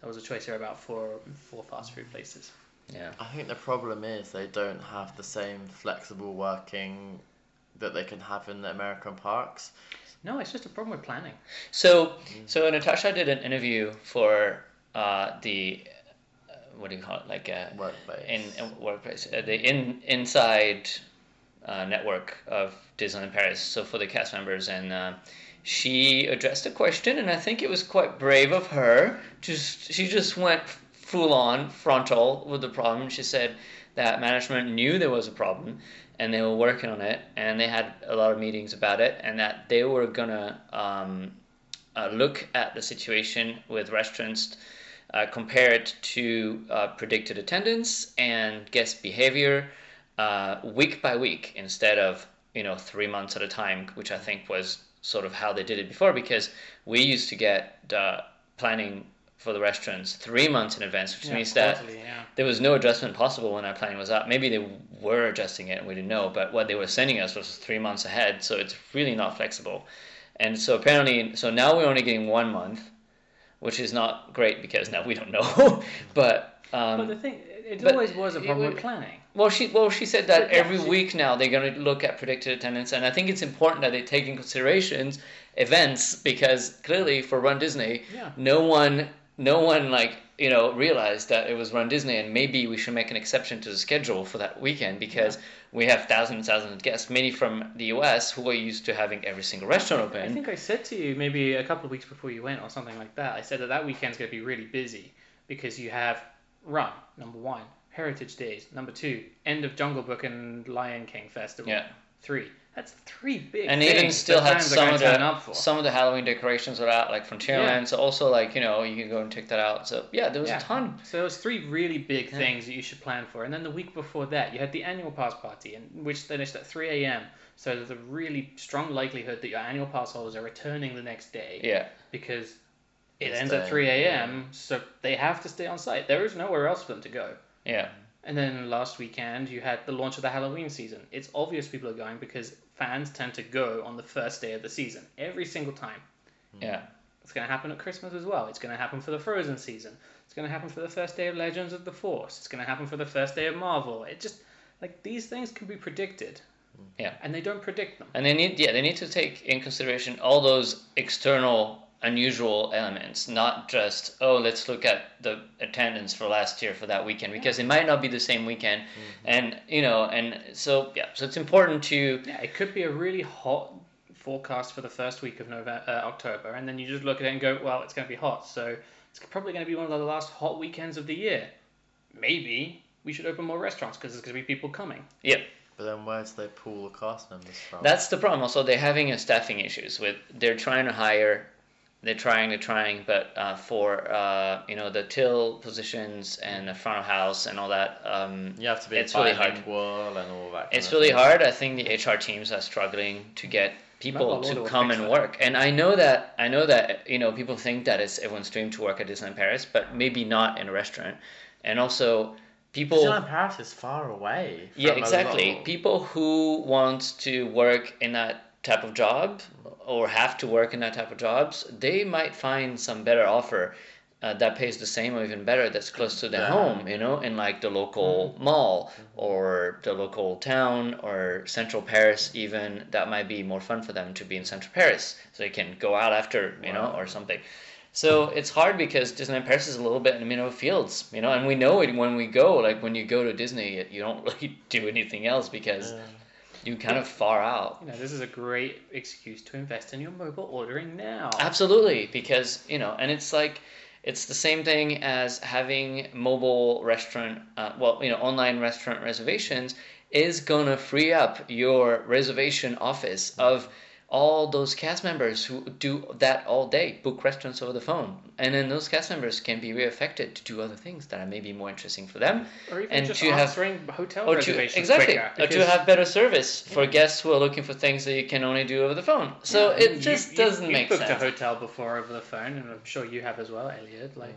Speaker 7: There was a choice here about four four fast food places.
Speaker 5: Yeah.
Speaker 6: I think the problem is they don't have the same flexible working that they can have in the American parks.
Speaker 7: No, it's just a problem with planning.
Speaker 5: So,
Speaker 7: Mm.
Speaker 5: so Natasha did an interview for uh, the uh, what do you call it, like a
Speaker 6: Workplace.
Speaker 5: in, in workplace, uh, the in inside uh, network of Disneyland Paris. So for the cast members, and uh, she addressed a question, and I think it was quite brave of her. Just she just went full on frontal with the problem. She said that management knew there was a problem, and they were working on it, and they had a lot of meetings about it, and that they were gonna. Um, uh, look at the situation with restaurants, uh, compare it to uh, predicted attendance and guest behavior uh, week by week instead of you know three months at a time, which I think was sort of how they did it before because we used to get uh, planning for the restaurants three months in advance, which means that
Speaker 7: quarterly, yeah.
Speaker 5: there was no adjustment possible when our planning was up. Maybe they were adjusting it and we didn't know, but what they were sending us was three months ahead, so it's really not flexible. And so apparently, so now we're only getting one month, which is not great because now we don't know. but
Speaker 7: But the
Speaker 5: um,
Speaker 7: thing, it
Speaker 5: But
Speaker 7: always was a problem
Speaker 5: it-
Speaker 7: with planning.
Speaker 5: well, she well she said that
Speaker 7: But yeah,
Speaker 5: every
Speaker 7: she-
Speaker 5: week now they're going to look at predicted attendance, and I think it's important that they take in considerations events because clearly for Run Disney,
Speaker 7: Yeah.
Speaker 5: no one no one like you know realized that it was Run Disney, and maybe we should make an exception to the schedule for that weekend because we have thousands and thousands of guests, many from the U.S. who are used to having every single restaurant open.
Speaker 7: I think I said to you maybe a couple of weeks before you went or something like that. I said that that weekend's going to be really busy because you have Run number one, Heritage Days number two, end of Jungle Book and Lion King Festival
Speaker 5: Yeah.
Speaker 7: three. That's three big
Speaker 5: and they
Speaker 7: things
Speaker 5: even still
Speaker 7: that
Speaker 5: had
Speaker 7: fans are
Speaker 5: some
Speaker 7: gonna
Speaker 5: of
Speaker 7: turn up
Speaker 5: the
Speaker 7: for.
Speaker 5: some of the Halloween decorations were out, like Frontierland.
Speaker 7: Yeah.
Speaker 5: So also like you know you can go and check that out. So yeah, there was
Speaker 7: Yeah.
Speaker 5: a ton.
Speaker 7: So those three really big things that you should plan for, and then the week before that you had the annual pass party, and which finished at three a.m. So there's a really strong likelihood that your annual pass holders are returning the next day.
Speaker 5: Yeah,
Speaker 7: because it
Speaker 6: It's
Speaker 7: ends
Speaker 6: there,
Speaker 7: at 3 a.m., so they have to stay on site. There is nowhere else for them to go.
Speaker 5: yeah.
Speaker 7: And then last weekend, you had the launch of the Halloween season. It's obvious people are going because fans tend to go on the first day of the season every single time.
Speaker 5: Yeah.
Speaker 7: It's going to happen at Christmas as well. It's going to happen for the Frozen season. It's going to happen for the first day of Legends of the Force. It's going to happen for the first day of Marvel. It just, like, these things can be predicted.
Speaker 6: Hmm.
Speaker 5: Yeah.
Speaker 7: And they don't predict them.
Speaker 5: And they need yeah, they need to take in consideration all those external unusual elements, not just oh, let's look at the attendance for last year for that weekend because it might not be the same weekend.
Speaker 6: Mm-hmm.
Speaker 5: And you know, and so yeah, so it's important to
Speaker 7: Yeah, it could be a really hot forecast for the first week of November, uh, October, and then you just look at it and go, well, it's going to be hot, so it's probably going to be one of the last hot weekends of the year. Maybe we should open more restaurants because there's going to be people coming.
Speaker 5: yeah,
Speaker 6: But then where do they pull the cast members from?
Speaker 5: That's the problem. Also, they're having a staffing issues with they're trying to hire, they're trying, they're trying, but uh, for uh, you know the till positions and the front of house and all that, um,
Speaker 6: Mm. you have to be
Speaker 5: it's really hard.
Speaker 6: bilingual and all that.
Speaker 5: It's
Speaker 6: kind
Speaker 5: really
Speaker 6: of
Speaker 5: hard. I think the HR teams are struggling to get people
Speaker 7: Mobile order
Speaker 5: to
Speaker 7: will
Speaker 5: come
Speaker 7: fix
Speaker 5: and
Speaker 7: that.
Speaker 5: work. And I know that I know that you know people think that it's everyone's dream to work at Disneyland Paris, but maybe not in a restaurant. And also, people
Speaker 6: Disneyland Paris is far away.
Speaker 5: yeah
Speaker 6: from a
Speaker 5: exactly
Speaker 6: lot.
Speaker 5: people who want to work in that type of job or have to work in that type of jobs they might find some better offer uh, that pays the same or even better that's close to their
Speaker 6: Yeah.
Speaker 5: home you know in like the local mall or the local town or central paris even that might be more fun for them to be in central paris so they can go out after you know or something so it's hard because Disneyland Paris is a little bit in the middle of fields, you know, and we know it when we go. Like when you go to Disney, you don't really do anything else because you're kind of far out.
Speaker 7: You know, this is a great excuse to invest in your mobile ordering now.
Speaker 5: Absolutely, because you know, and it's like It's the same thing as having mobile restaurant, uh, well, you know, online restaurant reservations is gonna free up your reservation office of all those cast members who do that all day, book restaurants over the phone, and then those cast members can be reaffected to do other things that are maybe more interesting for them,
Speaker 7: Or even
Speaker 5: and
Speaker 7: just
Speaker 5: to have
Speaker 7: answering hotel
Speaker 5: or
Speaker 7: reservations
Speaker 5: to, exactly,
Speaker 7: quicker.
Speaker 5: or to
Speaker 7: because
Speaker 5: have better service for guests who are looking for things that you can only do over the phone. So it
Speaker 7: you-
Speaker 5: just
Speaker 7: you-
Speaker 5: doesn't
Speaker 7: you've
Speaker 5: make
Speaker 7: booked a
Speaker 5: sense.
Speaker 7: hotel before over the phone, and I'm sure you have as well, Elliot. Like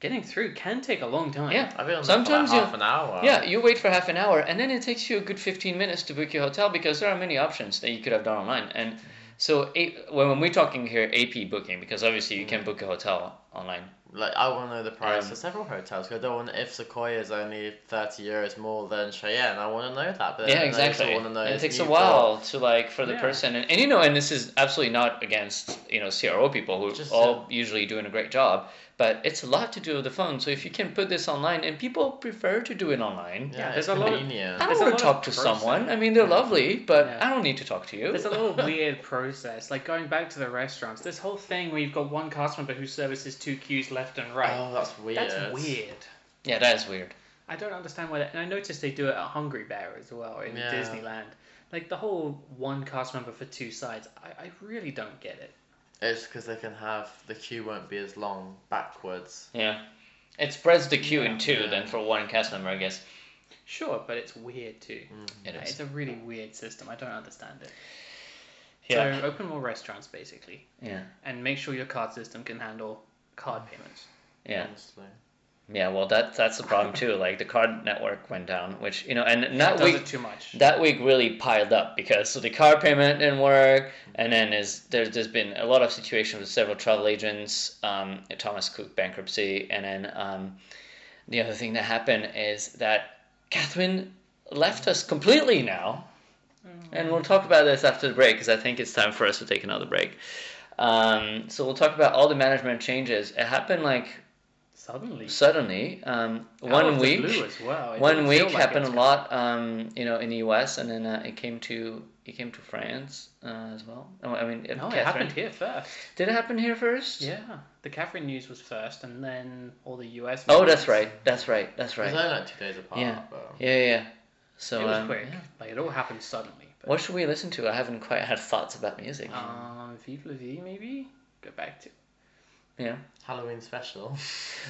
Speaker 7: getting through can take a long time.
Speaker 5: Mm-hmm. Yeah.
Speaker 6: I've been on
Speaker 5: Sometimes
Speaker 6: Sometimes for
Speaker 5: you-
Speaker 6: like half an hour.
Speaker 5: Yeah, you wait for half an hour, and then it takes you a good 15 minutes to book your hotel because there are many options that you could have done online. And so, a- well, when we're talking here, AP booking, because obviously you can book a hotel online.
Speaker 6: Like I want to know the price
Speaker 5: Um,
Speaker 6: for several hotels. 'cause I don't want if Sequoia is only thirty euros more than Cheyenne. I want to know that. But then
Speaker 5: yeah,
Speaker 6: I also
Speaker 5: exactly.
Speaker 6: wanna know
Speaker 5: And it
Speaker 6: if
Speaker 5: takes a
Speaker 6: Newport-
Speaker 5: while to like for the
Speaker 7: Yeah.
Speaker 5: person, and, and you know, and this is absolutely not against you know CRO people who
Speaker 6: Just,
Speaker 5: all usually doing a great job, but it's a lot to do with the phone. So if you can put this online, and people prefer to do it online.
Speaker 6: Yeah,
Speaker 7: Yeah,
Speaker 6: it's
Speaker 7: there's a lot of-
Speaker 6: convenient.
Speaker 5: I don't
Speaker 7: There's a
Speaker 5: want
Speaker 7: lot
Speaker 5: to
Speaker 7: of
Speaker 5: talk to
Speaker 7: process.
Speaker 5: someone. I mean, they're lovely, but
Speaker 7: Yeah.
Speaker 5: I don't need to talk to you.
Speaker 7: There's a little weird process, like going back to the restaurants. This whole thing where you've got one cast member who services two queues left and right.
Speaker 6: Oh, that's weird.
Speaker 7: That's weird.
Speaker 5: yeah, that is weird.
Speaker 7: I don't understand why. That, and I noticed they do it at Hungry Bear as well in
Speaker 6: Yeah.
Speaker 7: Disneyland. Like the whole one cast member for two sides. I, I really don't get it.
Speaker 6: It's because they can have the queue won't be as long backwards.
Speaker 5: Yeah, it spreads the queue in two
Speaker 6: Yeah.
Speaker 5: then for one cast member, I guess.
Speaker 7: Sure, but it's weird too.
Speaker 6: Mm.
Speaker 5: It
Speaker 7: Like,
Speaker 5: is.
Speaker 7: It's a really weird system. I don't understand it.
Speaker 5: Yeah.
Speaker 7: So open more restaurants basically,
Speaker 5: yeah.
Speaker 7: and make sure your card system can handle card
Speaker 6: Mm.
Speaker 7: payments.
Speaker 5: Yeah.
Speaker 6: Honestly.
Speaker 5: Yeah. Well, that that's the problem too. Like the card network went down, which you know, and not
Speaker 7: Does
Speaker 5: we.
Speaker 7: it too much?
Speaker 5: that week really piled up because so the car payment didn't work, and then is there's there's been a lot of situations with several travel agents, um, Thomas Cook bankruptcy, and then um, the other thing that happened is that Catherine left us completely now, and we'll talk about this after the break because I think it's time for us to take another break. Um, so we'll talk about all the management changes. It happened like
Speaker 7: Suddenly,
Speaker 5: suddenly, um,
Speaker 7: Out
Speaker 5: one
Speaker 7: of the
Speaker 5: week
Speaker 7: blue as well. It
Speaker 5: one
Speaker 7: didn't
Speaker 5: week
Speaker 7: feel like
Speaker 5: happened
Speaker 7: it.
Speaker 5: a lot, um, you know, in the U.S. and then uh, it came to it came to France uh, as well. Oh, I mean,
Speaker 7: No, it happened here first.
Speaker 5: Did it happen here first?
Speaker 7: Yeah, the Catherine news was first, and then all the US.
Speaker 5: Oh,
Speaker 7: news.
Speaker 5: that's right. That's right. That's
Speaker 6: It was
Speaker 5: right.
Speaker 6: only like two days apart.
Speaker 5: Yeah.
Speaker 6: But...
Speaker 5: Yeah, yeah. yeah. So
Speaker 7: It was
Speaker 5: um,
Speaker 7: quick.
Speaker 5: yeah.
Speaker 7: Like it all happened suddenly. But,
Speaker 5: What should we listen to? I haven't quite had thoughts about music.
Speaker 7: um, Vive la Vie, maybe go back to.
Speaker 5: Yeah.
Speaker 6: Halloween special.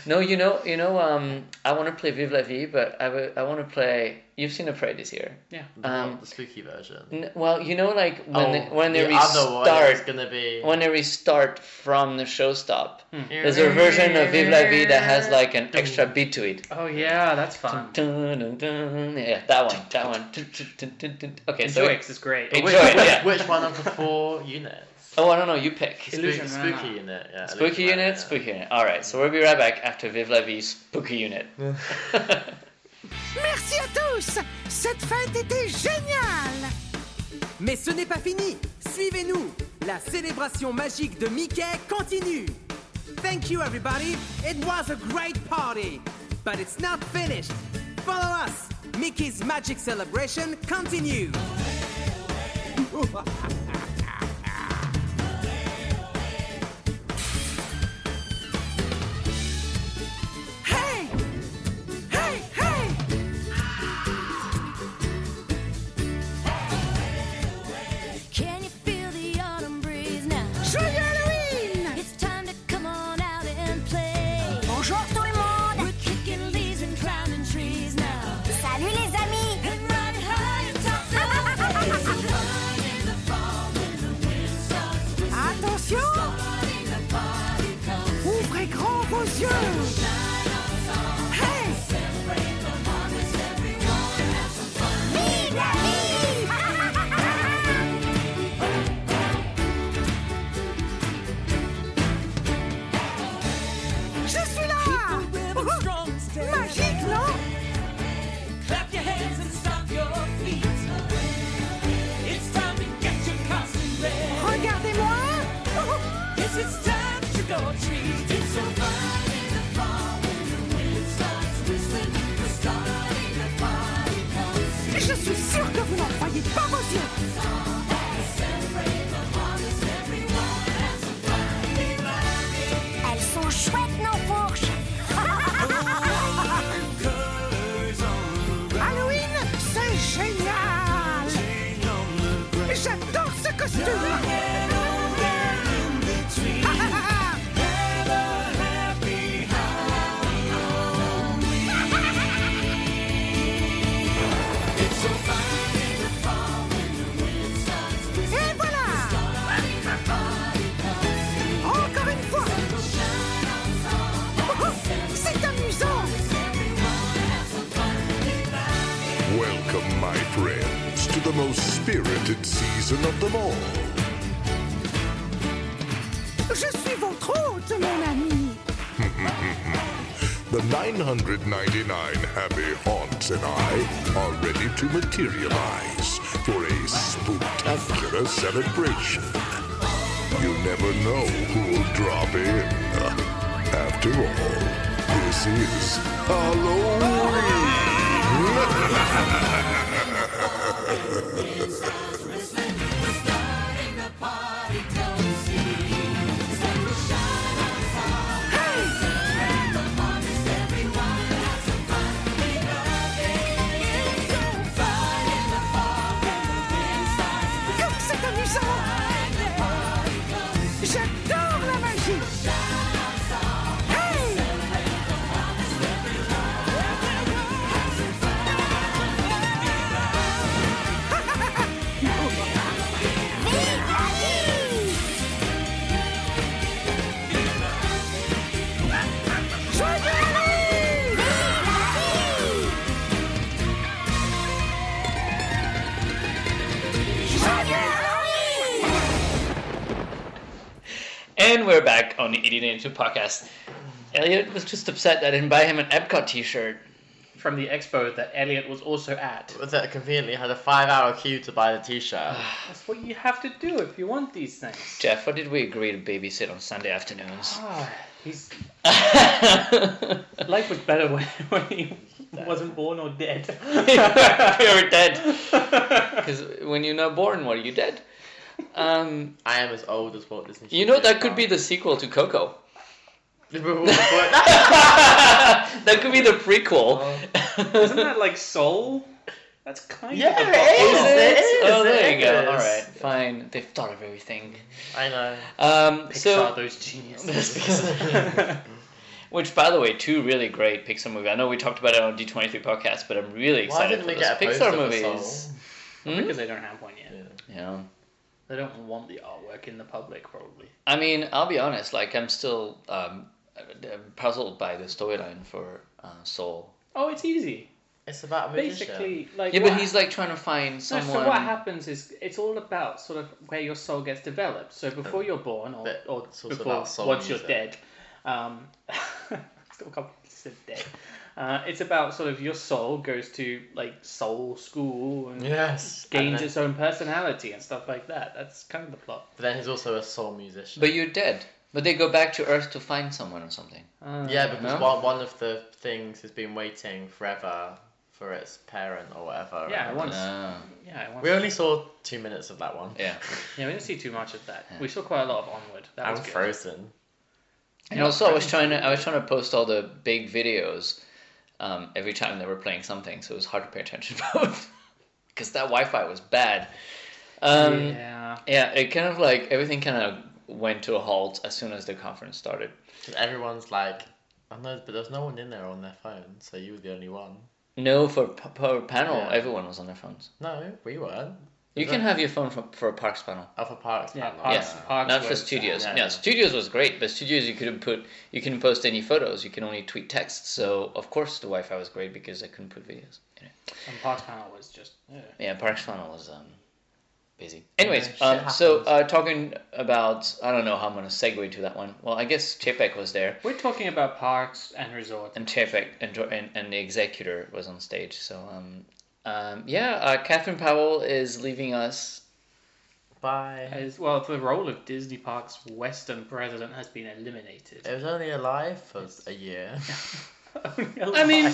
Speaker 5: No, you know, you know. Um, I want to play Vive la Vie, but I would- I want to play. You've seen a parade this year.
Speaker 7: Yeah.
Speaker 5: Um,
Speaker 6: Not the spooky version.
Speaker 5: N- well, you know, like when
Speaker 6: Oh,
Speaker 5: they, when they
Speaker 6: the other one is
Speaker 5: restart
Speaker 6: gonna be
Speaker 5: when they restart from the show stop.
Speaker 7: Hmm.
Speaker 5: There's a version of Vive la Vie that has like an extra beat to it.
Speaker 7: Oh yeah, that's fun.
Speaker 5: Dun, dun, dun. Yeah, that one, that one. Dun, dun, dun, dun, dun. Okay,
Speaker 7: Enjoy
Speaker 5: so
Speaker 7: it 'cause it's great.
Speaker 5: enjoy
Speaker 6: which,
Speaker 5: it,
Speaker 6: which-
Speaker 5: yeah.
Speaker 6: which one of the four units?
Speaker 5: Oh, I don't know. You pick.
Speaker 6: Spook-
Speaker 7: Illusion Man.
Speaker 6: spooky unit, yeah.
Speaker 5: Spooky
Speaker 6: Illusion Man,
Speaker 5: unit,
Speaker 6: yeah.
Speaker 5: spooky unit. All right, so we'll be right back after Vive la Vie's spooky unit.
Speaker 10: Merci à tous Cette fête était géniale Mais ce n'est pas fini Suivez-nous La célébration magique de Mickey continue Thank you everybody It was a great party But it's not finished Follow us Mickey's magic celebration continues Hey Hey, hey
Speaker 11: Can you feel the autumn breeze now?
Speaker 10: Joyeux Halloween
Speaker 11: It's time to come on out and play.
Speaker 10: Bonjour tout le monde
Speaker 11: We're kicking leaves and climbing trees now.
Speaker 10: Salut les amis
Speaker 11: And riding high atop the waves. Fun in the fall when the wind starts whistling.
Speaker 10: Attention
Speaker 11: Starting the party comes.
Speaker 10: Ouvrez grand vos yeux
Speaker 11: Shine on song.
Speaker 10: Hey
Speaker 11: Celebrate the harvest. Everyone have some fun.
Speaker 10: Vive la vie Je suis là Magique, non
Speaker 11: Clap your hands and stomp your feet. It's time to get your costume ready.
Speaker 10: Regardez-moi
Speaker 11: Yes, it's time to go treat. It's so fun in the fall
Speaker 8: Oh,
Speaker 9: most spirited season of them all.
Speaker 12: Je suis votre hôte, mon ami.
Speaker 9: The 999 happy haunts and I are ready to materialize for a spectacular celebration. You never know who'll drop in. After all, this is Halloween.
Speaker 12: Comme c'est amusant. J'adore la magie. Hey
Speaker 5: And we're back on the 1882 podcast. Elliot was just upset that I didn't buy him an Epcot T-shirt
Speaker 7: from the expo that Elliot was also at.
Speaker 6: That conveniently had a five-hour queue to buy the T-shirt.
Speaker 7: That's what you have to do if you want these things.
Speaker 5: Jeff, what did we agree to babysit on Sunday afternoons?
Speaker 7: Ah, he's. Life was better when, when he wasn't born or dead.
Speaker 5: You're dead. Because when you're not born, what are you dead? Um,
Speaker 6: I am as old as Walt Disney.
Speaker 5: You know that could be the sequel to Coco. that could be the
Speaker 6: Oh.
Speaker 5: prequel.
Speaker 7: Isn't that like Soul? That's kind
Speaker 6: Yeah,
Speaker 7: of. the
Speaker 6: it is,
Speaker 7: Buffalo.
Speaker 6: it is,
Speaker 5: Oh, there
Speaker 6: it
Speaker 5: you go.
Speaker 6: is.
Speaker 5: All right, fine. They've thought of everything.
Speaker 6: I know.
Speaker 5: Um,
Speaker 7: Pixar,
Speaker 5: so
Speaker 7: those geniuses.
Speaker 5: That's because- Which, by the way, two really great Pixar movies. I know we talked about it on D twenty three podcast, but I'm really
Speaker 6: Why
Speaker 5: excited
Speaker 6: didn't
Speaker 5: for
Speaker 6: we
Speaker 5: those
Speaker 6: get a
Speaker 5: Pixar
Speaker 6: poster for
Speaker 5: movies.
Speaker 6: Soul?
Speaker 5: Hmm?
Speaker 7: Because they don't have one yet.
Speaker 5: Yeah.
Speaker 7: They don't want the artwork in the public, probably.
Speaker 5: I mean, I'll be honest. Like, I'm still um, I'm puzzled by the storyline for uh, Soul.
Speaker 7: Oh, it's easy.
Speaker 6: It's about a magician.
Speaker 7: Basically, like.
Speaker 5: yeah, but
Speaker 7: what-
Speaker 5: he's like trying to find
Speaker 7: No,
Speaker 5: someone.
Speaker 7: so what happens is it's all about sort of where your soul gets developed. So before you're born, or,
Speaker 6: But
Speaker 7: or
Speaker 6: it's also
Speaker 7: before
Speaker 6: about soul
Speaker 7: once you're
Speaker 6: music.
Speaker 7: dead, um, still can't believe I said dead. Uh, it's about sort of your soul goes to like soul school and
Speaker 6: Yes. And
Speaker 7: gains
Speaker 6: then,
Speaker 7: its own personality and stuff like that. That's kind of the plot.
Speaker 6: but then he's also a soul musician.
Speaker 5: But you're dead. But they go back to Earth to find someone or something.
Speaker 7: Uh,
Speaker 6: yeah, because
Speaker 5: no?
Speaker 6: one, one of the things has been waiting forever for its parent or whatever.
Speaker 7: yeah, I
Speaker 6: and-
Speaker 7: want.
Speaker 5: Ah,
Speaker 7: Yeah, I want.
Speaker 6: We only saw two minutes of that one.
Speaker 5: yeah.
Speaker 7: Yeah, we didn't see too much of that. We saw quite a lot of onward. That
Speaker 6: I'm
Speaker 7: was good.
Speaker 6: frozen.
Speaker 5: And also, I was trying to I was trying to post all the big videos um, every time they were playing something, so it was hard to pay attention both because that Wi-Fi was bad. Um, yeah.
Speaker 7: yeah.
Speaker 5: it kind of like everything kind of went to a halt as soon as the conference started.
Speaker 6: 'Cause everyone's like, I know, but there's no one in there on their phone, so you were the only one.
Speaker 5: No, for p- per panel,
Speaker 6: Yeah.
Speaker 5: everyone was on their phones.
Speaker 6: No, we weren't.
Speaker 5: You
Speaker 6: Is
Speaker 5: can
Speaker 6: that-
Speaker 5: have your phone for, for a parks panel.
Speaker 6: Alpha Parks.
Speaker 7: Yeah,
Speaker 6: panel.
Speaker 7: Parks-
Speaker 5: yeah,
Speaker 7: Parks
Speaker 5: not for
Speaker 7: was-
Speaker 5: studios.
Speaker 6: yeah,
Speaker 5: Yeah,
Speaker 6: yeah.
Speaker 5: studios was great, but studios you couldn't put, you couldn't post any photos. You can only tweet text. So of course the Wi-Fi was great because I couldn't put videos. in it.
Speaker 7: And Parks Panel was just. Yeah.
Speaker 5: Yeah, Parks Funnel was um, busy. Anyways,
Speaker 6: shit
Speaker 5: um, so
Speaker 6: happens.
Speaker 5: uh, talking about, I don't know how I'm gonna segue to that one. Well, I guess Chapek was there,
Speaker 7: We're talking about parks and resorts.
Speaker 5: and Chapek and, and and the executor was on stage. So um, um, yeah, uh, Catherine Powell is leaving us.
Speaker 6: Bye.
Speaker 7: As well, the role of Disney Parks' Western president has been eliminated.
Speaker 6: It was only alive for a year.
Speaker 7: I
Speaker 5: mean-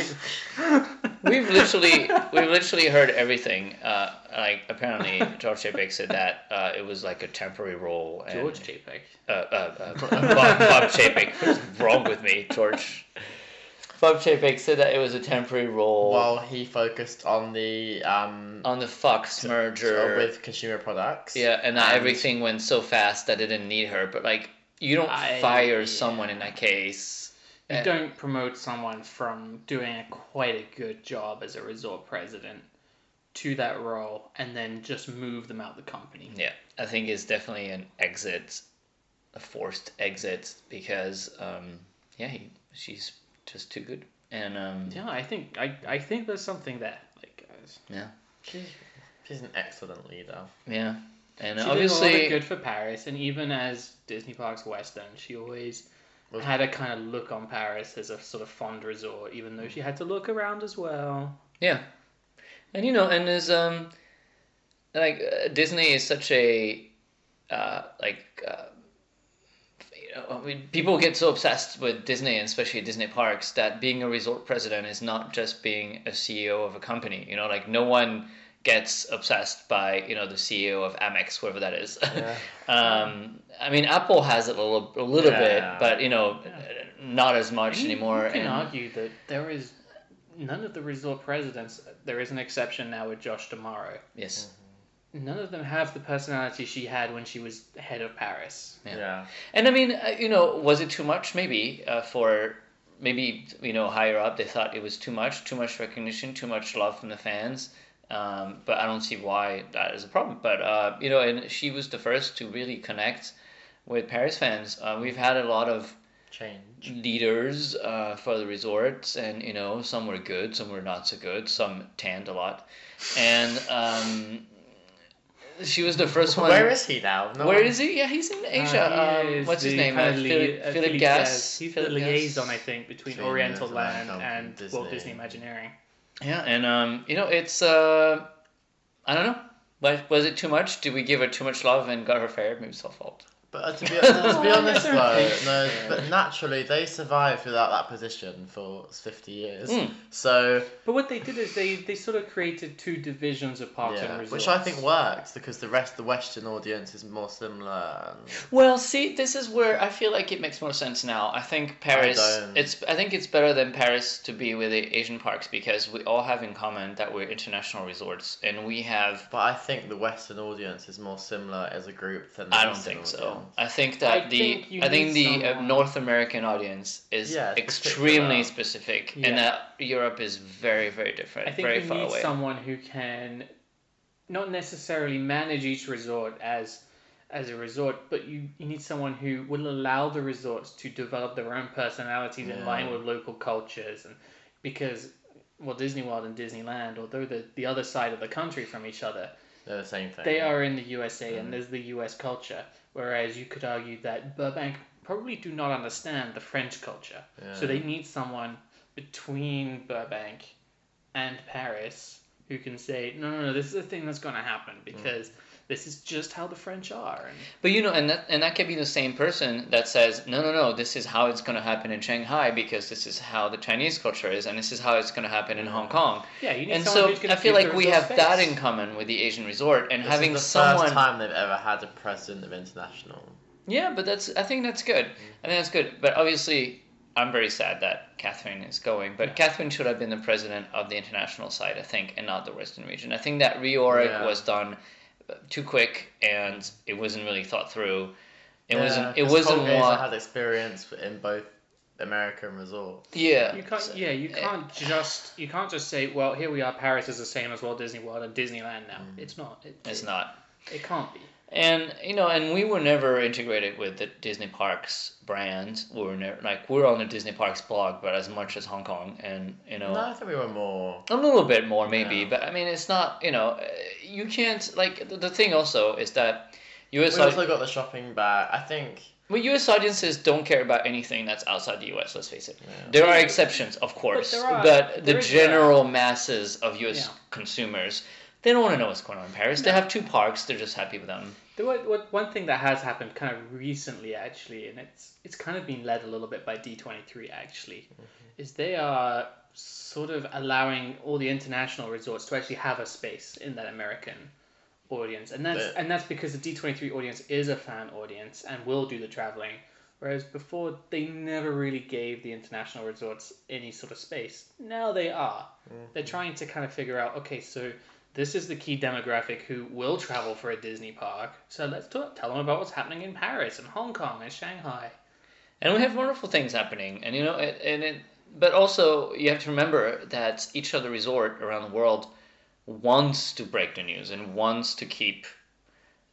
Speaker 5: We've literally we've literally heard everything. Uh, like apparently George Chapek said that uh, it was like a temporary role. And,
Speaker 7: George JPEG.
Speaker 5: uh, uh, uh, Bob, Bob Chapek. What's wrong with me, George? Bob Chapek said that it was a temporary role
Speaker 6: While he focused on the um
Speaker 5: on the Fox merger.
Speaker 6: with consumer products.
Speaker 5: yeah, and that
Speaker 6: and-
Speaker 5: everything went so fast that they didn't need her. But like, you don't
Speaker 7: I-
Speaker 5: fire someone in that case.
Speaker 7: You
Speaker 5: Uh,
Speaker 7: don't promote someone from doing a, quite a good job as a resort president to that role and then just move them out the company.
Speaker 5: Yeah, I think it's definitely an exit, a forced exit because um, yeah, he, she's just too good. And um,
Speaker 7: Yeah, I think I, I think there's something there. Like, uh,
Speaker 5: yeah.
Speaker 6: She's an excellent leader.
Speaker 5: Yeah. And
Speaker 7: she
Speaker 5: obviously,
Speaker 7: did a lot of good for Paris, and even as Disney Parks Western, she always had a kind of look on Paris as a sort of fond resort, even though she had to look around as well.
Speaker 5: Yeah, and you know, and there's um, like uh, Disney is such a uh, like uh, you know, I mean, people get so obsessed with Disney and especially Disney parks that being a resort president is not just being a CEO of a company. You know, like no one gets obsessed by you know the CEO of Amex, whoever that is. um, I mean, Apple has it a little, a little
Speaker 7: Yeah.
Speaker 5: bit, but you know, not as much
Speaker 7: And you-
Speaker 5: anymore.
Speaker 7: You can
Speaker 5: and-
Speaker 7: argue that there is none of the resort presidents. There is an exception now with Josh Damaro.
Speaker 5: Yes.
Speaker 7: None of them have the personality she had when she was head of Paris.
Speaker 5: Yeah.
Speaker 6: Yeah.
Speaker 5: And I mean, uh, you know, was it too much? Maybe uh, for maybe you know higher up, they thought it was too much, too much recognition, too much love from the fans. Um, but I don't see why that is a problem. But uh, you know, and she was the first to really connect with Paris fans. Uh, we've had a lot of
Speaker 6: Change.
Speaker 5: leaders uh, for the resorts, and you know, some were good, some were not so good, some tanned a lot, and um, she was the first one.
Speaker 6: Where is he now? No
Speaker 5: Where
Speaker 6: one-
Speaker 5: is Uh-huh. he? Yeah, he's in Asia.
Speaker 7: Uh, he
Speaker 5: um,
Speaker 7: is
Speaker 5: what's his
Speaker 7: the
Speaker 5: name?
Speaker 7: kind
Speaker 5: Uh,
Speaker 7: of lia-
Speaker 5: Philip,
Speaker 7: uh,
Speaker 5: Philip
Speaker 7: Philip
Speaker 5: Gas.
Speaker 7: Gas. He's
Speaker 5: Philip
Speaker 7: the liaison,
Speaker 5: Gas.
Speaker 7: I think, between
Speaker 6: Between
Speaker 7: Oriental
Speaker 6: Oriental
Speaker 7: Land
Speaker 6: Land
Speaker 7: and
Speaker 6: and
Speaker 7: Walt
Speaker 6: Disney.
Speaker 7: Disney Imagineering.
Speaker 5: Yeah, and um, you know, it's uh, I don't know. But was it too much? Did we give her too much love and got her fired? Maybe it's our fault.
Speaker 6: But uh, to be, to be
Speaker 5: Oh,
Speaker 6: honest,
Speaker 5: I
Speaker 6: though,
Speaker 5: don't think
Speaker 6: no,
Speaker 5: so.
Speaker 6: but naturally they survived without that position for 50 years.
Speaker 7: Mm.
Speaker 5: Hmm.
Speaker 6: So,
Speaker 7: But what they did is they, they sort of created two divisions of parks and
Speaker 6: yeah,
Speaker 7: resorts.
Speaker 6: which I think works because the rest, the Western audience is more similar. And
Speaker 5: Well, see, this is where I feel like it makes more sense now. I think Paris.
Speaker 6: don't.
Speaker 5: it's I think it's better than Paris to be with the Asian parks because we all have in common that we're international resorts and we have.
Speaker 6: But I think the Western audience is more similar as a group than the
Speaker 5: I don't
Speaker 6: Eastern
Speaker 5: think so.
Speaker 6: audience.
Speaker 5: I think that
Speaker 7: I
Speaker 5: the
Speaker 7: think you
Speaker 5: I think
Speaker 7: need
Speaker 5: the uh,
Speaker 7: someone-
Speaker 5: North American audience is
Speaker 6: Yeah, it's
Speaker 5: extremely
Speaker 6: particular.
Speaker 5: specific,
Speaker 7: Yeah.
Speaker 5: and that Europe is very very different,
Speaker 7: I think
Speaker 5: very
Speaker 7: you
Speaker 5: far
Speaker 7: need
Speaker 5: away.
Speaker 7: someone who can not necessarily manage each resort as as a resort, but you, you need someone who will allow the resorts to develop their own personalities in
Speaker 6: Yeah.
Speaker 7: line with local cultures and because well Disney World and Disneyland, although they're the other side of the country from each other,
Speaker 6: They're the same thing.
Speaker 7: they are in the USA
Speaker 5: Mm-hmm.
Speaker 7: and there's the US culture. Whereas you could argue that Burbank probably do not understand the French culture. So
Speaker 6: Yeah.
Speaker 7: they need someone between Burbank and Paris who can say, no, no, no, this is a thing that's going to happen
Speaker 5: Mm.
Speaker 7: because this is just how the French are. And
Speaker 5: But you know, and that and that could be the same person that says, no, no, no, this is how it's going to happen in Shanghai because this is how the Chinese culture is, and this is how it's going to happen in Hong Kong.
Speaker 7: yeah, you need
Speaker 5: and
Speaker 7: someone
Speaker 5: so
Speaker 7: who's going
Speaker 5: I
Speaker 7: to
Speaker 5: feel like we have that in
Speaker 7: in.
Speaker 5: common with the Asian resort, and
Speaker 6: This
Speaker 5: having
Speaker 6: is the
Speaker 5: someone.
Speaker 6: first time they've ever had a president of international.
Speaker 5: Yeah, but that's I think that's good.
Speaker 6: Mm-hmm.
Speaker 5: I think that's good. But obviously, I'm very sad that Catherine is going. But Catherine should have been the president of the international side, I think, and not the Western region. I think that reorg
Speaker 6: Yeah.
Speaker 5: was done uh, too quick, and it wasn't really thought through. It
Speaker 6: Yeah,
Speaker 5: wasn't. It
Speaker 6: 'cause
Speaker 5: wasn't
Speaker 6: Colgate's
Speaker 5: what.
Speaker 6: had experience in both America and resort.
Speaker 5: Yeah.
Speaker 7: You can't, yeah, you
Speaker 5: Eh.
Speaker 7: can't just you can't just say, well, here we are. Paris is the same as Walt Disney World and Disneyland now. It's not. It,
Speaker 5: Mm. It's
Speaker 7: it-
Speaker 5: not.
Speaker 7: It can't be.
Speaker 5: And you know, and we were never integrated with the Disney Parks brand. We were never like we're on the Disney Parks blog, but as much as Hong Kong, and you know,
Speaker 6: No, I think we were more.
Speaker 5: a little bit more maybe.
Speaker 6: Yeah.
Speaker 5: But I mean, it's not you know, uh, you can't like the, the thing also is that U.S.
Speaker 6: We also got the shopping bag. I think
Speaker 5: well, U.S. audiences don't care about anything that's outside the U.S. Let's face it. There are exceptions, of course, but,
Speaker 7: there are-
Speaker 5: the
Speaker 7: there is-
Speaker 5: general masses of U.S.
Speaker 7: Yeah.
Speaker 5: consumers, they don't want to know what's going on in Paris. They have two parks. They're just happy with them.
Speaker 7: The what, what, one thing that has happened kind of recently, actually, and it's it's kind of been led a little bit by D23, actually, is they are sort of allowing all the international resorts to actually have a space in that American audience, and that's
Speaker 6: But-
Speaker 7: and that's because the D23 audience is a fan audience and will do the traveling, whereas before they never really gave the international resorts any sort of space. Now they are. They're trying to kind of figure out, okay, so this is the key demographic who will travel for a Disney park. So let's talk, tell them about what's happening in Paris and Hong Kong and Shanghai.
Speaker 5: and we have wonderful things happening and you know it, and it but also you have to remember that each other resort around the world wants to break the news and wants to keep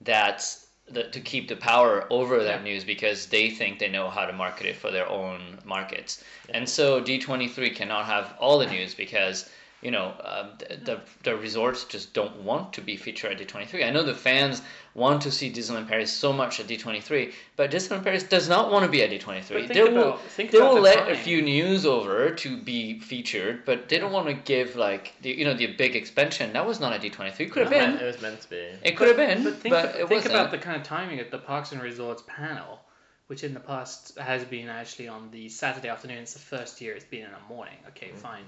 Speaker 5: that the, to keep the power over that news because they think they know how to market it for their own markets and so d23 cannot have all the news because you know, uh, the, the, the resorts just don't want to be featured at D23. I know the fans want to see Disneyland Paris so much at D23, but Disneyland Paris does not want to be at D23. They
Speaker 7: But think
Speaker 5: will,
Speaker 7: about- think
Speaker 5: they
Speaker 7: about
Speaker 5: will
Speaker 7: the
Speaker 5: let a
Speaker 7: time.
Speaker 5: few news over to be featured, but they don't want to give like the, you know the big expansion that was not at D23. It could have
Speaker 6: It was
Speaker 5: been.
Speaker 6: meant- It was meant to be.
Speaker 5: It could have been,
Speaker 7: uh, But
Speaker 5: but,
Speaker 7: think,
Speaker 5: it
Speaker 7: think
Speaker 5: wasn't.
Speaker 7: about the kind of timing of the Parks and Resorts panel, which in the past has been actually on the Saturday afternoon. It's the first year it's been in the morning. Okay,
Speaker 5: Mm.
Speaker 7: fine.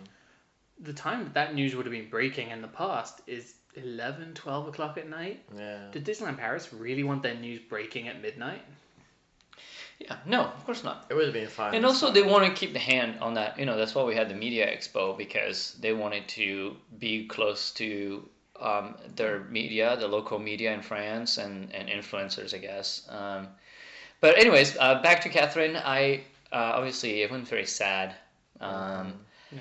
Speaker 7: The time that that news would have been breaking in the past is 11, 12 o'clock at night.
Speaker 6: Yeah.
Speaker 7: Did Disneyland Paris really want their news breaking at midnight?
Speaker 5: yeah, no, of course not.
Speaker 6: It would have been fine.
Speaker 5: And also, they want to keep the hand on that. You know, that's why we had the media expo because they wanted to be close to um, their media, the local media in France, and and influencers, I guess. Um, but anyways, uh, back to Catherine. I uh, obviously it went very sad. Um,
Speaker 7: No.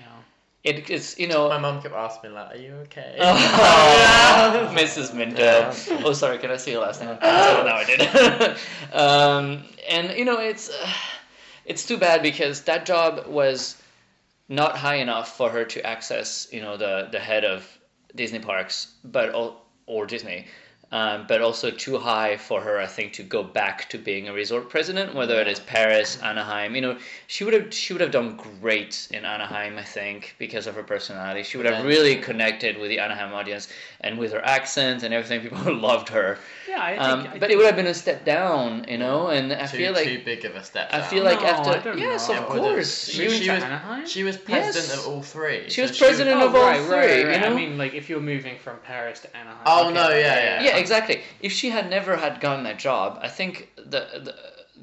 Speaker 5: it, it's you know
Speaker 6: My mum kept asking me like, "Are you okay?"
Speaker 5: Oh, Mrs. Mendel. Oh, sorry. Can I see your last name? Oh, now I did. um, and you know, it's uh, it's too bad because that job was not high enough for her to access, you know, the the head of Disney parks, but al- or Disney. Um, but also too high for her, I think, to go back to being a resort president. Whether it is Paris, Anaheim, you know, she would have she would have done great in Anaheim, I think, because of her personality. She would have
Speaker 6: Yeah.
Speaker 5: really connected with the Anaheim audience and with her accent and everything. People loved her,
Speaker 7: Yeah, I think.
Speaker 5: um,
Speaker 7: I
Speaker 5: but
Speaker 7: think-
Speaker 5: it would have been a step down, you know. And I
Speaker 6: Too,
Speaker 5: feel like
Speaker 6: too big of a step.
Speaker 5: I
Speaker 6: down.
Speaker 5: feel like
Speaker 7: No, I
Speaker 5: after
Speaker 7: don't
Speaker 5: yes,
Speaker 7: know.
Speaker 5: of
Speaker 6: It would've-
Speaker 5: course,
Speaker 6: She,
Speaker 5: you-
Speaker 6: she was.
Speaker 7: Anaheim?
Speaker 6: She was president
Speaker 5: Yes.
Speaker 6: of all three.
Speaker 5: She was
Speaker 6: so
Speaker 5: president of all
Speaker 7: Oh, right,
Speaker 5: three.
Speaker 7: right, right.
Speaker 5: You know,
Speaker 7: I mean, like if you're moving from Paris to Anaheim.
Speaker 6: Oh,
Speaker 7: okay,
Speaker 6: no,
Speaker 7: right,
Speaker 6: yeah,
Speaker 7: right,
Speaker 6: yeah.
Speaker 5: yeah, exactly. If she had never had gotten that job, I think the the,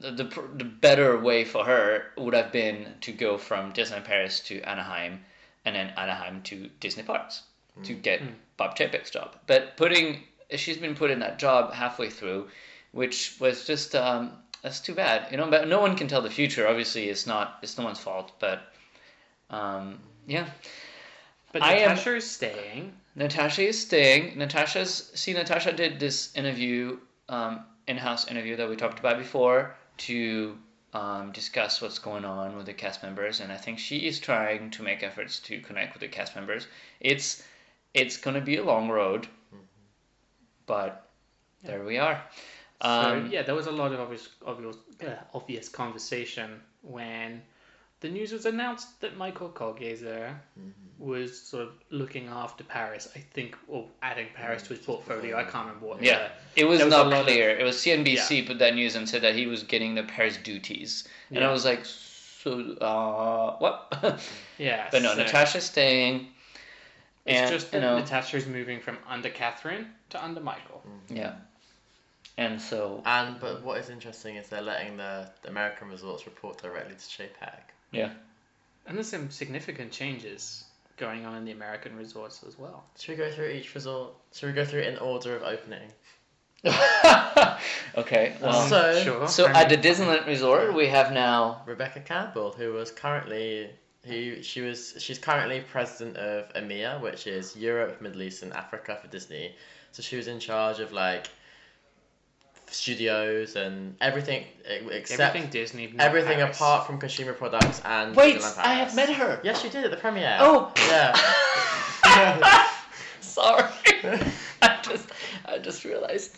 Speaker 5: the, the pr- the better way for her would have been to go from Disney Paris to Anaheim, and then Anaheim to Disney Parks
Speaker 7: Mm.
Speaker 5: to get Bob Chapek's job. But putting she's been put in that job halfway through, which was just um, that's too bad, you know. But no one can tell the future. Obviously, it's not it's no one's fault. But um, yeah.
Speaker 7: But
Speaker 5: I am-
Speaker 7: Natasha is staying.
Speaker 5: Natasha is staying. Natasha's see Natasha did this interview, um, in-house interview that we talked about before to um, discuss what's going on with the cast members, and I think she is trying to make efforts to connect with the cast members. It's it's gonna be a long road,
Speaker 7: Mm-hmm.
Speaker 5: but there we are. Um,
Speaker 7: so yeah, there was a lot of obvious, obvious, uh, obvious conversation when the news was announced that Michael Colgazer
Speaker 6: Mm-hmm.
Speaker 7: was sort of looking after Paris, I think, or adding Paris to his
Speaker 6: Mm-hmm.
Speaker 7: portfolio. I can't remember what.
Speaker 5: Yeah, it was
Speaker 7: There was a lot
Speaker 5: not
Speaker 7: of-
Speaker 5: clear. It was CNBC put that news and said that he was getting the Paris duties, and I
Speaker 7: Yeah.
Speaker 5: was like, so uh, what?
Speaker 7: The, yeah.
Speaker 5: But no,
Speaker 7: so
Speaker 5: Natasha's staying.
Speaker 7: It's
Speaker 5: and,
Speaker 7: just
Speaker 5: you
Speaker 7: that
Speaker 5: know,
Speaker 7: Natasha's moving from under Catherine to under Michael.
Speaker 6: Mm.
Speaker 5: yeah. And so,
Speaker 6: And but what is interesting is they're letting the American resorts report directly to JPEG.
Speaker 5: yeah.
Speaker 7: And there's some significant changes going on in the American resorts as well.
Speaker 6: Should we go through each resort? Should we go through it in order of opening?
Speaker 5: okay. Well, so,
Speaker 6: so
Speaker 7: sure.
Speaker 5: at the Disneyland Resort, we have now.
Speaker 6: Rebecca Campbell, who was currently who she was she's currently president of E EMEA, which is Europe, Middle East, and Africa for Disney. So she was in charge of like studios and everything e- except
Speaker 7: everything Disney. not
Speaker 6: everything
Speaker 7: Paris.
Speaker 6: apart from consumer products and
Speaker 5: Wait,
Speaker 6: Disneyland
Speaker 5: I have
Speaker 6: Paris.
Speaker 5: met her.
Speaker 6: Yes, you did at the premiere.
Speaker 5: Oh.
Speaker 6: yeah.
Speaker 5: Sorry. I just, I just realized.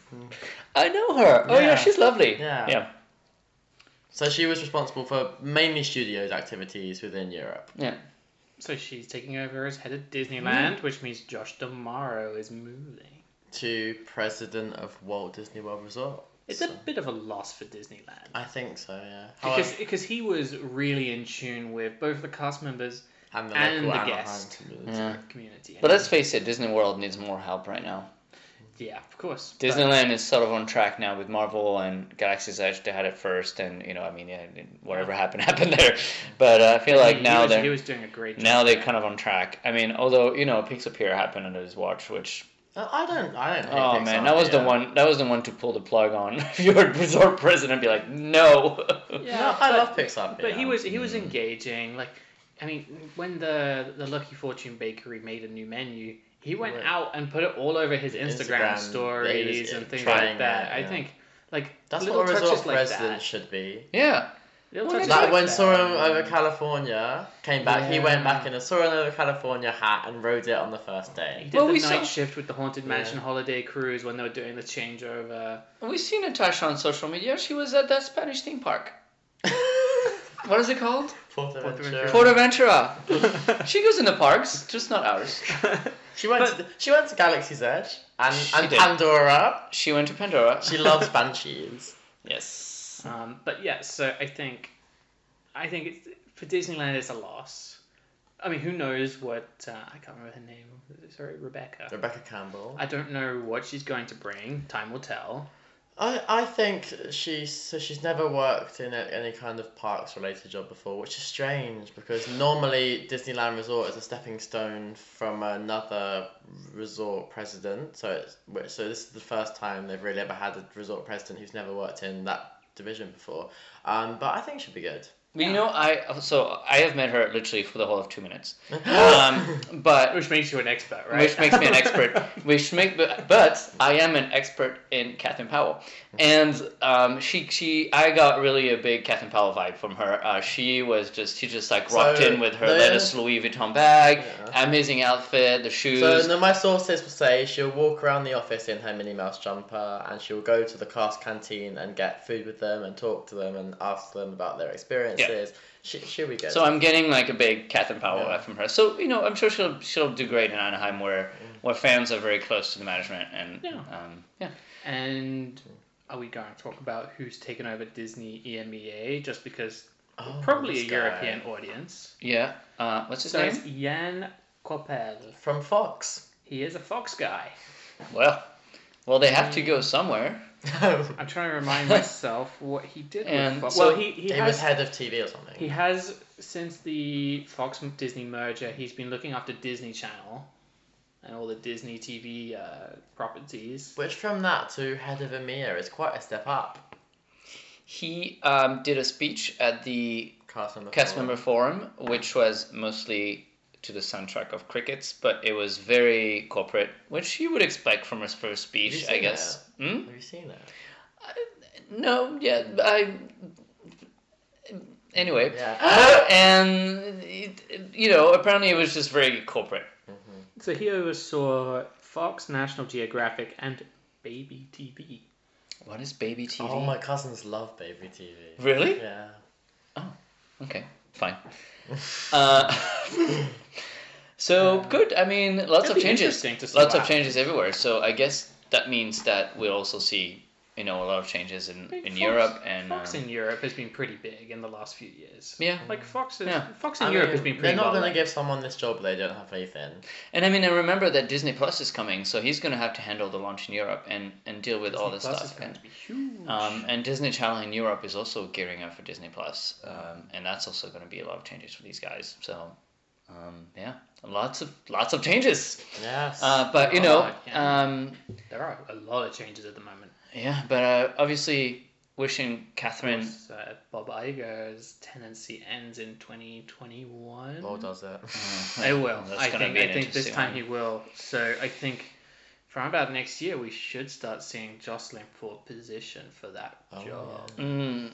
Speaker 5: I know her. Oh yeah,
Speaker 6: Yeah.
Speaker 5: she's lovely.
Speaker 6: Yeah.
Speaker 5: Yeah.
Speaker 6: So she was responsible for mainly studios activities within Europe.
Speaker 5: Yeah.
Speaker 7: So she's taking over as head of Disneyland,
Speaker 6: Mm.
Speaker 7: which means Josh Damaro is moving.
Speaker 6: to president of Walt Disney World Resort.
Speaker 7: It's a bit of a loss for Disneyland
Speaker 6: I think so, yeah.
Speaker 5: Oh,
Speaker 7: because because he was really in tune with both the cast members
Speaker 6: I'm the
Speaker 7: and
Speaker 6: local
Speaker 7: the
Speaker 6: Anaheim
Speaker 7: guest.
Speaker 6: community.
Speaker 5: Yeah.
Speaker 7: community.
Speaker 5: But let's face it, Disney World needs more help right now.
Speaker 7: yeah, of course. but-
Speaker 5: Disneyland is sort of on track now with Marvel and Galaxy's Edge. They had it first, and you know, I mean, yeah, whatever happened happened there. But uh, I feel like
Speaker 7: he
Speaker 5: now
Speaker 7: was,
Speaker 5: they're
Speaker 7: he was doing a great job.
Speaker 5: now they're kind of on track. I mean, although you know, Pixapeer happened under his watch, which
Speaker 6: Uh, I don't, I don't. hate
Speaker 5: oh
Speaker 6: Pixar,
Speaker 5: man, that was the
Speaker 6: yeah.
Speaker 5: one that was the one to pull the plug on. if you were resort president, be like, no.
Speaker 7: Yeah,
Speaker 6: No, I
Speaker 7: but-
Speaker 6: love Pixar.
Speaker 7: But he
Speaker 6: yeah.
Speaker 7: was he was engaging. Like, I mean, when the the Lucky Fortune Bakery made a new menu, he went
Speaker 6: Right.
Speaker 7: out and put it all over his Instagram,
Speaker 6: Instagram, that he
Speaker 7: stories
Speaker 6: was
Speaker 7: and things
Speaker 6: trying
Speaker 7: like that.
Speaker 6: that,
Speaker 7: I
Speaker 6: yeah.
Speaker 7: think like
Speaker 6: That's
Speaker 7: little
Speaker 6: what a
Speaker 7: touches
Speaker 6: resort
Speaker 7: like
Speaker 6: president
Speaker 7: that.
Speaker 6: should be.
Speaker 5: yeah,
Speaker 7: Well,
Speaker 5: Touch
Speaker 6: like
Speaker 5: like
Speaker 6: when
Speaker 5: that.
Speaker 6: Soren over California came back, he went
Speaker 7: Yeah.
Speaker 6: back in a Soren over California hat and rode it on the first
Speaker 7: He
Speaker 6: day.
Speaker 7: did
Speaker 5: Well,
Speaker 7: the
Speaker 5: we
Speaker 7: night
Speaker 5: saw-
Speaker 7: shift with the Haunted Mansion
Speaker 6: Yeah.
Speaker 7: holiday cruise when they were doing the changeover.
Speaker 5: We see Natasha on social media. She was at that Spanish theme park. What is it called?
Speaker 6: Portaventura.
Speaker 5: Portaventura. she goes in the parks, just not ours.
Speaker 6: She went.
Speaker 7: But-
Speaker 6: to, she went to Galaxy's Edge and,
Speaker 5: She
Speaker 6: and
Speaker 5: did.
Speaker 6: Pandora.
Speaker 5: She went to Pandora.
Speaker 6: She loves banshees.
Speaker 5: Yes.
Speaker 7: Um, but yeah, so I think, I think it's, for Disneyland it's a loss. I mean, who knows what uh, I can't remember her name. Sorry, Rebecca.
Speaker 6: Rebecca Campbell.
Speaker 7: I don't know what she's going to bring. Time will tell.
Speaker 6: I, I think she's so she's never worked in a, any kind of parks related job before, which is strange because normally Disneyland Resort is a stepping stone from another resort president. So it's wh- so this is the first time they've really ever had a resort president who's never worked in that division before. Um, but I think she'll be good.
Speaker 5: But you know, I so I have met her literally for the whole of two minutes. Um, but
Speaker 7: Which makes you an expert, right?
Speaker 5: which makes me an expert. Which make but, but I am an expert in Catherine Powell, and um, she she I got really a big Catherine Powell vibe from her. Uh, she was just she just like rocked
Speaker 6: So,
Speaker 5: in with her
Speaker 6: the-
Speaker 5: latest Louis Vuitton bag,
Speaker 6: Yeah.
Speaker 5: amazing outfit, the shoes.
Speaker 6: So no, my sources will say she'll walk around the office in her Minnie Mouse jumper, and she'll go to the cast canteen and get food with them, and talk to them, and ask them about their experiences. She, she'll be good.
Speaker 5: So I'm getting like a big Catherine Powell
Speaker 6: Yeah.
Speaker 5: vibe from her. So you know, I'm sure she'll she'll do great in Anaheim, where where fans are very close to the management and
Speaker 7: Yeah.
Speaker 5: um, yeah.
Speaker 7: And are we going to talk about who's taken over Disney E EMEA just because
Speaker 6: Oh,
Speaker 7: probably a
Speaker 6: this guy.
Speaker 7: European audience?
Speaker 5: Yeah. Uh, what's his
Speaker 7: So
Speaker 5: name?
Speaker 7: it's Jan Koppel.
Speaker 6: from Fox.
Speaker 7: He is a Fox guy.
Speaker 5: Well, well, they have to go
Speaker 6: Mm.
Speaker 5: somewhere.
Speaker 7: I'm trying to remind myself what he did
Speaker 5: And
Speaker 7: with Fox.
Speaker 5: so
Speaker 7: well, he, he
Speaker 6: he
Speaker 7: has
Speaker 6: was head of TV or something.
Speaker 7: He has since the Fox Disney merger. He's been looking after Disney Channel and all the Disney TV uh, properties.
Speaker 6: Which from that to head of EMEA is quite a step up.
Speaker 5: He um, did a speech at the
Speaker 6: Cast member.
Speaker 5: cast
Speaker 6: four.
Speaker 5: member forum, which was mostly to the soundtrack of Crickets, but it was very corporate, which you would expect from his first
Speaker 6: Have
Speaker 5: speech,
Speaker 6: you
Speaker 5: I
Speaker 6: seen
Speaker 5: guess. Hmm?
Speaker 6: Have you seen it?
Speaker 5: No, yeah, I. Anyway,
Speaker 6: Yeah.
Speaker 5: and it, it- you know, apparently it was just very corporate.
Speaker 7: So he oversaw Fox, National Geographic, and Baby TV.
Speaker 5: What is baby TV?
Speaker 6: Oh, my cousins love baby TV.
Speaker 5: Really?
Speaker 6: Yeah.
Speaker 5: Okay, fine. uh, so good. I mean, lots
Speaker 7: Uh, It'll
Speaker 5: of
Speaker 7: be
Speaker 5: changes.
Speaker 7: interesting to see
Speaker 5: lots
Speaker 7: what
Speaker 5: of changes everywhere. So I guess that means that we'll also see, you know, a lot of changes in, in
Speaker 7: Fox-
Speaker 5: Europe and
Speaker 7: Fox
Speaker 5: um,
Speaker 7: in Europe has been pretty big in the last few years.
Speaker 5: yeah.
Speaker 7: Like Fox, is,
Speaker 5: Yeah.
Speaker 7: Fox in
Speaker 6: I
Speaker 7: Europe
Speaker 6: mean,
Speaker 7: has been
Speaker 6: They're
Speaker 7: pretty.
Speaker 6: not
Speaker 7: well
Speaker 6: going
Speaker 7: liked.
Speaker 6: to give someone this job they don't have faith in.
Speaker 5: And I mean, I remember that Disney Plus is coming, so he's going to have to handle the launch in Europe and, and deal with all
Speaker 7: Disney
Speaker 5: this
Speaker 7: Plus
Speaker 5: stuff.
Speaker 7: is going
Speaker 5: and,
Speaker 7: to be huge.
Speaker 5: um, and Disney Channel in Europe is also gearing up for Disney Plus, um, and that's also going to be a lot of changes for these guys. So, um, yeah, lots of lots of changes.
Speaker 6: Yes.
Speaker 5: Uh, but you know, um,
Speaker 7: there are a lot of changes at the moment.
Speaker 5: Yeah, but uh, obviously, wishing Catherine.
Speaker 7: Uh, Bob Iger's tenancy ends in 2021.
Speaker 6: Lord does it.
Speaker 7: I will.
Speaker 5: That's
Speaker 7: I
Speaker 5: gonna
Speaker 7: think.
Speaker 5: be
Speaker 7: I
Speaker 5: an
Speaker 7: think this
Speaker 5: interesting
Speaker 7: time
Speaker 5: one.
Speaker 7: he will. So I think from about next year we should start seeing Jocelyn for position for that
Speaker 6: Oh,
Speaker 7: job.
Speaker 5: Mm,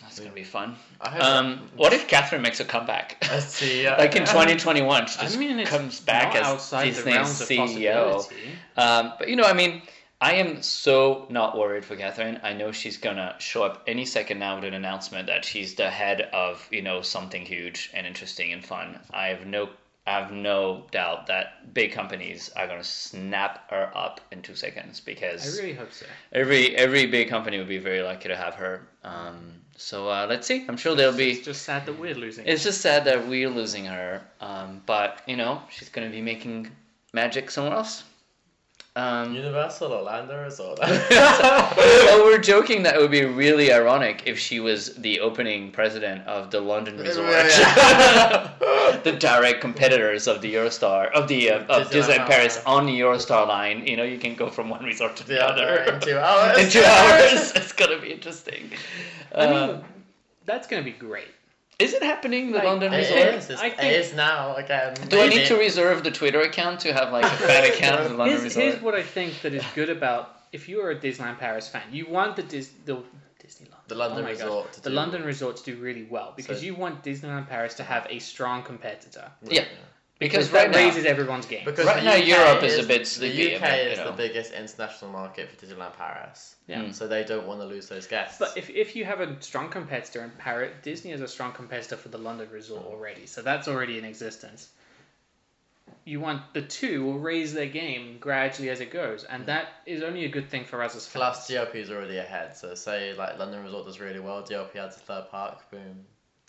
Speaker 5: that's gonna be fun.
Speaker 6: I hope
Speaker 5: Um, what if Catherine makes a comeback?
Speaker 6: Let's see, uh,
Speaker 5: like in 2021, she just
Speaker 7: I mean, it's
Speaker 5: comes back
Speaker 7: not
Speaker 5: as
Speaker 7: outside the
Speaker 5: Disney's E
Speaker 7: realms of
Speaker 5: CEO.
Speaker 7: possibility.
Speaker 5: Um, but you know, I mean, I am so not worried for Catherine. I know she's gonna show up any second now with an announcement that she's the head of you know something huge and interesting and fun. I have no. I have no doubt that big companies are gonna snap her up in two seconds because
Speaker 7: I really hope so.
Speaker 5: every every big company would be very lucky to have her. Um, so uh, let's see. I'm sure there'll
Speaker 7: It's
Speaker 5: be.
Speaker 7: just sad that we're losing.
Speaker 5: It's just sad that we're losing her, um, but you know she's gonna be making magic somewhere else. Um,
Speaker 6: Universal Orlando Resort.
Speaker 5: so we're joking that it would be really ironic if she was the opening president of the London Resort, the direct competitors of the Eurostar of the uh, of Disneyland
Speaker 6: Disneyland
Speaker 5: Paris
Speaker 6: Paris.
Speaker 5: on the Eurostar line. You know you can go from one resort to the,
Speaker 6: the
Speaker 5: other,
Speaker 6: other in two hours.
Speaker 5: in two hours. It's gonna be interesting.
Speaker 7: I mean,
Speaker 5: Uh,
Speaker 7: that's going to be great.
Speaker 5: Is it happening, the
Speaker 7: Like,
Speaker 5: London
Speaker 7: I-
Speaker 5: Resort?
Speaker 6: It is. It's,
Speaker 7: I
Speaker 6: it
Speaker 7: think-
Speaker 6: is now again.
Speaker 5: Do I
Speaker 6: Maybe.
Speaker 5: need to reserve the Twitter account to have like a fan account of the London
Speaker 7: Here's,
Speaker 5: Resort?
Speaker 7: here's what I think that is good about if you are a Disneyland Paris fan, you want the Dis- the Disneyland.
Speaker 6: The London
Speaker 7: Oh my
Speaker 6: resort
Speaker 7: gosh.
Speaker 6: to
Speaker 7: the
Speaker 6: do-
Speaker 7: London resorts do really well because
Speaker 6: So-
Speaker 7: you want Disneyland Paris to have a strong competitor.
Speaker 5: Yeah.
Speaker 7: Because,
Speaker 5: Because
Speaker 7: that
Speaker 5: right now-
Speaker 7: raises everyone's game.
Speaker 6: Because
Speaker 5: Right
Speaker 6: the
Speaker 5: now,
Speaker 6: UK
Speaker 5: Europe is a bit sleepy
Speaker 6: The UK
Speaker 5: about, you
Speaker 6: is
Speaker 5: know.
Speaker 6: the biggest international market for Disneyland Paris.
Speaker 7: Yeah. Mm.
Speaker 6: So they don't want to lose those guests.
Speaker 7: But if, if you have a strong competitor in Paris, Disney is a strong competitor for the London resort already, so that's already in existence. You want the two will raise their game gradually as it goes,
Speaker 5: Hmm.
Speaker 7: and that is only a good thing for us as fans.
Speaker 6: Plus, DLP is already ahead. So say like London Resort does really well, DLP adds a third park, boom.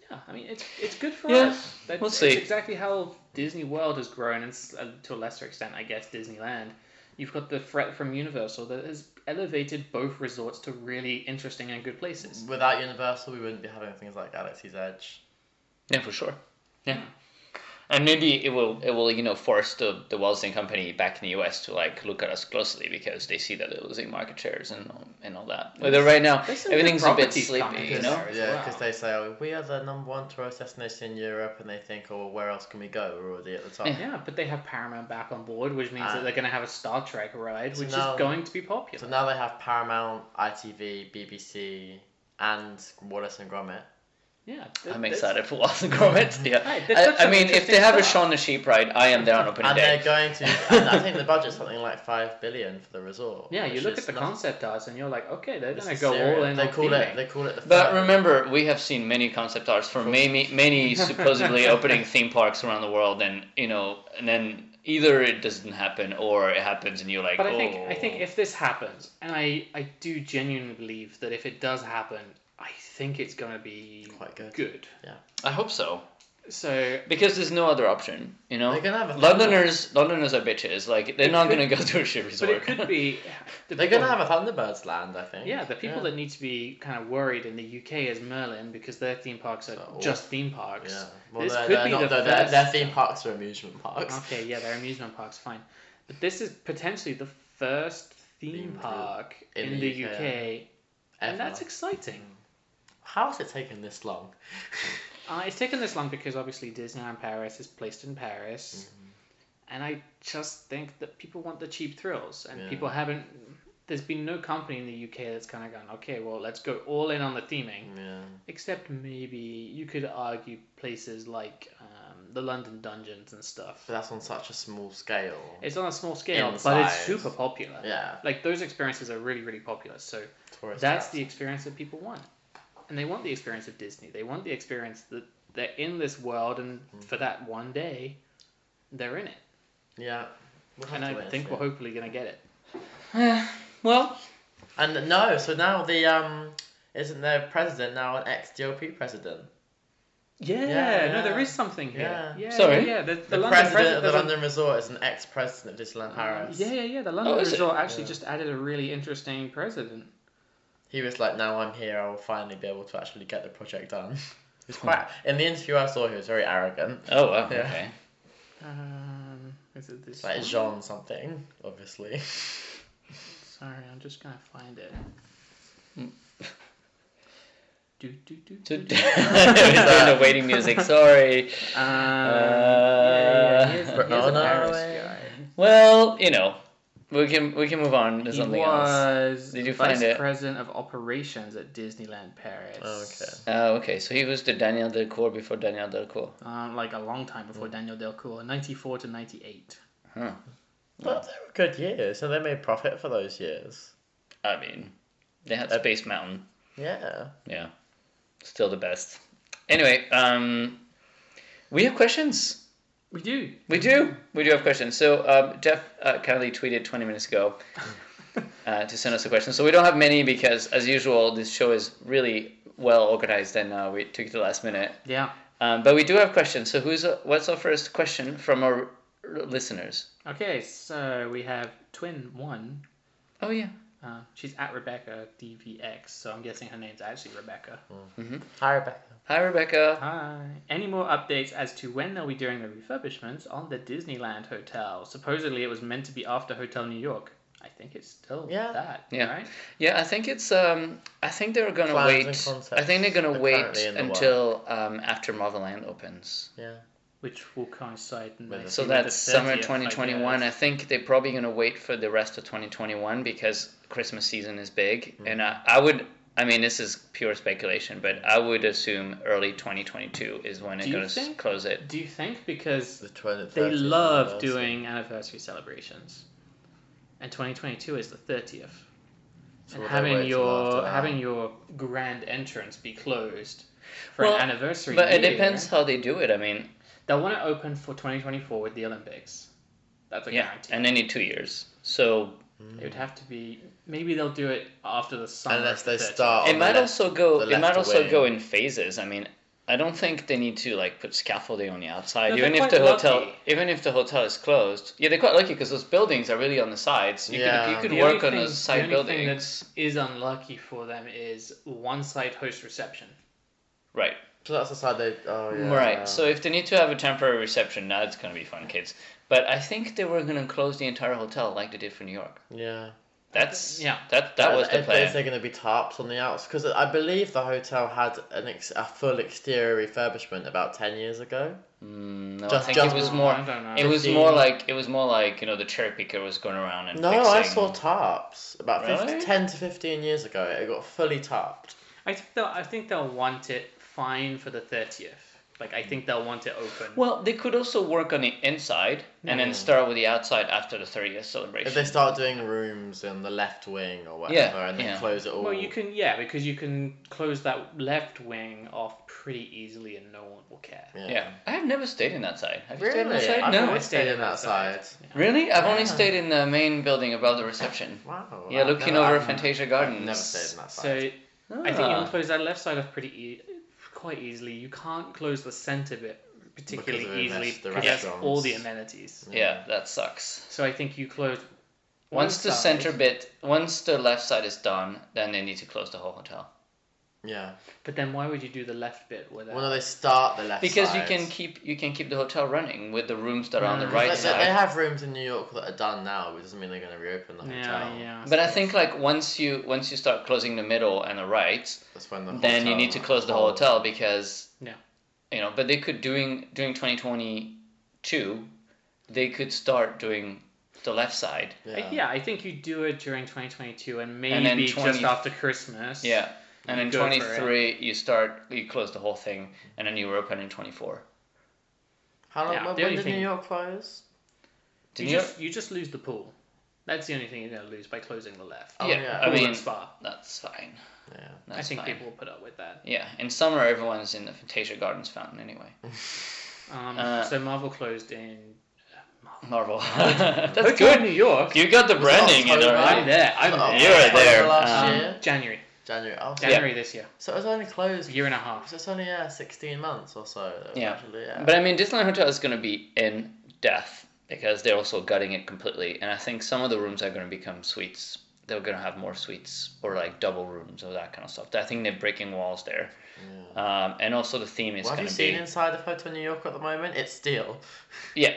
Speaker 7: Yeah, I mean it's it's good for
Speaker 5: Yeah,
Speaker 7: us. That,
Speaker 5: we'll
Speaker 7: it's
Speaker 5: see.
Speaker 7: exactly how Disney World has grown, and s- uh, to a lesser extent, I guess Disneyland. You've got the threat from Universal that has elevated both resorts to really interesting and good places.
Speaker 6: Without Universal, we wouldn't be having things like Galaxy's Edge.
Speaker 5: Yeah, for sure. Yeah. And maybe it will it will you know force the the Wellsing company back in the U.S. to like look at us closely because they see that they're losing market shares and and all that. Although right now
Speaker 7: There's some good
Speaker 5: everything's a bit
Speaker 7: properties
Speaker 5: sleepy,
Speaker 7: coming
Speaker 5: you
Speaker 7: to
Speaker 5: know.
Speaker 7: there as
Speaker 6: Yeah,
Speaker 7: well.
Speaker 6: because they say oh, we are the number one tourist destination in Europe, and they think, oh, where else can we go? We're already at the top.
Speaker 7: Yeah, but they have Paramount back on board, which means that
Speaker 6: Ah.
Speaker 7: they're going to have a Star Trek ride,
Speaker 6: So
Speaker 7: which
Speaker 6: now-
Speaker 7: is going to be popular.
Speaker 6: So now they have Paramount, ITV, BBC, and Wallace and Gromit.
Speaker 7: yeah, th-
Speaker 5: I'm
Speaker 7: there's-
Speaker 5: excited for Wallace and Gromit. Yeah,
Speaker 7: Hey, they've got
Speaker 5: I, I
Speaker 7: some
Speaker 5: mean, if they
Speaker 7: interesting
Speaker 5: have a
Speaker 7: stuff.
Speaker 5: Shaun the Sheep ride, I am there on opening
Speaker 6: And
Speaker 5: day.
Speaker 6: they're going to. and I think the budget's something like five billion for the resort.
Speaker 7: Yeah, you
Speaker 6: which
Speaker 7: look
Speaker 6: is
Speaker 7: at the
Speaker 6: not-
Speaker 7: concept art and you're like, okay, they're
Speaker 6: this
Speaker 7: going
Speaker 6: is
Speaker 7: to go all
Speaker 6: serious.
Speaker 7: in.
Speaker 6: They
Speaker 7: on
Speaker 6: call
Speaker 7: theming.
Speaker 6: it. They call it the.
Speaker 5: But
Speaker 7: Uh,
Speaker 6: third-
Speaker 5: remember, we have seen many concept arts for many, many supposedly opening theme parks around the world, and you know, and then either it doesn't happen or it happens, and you're like,
Speaker 7: But
Speaker 5: oh.
Speaker 7: I think I think if this happens, and I, I do genuinely believe that if it does happen, I think it's going to be
Speaker 6: Quite good. Yeah.
Speaker 5: I hope so.
Speaker 7: So
Speaker 5: Because there's no other option, you know.
Speaker 6: They're gonna have a theme
Speaker 5: Londoners, Londoners are bitches. Like they're not
Speaker 7: could-
Speaker 5: gonna go to a shit resort.
Speaker 7: but it could be the
Speaker 6: They're
Speaker 7: people-
Speaker 6: gonna have a Thunderbirds land, I think.
Speaker 7: Yeah, the people that need to be kind of worried in the UK is Merlin because their theme parks are
Speaker 6: So, all-
Speaker 7: just theme parks.
Speaker 6: Yeah. Well,
Speaker 7: this
Speaker 6: they're,
Speaker 7: could
Speaker 6: they're
Speaker 7: be
Speaker 6: not,
Speaker 7: the
Speaker 6: though, their-
Speaker 7: first.
Speaker 6: Their theme parks are amusement parks.
Speaker 7: Okay, yeah, they're amusement parks, fine. But this is potentially the first theme
Speaker 6: Theme park
Speaker 7: park in,
Speaker 6: in
Speaker 7: the
Speaker 6: the
Speaker 7: UK,
Speaker 6: Ever.
Speaker 7: and that's exciting.
Speaker 6: How has it taken this long? Mm.
Speaker 7: Uh, it's taken this long because obviously Disneyland Paris is placed in Paris, and I just think that people want the cheap thrills, and
Speaker 6: Mm-hmm. Yeah.
Speaker 7: people haven't. There's been no company in the UK that's kind of gone, okay, well, let's go all in on the theming.
Speaker 6: yeah.
Speaker 7: Except maybe you could argue places like um, the London Dungeons and stuff.
Speaker 6: But that's on such a small scale.
Speaker 7: It's on a small scale, but
Speaker 6: Inside.
Speaker 7: it's super popular.
Speaker 6: Yeah.
Speaker 7: Like those experiences are really, really popular. So
Speaker 6: Tourist
Speaker 7: that's
Speaker 6: traps.
Speaker 7: the experience that people want. And they want the experience of Disney. They want the experience that they're in this world and
Speaker 6: Hmm.
Speaker 7: for that one day, they're in it.
Speaker 6: Yeah. We'll have
Speaker 7: And
Speaker 6: to
Speaker 7: I
Speaker 6: wait and
Speaker 7: think
Speaker 6: see.
Speaker 7: we're hopefully going to get it.
Speaker 5: well,
Speaker 6: And no, so now the um, isn't their president now an ex DLP president?
Speaker 7: Yeah,
Speaker 6: Yeah,
Speaker 7: no, there
Speaker 6: yeah.
Speaker 7: is something here. Yeah,
Speaker 6: Yeah.
Speaker 7: yeah,
Speaker 5: Sorry?
Speaker 7: yeah. The, the,
Speaker 6: The, president,
Speaker 7: London president
Speaker 6: of the
Speaker 7: doesn't-
Speaker 6: London Resort is an ex president of Disneyland Paris.
Speaker 7: Yeah, yeah, yeah. The London
Speaker 5: Oh, is it?
Speaker 7: Resort actually just added a really interesting president.
Speaker 6: He was like, now I'm here, I will finally be able to actually get the project done. He's quite in the interview I saw. He was very arrogant.
Speaker 5: oh wow,
Speaker 6: Yeah.
Speaker 5: okay.
Speaker 7: Um, is it this?
Speaker 6: It's like
Speaker 7: one?
Speaker 6: Jean something, obviously.
Speaker 7: Sorry, I'm just gonna find it. do, do, do,
Speaker 5: Mm. To-
Speaker 7: do, do.
Speaker 5: There's no waiting music. Sorry.
Speaker 7: Um, yeah, yeah, here's,
Speaker 5: Uh,
Speaker 7: here's a
Speaker 6: Ronald
Speaker 7: Paris
Speaker 6: Reagan.
Speaker 7: guy.
Speaker 5: Well, you know, we can we can move on to
Speaker 7: He
Speaker 5: something else.
Speaker 7: was
Speaker 5: Did you
Speaker 7: vice
Speaker 5: find it?
Speaker 7: president of operations at Disneyland Paris.
Speaker 6: Oh, okay.
Speaker 5: Oh, okay. So he was the Daniel Delcourt before Daniel Delcourt.
Speaker 7: Um, like a long time
Speaker 5: Mm.
Speaker 7: before Daniel Delcourt, 94 to 98.
Speaker 6: But they were good years, so they made profit for those years.
Speaker 5: I mean, they had
Speaker 6: Uh,
Speaker 5: Space Mountain.
Speaker 6: Yeah.
Speaker 5: Yeah, still the best. Anyway, um, we have questions.
Speaker 7: We do.
Speaker 5: We do. We do have questions. So um, Jeff uh, Kennedy tweeted 20 minutes ago uh, to send us a question. So we don't have many because, as usual, this show is really well organized and uh, we took it the last minute.
Speaker 7: Yeah.
Speaker 5: Um, but we do have questions. So who's uh, what's our first question from our r- listeners?
Speaker 7: Okay, so we have twin one.
Speaker 5: Oh yeah.
Speaker 7: Uh, she's at Rebecca DVX, so I'm guessing her name's actually Rebecca.
Speaker 6: Hi, Rebecca.
Speaker 5: Hi Rebecca.
Speaker 7: Hi. Any more updates as to when they'll be doing the refurbishments on the Disneyland Hotel? Supposedly it was meant to be after Hotel New York. I think it's still
Speaker 6: Yeah.
Speaker 7: that,
Speaker 5: Yeah.
Speaker 7: right?
Speaker 5: Yeah, I think it's. Um, I think they're gonna
Speaker 6: Plans and
Speaker 5: wait.
Speaker 6: concepts
Speaker 5: I think they're
Speaker 6: are
Speaker 5: gonna wait
Speaker 6: currently in the
Speaker 5: until um, after Marveland opens.
Speaker 6: Yeah.
Speaker 7: Which will coincide nicely
Speaker 6: the-
Speaker 5: So
Speaker 7: with
Speaker 5: that's
Speaker 7: the
Speaker 5: summer
Speaker 7: 30th, I
Speaker 5: 2021. I,
Speaker 7: guess.
Speaker 5: think they're
Speaker 7: Mm.
Speaker 5: probably going to wait for the rest of 2021 because Christmas season is big, and I, I would I mean, this is pure speculation, but I would assume early 2022 is when
Speaker 7: Do
Speaker 5: it
Speaker 7: you
Speaker 5: goes
Speaker 7: think-
Speaker 5: close it.
Speaker 7: Do you think because
Speaker 6: The 20th,
Speaker 7: they
Speaker 6: 30th
Speaker 7: love
Speaker 6: anniversary.
Speaker 7: doing anniversary celebrations, and 2022 is the 30th,
Speaker 6: So
Speaker 7: and
Speaker 6: we'll
Speaker 7: having
Speaker 6: wait till after
Speaker 7: your
Speaker 6: that.
Speaker 7: having your grand entrance be closed for
Speaker 5: Well,
Speaker 7: an anniversary.
Speaker 5: But it
Speaker 7: year,
Speaker 5: depends how they do it. I mean,
Speaker 7: They'll want to open for 2024 with the Olympics. That's a
Speaker 5: yeah,
Speaker 7: guarantee.
Speaker 5: and they need two years. So
Speaker 7: It would have to be. Maybe they'll do it after the summer.
Speaker 6: Unless
Speaker 7: of
Speaker 6: they
Speaker 7: the 30th.
Speaker 6: start on
Speaker 5: it
Speaker 6: the
Speaker 5: might
Speaker 6: left-
Speaker 5: also go.
Speaker 6: the
Speaker 5: It might
Speaker 6: left
Speaker 5: also
Speaker 6: wing.
Speaker 5: go in phases. I mean, I don't think they need to like put scaffolding on the outside,
Speaker 7: No,
Speaker 5: even
Speaker 7: they're
Speaker 5: if the
Speaker 7: quite
Speaker 5: hotel,
Speaker 7: lucky.
Speaker 5: even if the hotel is closed. Yeah, they're quite lucky because those buildings are really on the sides. You
Speaker 6: Yeah.
Speaker 5: could you could
Speaker 7: The
Speaker 5: work
Speaker 7: only
Speaker 5: on
Speaker 7: thing-
Speaker 5: those side
Speaker 7: the only thing
Speaker 5: buildings,
Speaker 7: that is unlucky for them is one side host reception.
Speaker 5: right?
Speaker 6: So that's the side they. Oh yeah.
Speaker 5: Right. So if they need to have a temporary reception, now it's gonna be fun, kids. But I think they were gonna close the entire hotel like they did for New York.
Speaker 6: yeah.
Speaker 5: That's
Speaker 7: Yeah.
Speaker 5: That that was the
Speaker 6: if there's
Speaker 5: plan.
Speaker 6: going to be tarps on the outs because I believe the hotel had an ex- a full exterior refurbishment about ten years ago.
Speaker 5: Mm, no, I
Speaker 6: Just-
Speaker 5: think
Speaker 6: just-
Speaker 5: it was more.
Speaker 7: I don't know.
Speaker 5: It was
Speaker 6: Fifteen.
Speaker 5: more like it was more like you know the cherry picker was going around and
Speaker 6: No,
Speaker 5: fixing.
Speaker 6: I saw tarps about 15,
Speaker 5: Really?
Speaker 6: ten to fifteen years ago. It got fully tarped.
Speaker 7: I think they'll. I think they'll want it fine for the thirtieth. Like I think they'll want it open.
Speaker 5: Well, they could also work on the inside and then start with the outside after the 30th celebration.
Speaker 6: If Hmm. they start doing rooms in the left wing or whatever,
Speaker 5: Yeah,
Speaker 6: and then
Speaker 5: yeah.
Speaker 6: close it all,
Speaker 7: Well, you can yeah because you can close that left wing off pretty easily and no one will care.
Speaker 5: yeah, I have never stayed in that side. Have you stayed in that
Speaker 6: Really?
Speaker 5: side?
Speaker 6: I've
Speaker 5: no.
Speaker 6: always stayed in that side.
Speaker 5: Really? I've only stayed in the main building above the reception.
Speaker 6: Wow.
Speaker 5: Yeah,
Speaker 6: I've
Speaker 5: looking
Speaker 6: never-
Speaker 5: over
Speaker 6: I've-
Speaker 5: Fantasia
Speaker 6: I've
Speaker 5: Gardens.
Speaker 6: never stayed in that
Speaker 7: So
Speaker 6: side.
Speaker 7: I think you can
Speaker 5: Ah.
Speaker 7: close that left side off pretty e- quite easily. You can't close the center bit particularly
Speaker 6: Because of the
Speaker 7: easily
Speaker 6: mess- the
Speaker 7: because that's
Speaker 6: restaurants.
Speaker 7: all the amenities.
Speaker 5: Yeah, that sucks.
Speaker 7: So I think you close. one
Speaker 5: Once the
Speaker 7: side.
Speaker 5: center bit, once the left side is done, then they need to close the whole hotel.
Speaker 6: yeah.
Speaker 7: But then why would you do the left bit without?
Speaker 6: Well, no, they start the left
Speaker 5: Because you
Speaker 6: side.
Speaker 5: can keep you can keep the hotel running with the rooms that are on the
Speaker 7: Mm.
Speaker 5: right
Speaker 6: They- Hmm. they,
Speaker 5: side.
Speaker 6: they have rooms in New York that are done now, but it doesn't mean they're going to reopen the hotel.
Speaker 7: yeah, yeah.
Speaker 5: But I think like once you once you start closing the middle and the right,
Speaker 6: That's when the
Speaker 5: then you
Speaker 6: hotel-
Speaker 5: need to close the whole hotel because
Speaker 7: oh. Yeah.
Speaker 5: you know. But they could doing doing twenty twenty two, they could start doing the left side.
Speaker 7: I-
Speaker 6: Yeah.
Speaker 7: Yeah. I think you do it during 2022 and maybe
Speaker 5: And then
Speaker 7: just
Speaker 5: 20
Speaker 7: after Christmas.
Speaker 5: Yeah, and in
Speaker 7: Go for
Speaker 5: twenty
Speaker 7: it.
Speaker 5: three you start you close the whole thing and then you open in twenty four.
Speaker 6: How long?
Speaker 7: Yeah,
Speaker 6: when
Speaker 7: the
Speaker 6: when
Speaker 7: only
Speaker 6: did
Speaker 7: thing-
Speaker 6: New York close?
Speaker 5: Did
Speaker 7: You,
Speaker 5: you?
Speaker 7: just you just lose the pool. That's the only thing you're going to lose by closing the left.
Speaker 6: Oh,
Speaker 5: yeah,
Speaker 6: yeah.
Speaker 5: I
Speaker 7: Pool and
Speaker 5: mean
Speaker 7: spa.
Speaker 5: that's fine.
Speaker 6: Yeah.
Speaker 5: That's
Speaker 7: I think
Speaker 5: fine.
Speaker 7: people will put up with that.
Speaker 5: Yeah, in summer everyone's in the Fantasia Gardens fountain anyway.
Speaker 7: Um,
Speaker 5: Uh,
Speaker 7: so Marvel closed in.
Speaker 5: Marvel. that's
Speaker 7: Hotel
Speaker 5: good.
Speaker 7: New York.
Speaker 5: You got the branding in
Speaker 6: October.
Speaker 5: there.
Speaker 7: I'm there. I'm
Speaker 6: Oh,
Speaker 5: You were
Speaker 6: October
Speaker 5: there.
Speaker 6: Last
Speaker 5: Um,
Speaker 6: year,
Speaker 7: January.
Speaker 6: January. Oh, so-
Speaker 7: January this year.
Speaker 6: So it was only closed.
Speaker 7: A year and a half.
Speaker 6: So it's only yeah, sixteen months or so. that it was
Speaker 5: Yeah.
Speaker 6: Actually, yeah.
Speaker 5: But I mean, Disneyland Hotel is going to be in death because they're also gutting it completely. And I think some of the rooms are going to become suites. They're going to have more suites or like double rooms or that kind of stuff. I think they're breaking walls there. Um, and also the theme is
Speaker 6: what have
Speaker 5: going
Speaker 6: you
Speaker 5: to
Speaker 6: seen
Speaker 5: be
Speaker 6: inside of Hotel New York at the moment? It's steel.
Speaker 5: yeah,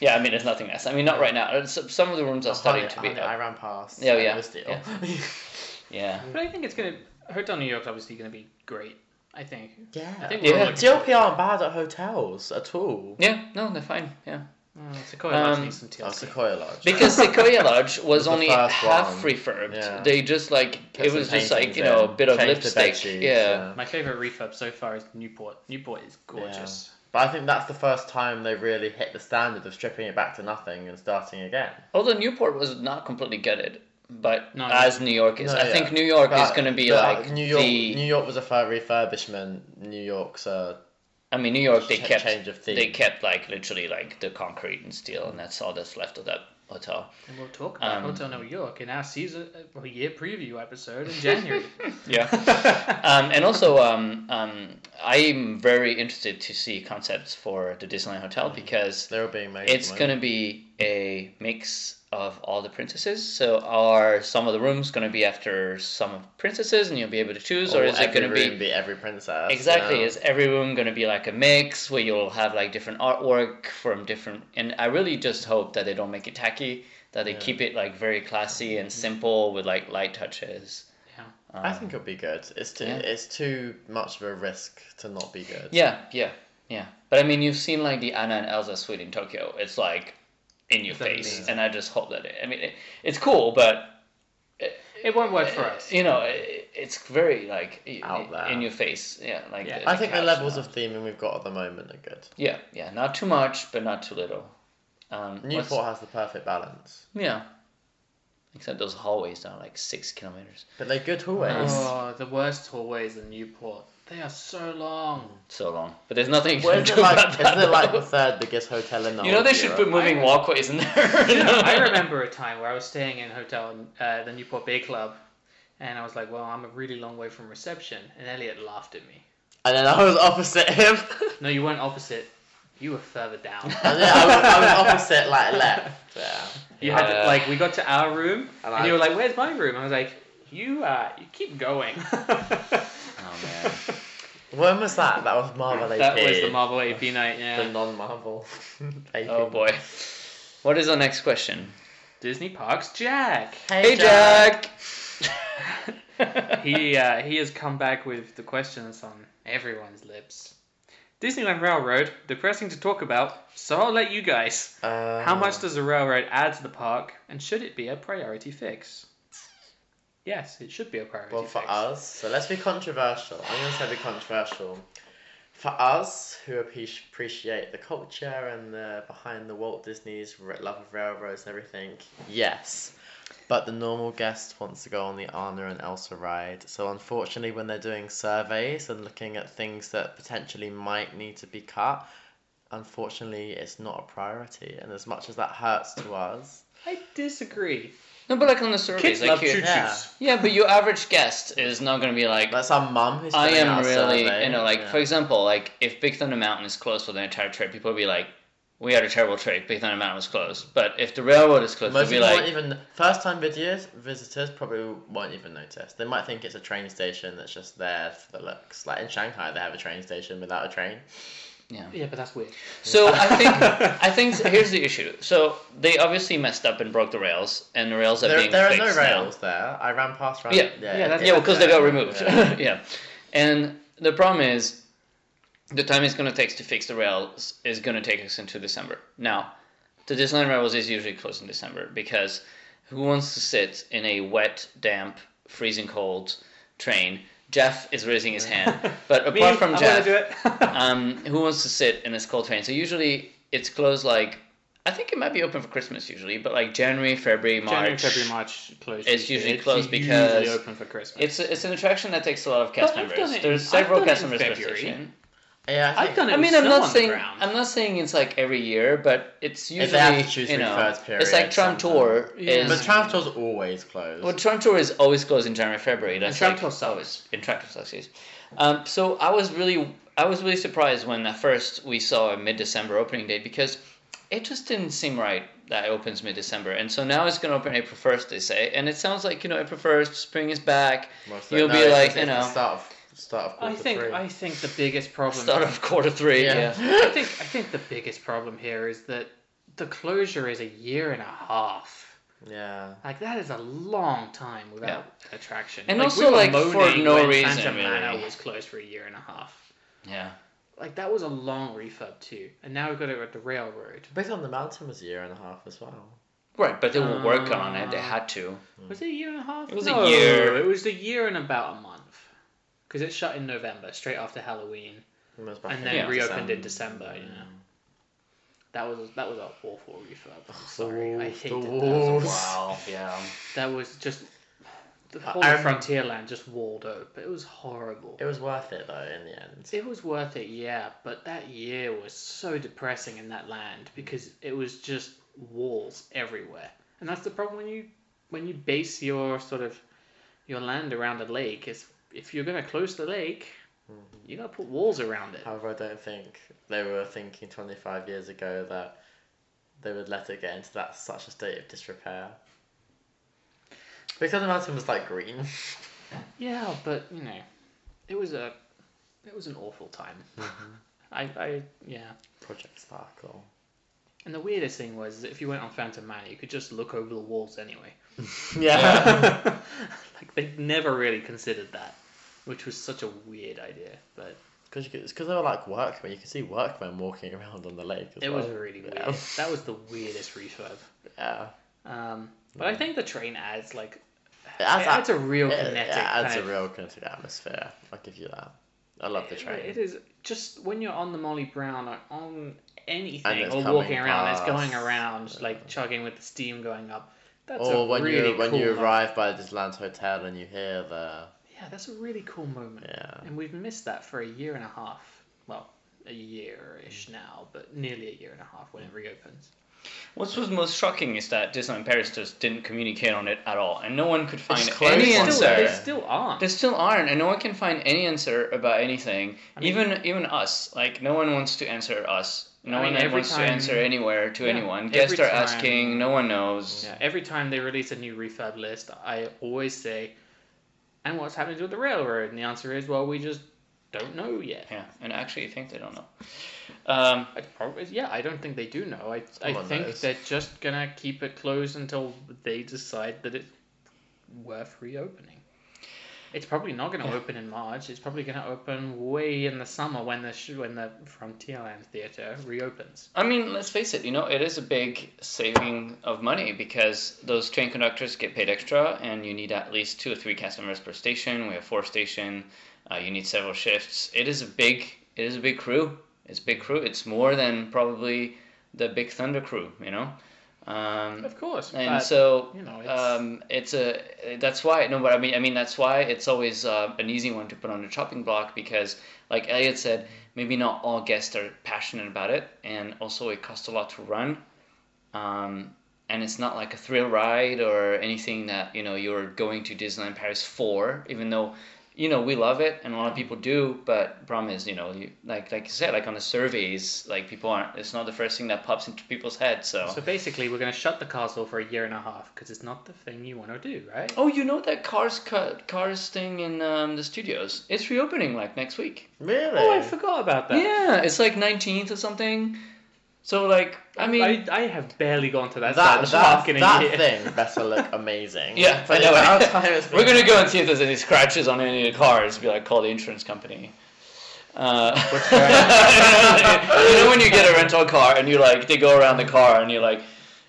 Speaker 5: yeah. I mean, there's nothing else. I mean, not right now. It's- Some of the rooms are starting
Speaker 6: Honey-
Speaker 5: to be
Speaker 6: honey,
Speaker 5: up.
Speaker 6: I ran past.
Speaker 5: Yeah,
Speaker 6: and
Speaker 5: yeah,
Speaker 6: It was steel.
Speaker 5: yeah. yeah.
Speaker 7: But I think it's going to. Hotel New York's obviously going to be great. I think.
Speaker 6: Yeah.
Speaker 7: I think
Speaker 5: Yeah.
Speaker 7: we're all looking
Speaker 6: TLP aren't bad at hotels at all.
Speaker 5: Yeah, no, they're fine. Yeah,
Speaker 7: Oh, Sequoia Lodge
Speaker 5: Um,
Speaker 7: needs some
Speaker 6: Oh,
Speaker 7: TLC.
Speaker 6: Sequoia Lodge.
Speaker 5: because Sequoia Lodge was
Speaker 6: the
Speaker 5: only
Speaker 6: first
Speaker 5: half
Speaker 6: one.
Speaker 5: refurbed.
Speaker 6: Yeah.
Speaker 5: They just like
Speaker 6: Put
Speaker 5: it
Speaker 6: some
Speaker 5: was just like
Speaker 6: paintings
Speaker 5: you know a
Speaker 6: in,
Speaker 5: bit of
Speaker 6: changed the bed
Speaker 5: lipstick.
Speaker 6: sheets,
Speaker 5: yeah,
Speaker 7: My favorite refurb so far is Newport. Newport is gorgeous.
Speaker 6: But I think that's the first time they really hit the standard of stripping it back to nothing and starting again.
Speaker 5: Although Newport was not completely gutted, but
Speaker 7: No.
Speaker 5: as New York is,
Speaker 6: No,
Speaker 5: I
Speaker 6: yeah.
Speaker 5: think New York is
Speaker 6: But-
Speaker 5: going to be
Speaker 6: but
Speaker 5: like
Speaker 6: New York.
Speaker 5: the.
Speaker 6: New York was a fir- refurbishment. New York's uh, a
Speaker 5: I mean, New York they
Speaker 6: Ch-
Speaker 5: kept
Speaker 6: change of theme.
Speaker 5: they kept like literally like the concrete and steel, and that's all that's left of that hotel.
Speaker 7: And we'll talk about
Speaker 5: Um,
Speaker 7: Hotel New York in our season, uh, well, year preview episode in January.
Speaker 5: Yeah. um, and also, um, um, I'm very interested to see concepts for the Disneyland Hotel because
Speaker 6: Mm-hmm. they're all being made.
Speaker 5: it's going to be a mix of all the princesses. So are some of the rooms going to be after some of the princesses, and you'll be able to choose, or, is it going to be
Speaker 6: be Oh, every princess?
Speaker 5: Exactly.
Speaker 6: yeah.
Speaker 5: Is every room going to be like a mix where you'll have like different artwork from different? And I really just hope that they don't make it tacky. That they keep it like very classy and
Speaker 6: Mm-hmm.
Speaker 5: simple with like light touches.
Speaker 7: yeah.
Speaker 6: I think it'll be good. It's too
Speaker 5: yeah.
Speaker 6: it's too much of a risk to not be good.
Speaker 5: Yeah, yeah, yeah. But I mean, you've seen like the Anna and Elsa suite in Tokyo. It's like in your face,
Speaker 7: amazing.
Speaker 5: and I just hope that it. I mean, it, it's cool, but
Speaker 7: It won't work for us.
Speaker 5: You know, it, it's very like i-
Speaker 6: Out there.
Speaker 5: in your face. Yeah, like
Speaker 7: Yeah.
Speaker 6: I think the
Speaker 5: couch
Speaker 6: levels
Speaker 5: now.
Speaker 6: of theming we've got at the moment are good.
Speaker 5: Yeah, yeah, not too much, but not too little. Um, what's-
Speaker 6: Newport has the perfect balance,
Speaker 5: Yeah. Except those hallways are like six kilometers.
Speaker 6: but they're good hallways.
Speaker 7: Oh, the worst hallways in Newport. They are so long.
Speaker 5: So long. But there's nothing you can
Speaker 6: Well, isn't
Speaker 5: do
Speaker 6: it like,
Speaker 5: about that,
Speaker 6: isn't it like Oh,
Speaker 5: though.
Speaker 6: the third biggest hotel in the
Speaker 5: You know
Speaker 6: whole
Speaker 5: they
Speaker 6: of
Speaker 5: should put
Speaker 6: Europe?
Speaker 5: moving walkways in there.
Speaker 7: You know, I remember a time where I was staying in a hotel in uh, the Newport Bay Club, and I was like, "Well, I'm a really long way from reception," and Elliot laughed at me.
Speaker 6: And then I was opposite him.
Speaker 7: No, you weren't opposite. You were further down.
Speaker 6: and yeah, I was, I was opposite, like left. Yeah. Uh,
Speaker 7: You had
Speaker 5: Yeah.
Speaker 7: to, like we got to our room,
Speaker 6: And
Speaker 7: and,
Speaker 6: I-
Speaker 7: you were like, "Where's my room?" I was like, "You, uh, you keep going."
Speaker 5: Oh, man.
Speaker 6: When was that? That was Marvel AP.
Speaker 7: that was the Marvel AP night.
Speaker 6: The
Speaker 7: Yeah,
Speaker 6: non-Marvel. AP.
Speaker 5: oh boy. What is the next question?
Speaker 7: Disney Parks Jack.
Speaker 5: Hey, Jack.
Speaker 7: he uh, he has come back with the questions on everyone's lips. Disneyland Railroad, depressing to talk about, so I'll let you guys.
Speaker 6: Uh,
Speaker 7: How much does the railroad add to the park, and should it be a priority fix? Yes, it should be a priority
Speaker 6: Well, for
Speaker 7: fix.
Speaker 6: us, so let's be controversial. I'm going to say be controversial. For us, who appre- appreciate the culture and the behind the Walt Disney's r- love of railroads and everything, yes. But the normal guest wants to go on the Anna and Elsa ride. So unfortunately, when they're doing surveys and looking at things that potentially might need to be cut, unfortunately, it's not a priority. And as much as that hurts to us,
Speaker 7: I disagree.
Speaker 5: No, but like on the surveys,
Speaker 7: Kids
Speaker 5: like
Speaker 7: love
Speaker 5: you-
Speaker 7: choo choos.
Speaker 6: yeah.
Speaker 5: yeah, but your average guest is not gonna be like,
Speaker 6: that's our mum who's.
Speaker 5: I
Speaker 6: filling
Speaker 5: am
Speaker 6: out a
Speaker 5: really,
Speaker 6: survey.
Speaker 5: you know, like
Speaker 6: Yeah.
Speaker 5: for example, like if Big Thunder Mountain is closed for the entire trip, people will be like, "We had a terrible trip. Big Thunder Mountain was closed." But if the railroad is closed,
Speaker 6: Most
Speaker 5: they'll be
Speaker 6: people won't
Speaker 5: like,
Speaker 6: even first time visitors visitors probably won't even notice. They might think it's a train station that's just there for the looks. Like in Shanghai, they have a train station without a train.
Speaker 7: Yeah, but that's weird.
Speaker 5: "So I think, I think here's the issue. So they obviously messed up and broke the rails, and the rails are
Speaker 6: There,
Speaker 5: being
Speaker 6: there are no
Speaker 5: fixed now.
Speaker 6: rails there. I ran past. Ran,
Speaker 5: Yeah,
Speaker 7: yeah, that's-
Speaker 5: Yeah, because they got removed.
Speaker 6: yeah.
Speaker 5: Yeah. And the problem is the time it's going to take to fix the rails is going to take us into December. Now, the Disneyland Rails is usually closed in December because who wants to sit in a wet, damp, freezing cold train? Jeff is raising his hand. But
Speaker 7: Me,
Speaker 5: apart from
Speaker 7: I'm
Speaker 5: Jeff,
Speaker 7: gonna do it.
Speaker 5: um, who wants to sit in this cold train? So usually it's closed like. I think it might be open for Christmas usually, but like January, February, March.
Speaker 7: January, February, March closed.
Speaker 5: It's
Speaker 7: usually.
Speaker 5: usually
Speaker 7: It's
Speaker 5: closed
Speaker 7: usually
Speaker 5: because
Speaker 7: open for Christmas.
Speaker 5: It's it's an attraction that takes a lot of cast
Speaker 7: But I've
Speaker 5: members.
Speaker 7: done it in-
Speaker 5: There's
Speaker 7: I've
Speaker 5: several
Speaker 7: done it
Speaker 5: cast
Speaker 7: in
Speaker 5: members per
Speaker 7: February.
Speaker 5: station.
Speaker 6: yeah I,
Speaker 7: I've
Speaker 6: think
Speaker 7: done it.
Speaker 5: I mean,
Speaker 7: with
Speaker 5: I'm
Speaker 7: snow
Speaker 5: not
Speaker 7: on the
Speaker 5: saying
Speaker 7: ground.
Speaker 5: I'm not saying it's like every year, but it's
Speaker 6: If they have to
Speaker 5: usually
Speaker 6: choose
Speaker 5: you know
Speaker 6: referred period
Speaker 5: it's like Tram
Speaker 6: sometimes.
Speaker 5: Tour is.
Speaker 6: But Tram Tour's always closed.
Speaker 5: Well, Tram Tour is always closed in January, February. That's
Speaker 7: Tram
Speaker 5: like
Speaker 7: Tour sucks.
Speaker 5: always in Tram Tour sucks, yes. Um, so I was really I was really surprised when at first we saw a mid-December opening date because it just didn't seem right that it opens mid-December, and so now it's going to open April first, they say, and it sounds like you know April first, spring is back.
Speaker 6: Most
Speaker 5: You'll
Speaker 6: no,
Speaker 5: be
Speaker 6: it's-
Speaker 5: like,
Speaker 6: it's
Speaker 5: you
Speaker 6: the
Speaker 5: know.
Speaker 6: start of start of
Speaker 7: I
Speaker 6: quarter
Speaker 7: think
Speaker 6: three.
Speaker 7: I think the biggest problem.
Speaker 5: Start of quarter three,
Speaker 6: Yeah.
Speaker 5: yeah.
Speaker 7: I think I think the biggest problem here is that the closure is a year and a half.
Speaker 6: yeah.
Speaker 7: Like that is a long time without attraction.
Speaker 5: And
Speaker 7: like,
Speaker 5: also,
Speaker 7: we were
Speaker 5: like, for
Speaker 7: moaning
Speaker 5: no
Speaker 7: when
Speaker 5: reason,
Speaker 7: Phantom
Speaker 5: really.
Speaker 7: Manor was closed for a year and a half.
Speaker 5: Yeah.
Speaker 7: Like that was a long refurb too, and now we've got it at the railroad.
Speaker 6: Big on the Mountain was a year and a half as well.
Speaker 5: Right, but they were working on it. They had to.
Speaker 7: Was it a year and a half?
Speaker 5: Hmm. It was a
Speaker 7: no,
Speaker 5: year.
Speaker 7: It was a year and about a month, because it shut in November, straight after Halloween.
Speaker 6: It was back
Speaker 7: and
Speaker 6: in
Speaker 7: then
Speaker 5: Yeah.
Speaker 7: reopened in December. Yeah, that was that was an awful refurb. I'm sorry, I
Speaker 6: walls, the
Speaker 7: hated
Speaker 6: walls.
Speaker 7: that.
Speaker 6: Wow,
Speaker 5: yeah.
Speaker 7: That was just the
Speaker 6: I-
Speaker 7: whole
Speaker 6: I
Speaker 7: of
Speaker 6: rem-
Speaker 7: Frontierland just walled open. It was horrible.
Speaker 6: It was worth it though in the end.
Speaker 7: It was worth it, yeah, but that year was so depressing in that land because it was just walls everywhere, and that's the problem when you when you base your sort of your land around a lake is if you're gonna close the lake, you gotta put walls around it.
Speaker 6: However, I don't think they were thinking 25 years ago that they would let it get into that such a state of disrepair. Because the mountain was like green.
Speaker 7: Yeah, but you know, it was a it was an awful time. I, I yeah.
Speaker 6: Project Sparkle.
Speaker 7: And the weirdest thing was is if you went on Phantom Manor, you could just look over the walls anyway.
Speaker 6: Yeah.
Speaker 7: like they never really considered that, which was such a weird idea. But
Speaker 6: Because they were like workmen. You could see workmen walking around on the lake as
Speaker 7: it
Speaker 6: well.
Speaker 7: was really weird.
Speaker 6: Yeah.
Speaker 7: That was the weirdest refurb.
Speaker 6: Yeah.
Speaker 7: Um, but I think the train adds like
Speaker 6: It adds
Speaker 7: It adds Mm. a real
Speaker 6: it-
Speaker 7: kinetic
Speaker 6: It adds
Speaker 7: kind
Speaker 6: a
Speaker 7: of-
Speaker 6: real kinetic atmosphere. I'll give you that. I love the train.
Speaker 7: It is just when you're on the Molly Brown or on
Speaker 6: And
Speaker 7: anything
Speaker 6: it's
Speaker 7: or
Speaker 6: coming
Speaker 7: walking around, it's going
Speaker 6: past.
Speaker 7: around like chugging with the steam going up. That's
Speaker 6: or
Speaker 7: a
Speaker 6: when
Speaker 7: really
Speaker 6: you when
Speaker 7: cool
Speaker 6: you
Speaker 7: moment.
Speaker 6: arrive by this land hotel and you hear the
Speaker 7: Yeah, that's a really cool moment.
Speaker 6: Yeah.
Speaker 7: And we've missed that for a year and a half. Well, a year ish now, but nearly a year and a half when it reopens.
Speaker 5: What was most shocking is that Disneyland Paris just didn't communicate on it at all, and no one could find
Speaker 6: closed
Speaker 5: any
Speaker 6: on
Speaker 7: Still, they
Speaker 5: answer.
Speaker 7: still aren't.
Speaker 5: There still aren't, and no one can find any answer about anything. even even us, like no one wants to answer us. No
Speaker 7: I mean,
Speaker 5: one
Speaker 7: every
Speaker 5: wants
Speaker 7: time-
Speaker 5: to answer anywhere to
Speaker 7: Yeah,
Speaker 5: anyone.
Speaker 7: every
Speaker 5: Guests are
Speaker 7: time-
Speaker 5: asking. No one knows.
Speaker 7: Yeah, every time they release a new refurb list, I always say, and what's happening with the railroad? And the answer is, well, we just don't know yet.
Speaker 5: Yeah, and I actually think they don't know. Um,
Speaker 7: I probably, yeah, I don't think they do know. I, I
Speaker 6: Someone
Speaker 7: think
Speaker 6: knows.
Speaker 7: they're just gonna keep it closed until they decide that it's worth reopening. It's probably not gonna open in March. It's probably gonna open way in the summer when the sh- when the Frontierland Theatre reopens.
Speaker 5: I mean, let's face it, you know, it is a big saving of money because those train conductors get paid extra and you need at least two or three cast members per station. We have four station. Uh, you need several shifts. It is a big, it is a big crew. It's a big crew. It's more than probably the Big Thunder crew, you know? Um,
Speaker 7: Of course,
Speaker 5: and
Speaker 7: but,
Speaker 5: so
Speaker 7: you know, it's,
Speaker 5: um, it's a that's why no, but I mean I mean that's why it's always uh, an easy one to put on the chopping block because like Elliot said, maybe not all guests are passionate about it, and also it costs a lot to run, um, and it's not like a thrill ride or anything that you know you're going to Disneyland Paris for, even though. You know we love it, and a lot of people do. But problem is, you know, you, like like you said, like on the surveys, like people aren't. It's not the first thing that pops into people's heads.
Speaker 7: so basically, we're gonna shut the castle for a year and a half because it's not the thing you want to do, right?
Speaker 5: Oh, you know that Cars cut Cars thing in um, the studios? It's reopening like next week.
Speaker 6: really.
Speaker 7: Oh, I forgot about that.
Speaker 5: Yeah, it's like 19th or something. So like, I mean,
Speaker 7: I, I have barely gone to that,
Speaker 6: that
Speaker 7: side
Speaker 6: that,
Speaker 7: park in a year.
Speaker 6: that thing better look amazing.
Speaker 5: yeah.
Speaker 6: but
Speaker 5: I know.
Speaker 6: our time it's
Speaker 5: We're
Speaker 6: been-
Speaker 5: gonna go and see if there's any scratches on any of the cars. Be like, call the insurance company. Uh, you know when you get a rental car and you like they go around the car and you like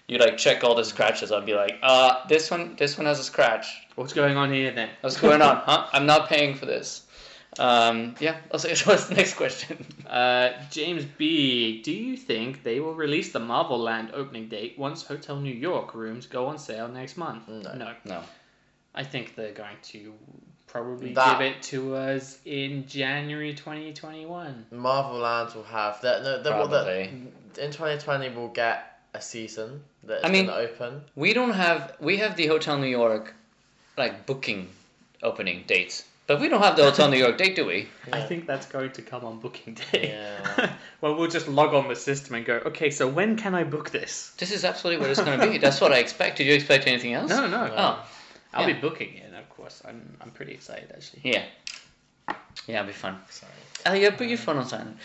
Speaker 5: you like check all the scratches and be like uh this one this one has a scratch
Speaker 7: What's going on here then?
Speaker 5: what's going on huh I'm not paying for this um, yeah I'll say what's the next question
Speaker 7: Uh, James B, do you think they will release the Marvel Land opening date once Hotel New York rooms go on sale next month?
Speaker 6: No.
Speaker 5: no
Speaker 7: I think they're going to probably
Speaker 6: That-
Speaker 7: give it to us in January 2021.
Speaker 6: Marvel Land will have that. No, that, well, that
Speaker 5: Probably.
Speaker 6: in 2020 we'll get a season that's
Speaker 5: I mean-
Speaker 6: gonna open.
Speaker 5: We don't have we have the Hotel New York like booking opening dates. But we don't have the Hotel New York date, do we?
Speaker 7: I think that's going to come on booking day.
Speaker 6: Yeah.
Speaker 7: well, we'll just log on the system and go, okay, so when can I book this?
Speaker 5: This is absolutely what it's going to be. That's what I expect. Did you expect anything else?
Speaker 7: No, no.
Speaker 5: Oh,
Speaker 7: I'll
Speaker 5: yeah.
Speaker 7: be booking it, of course. I'm, I'm pretty excited, actually.
Speaker 5: yeah. Yeah, it'll be fun. Sorry. Elliot, put your phone on silent.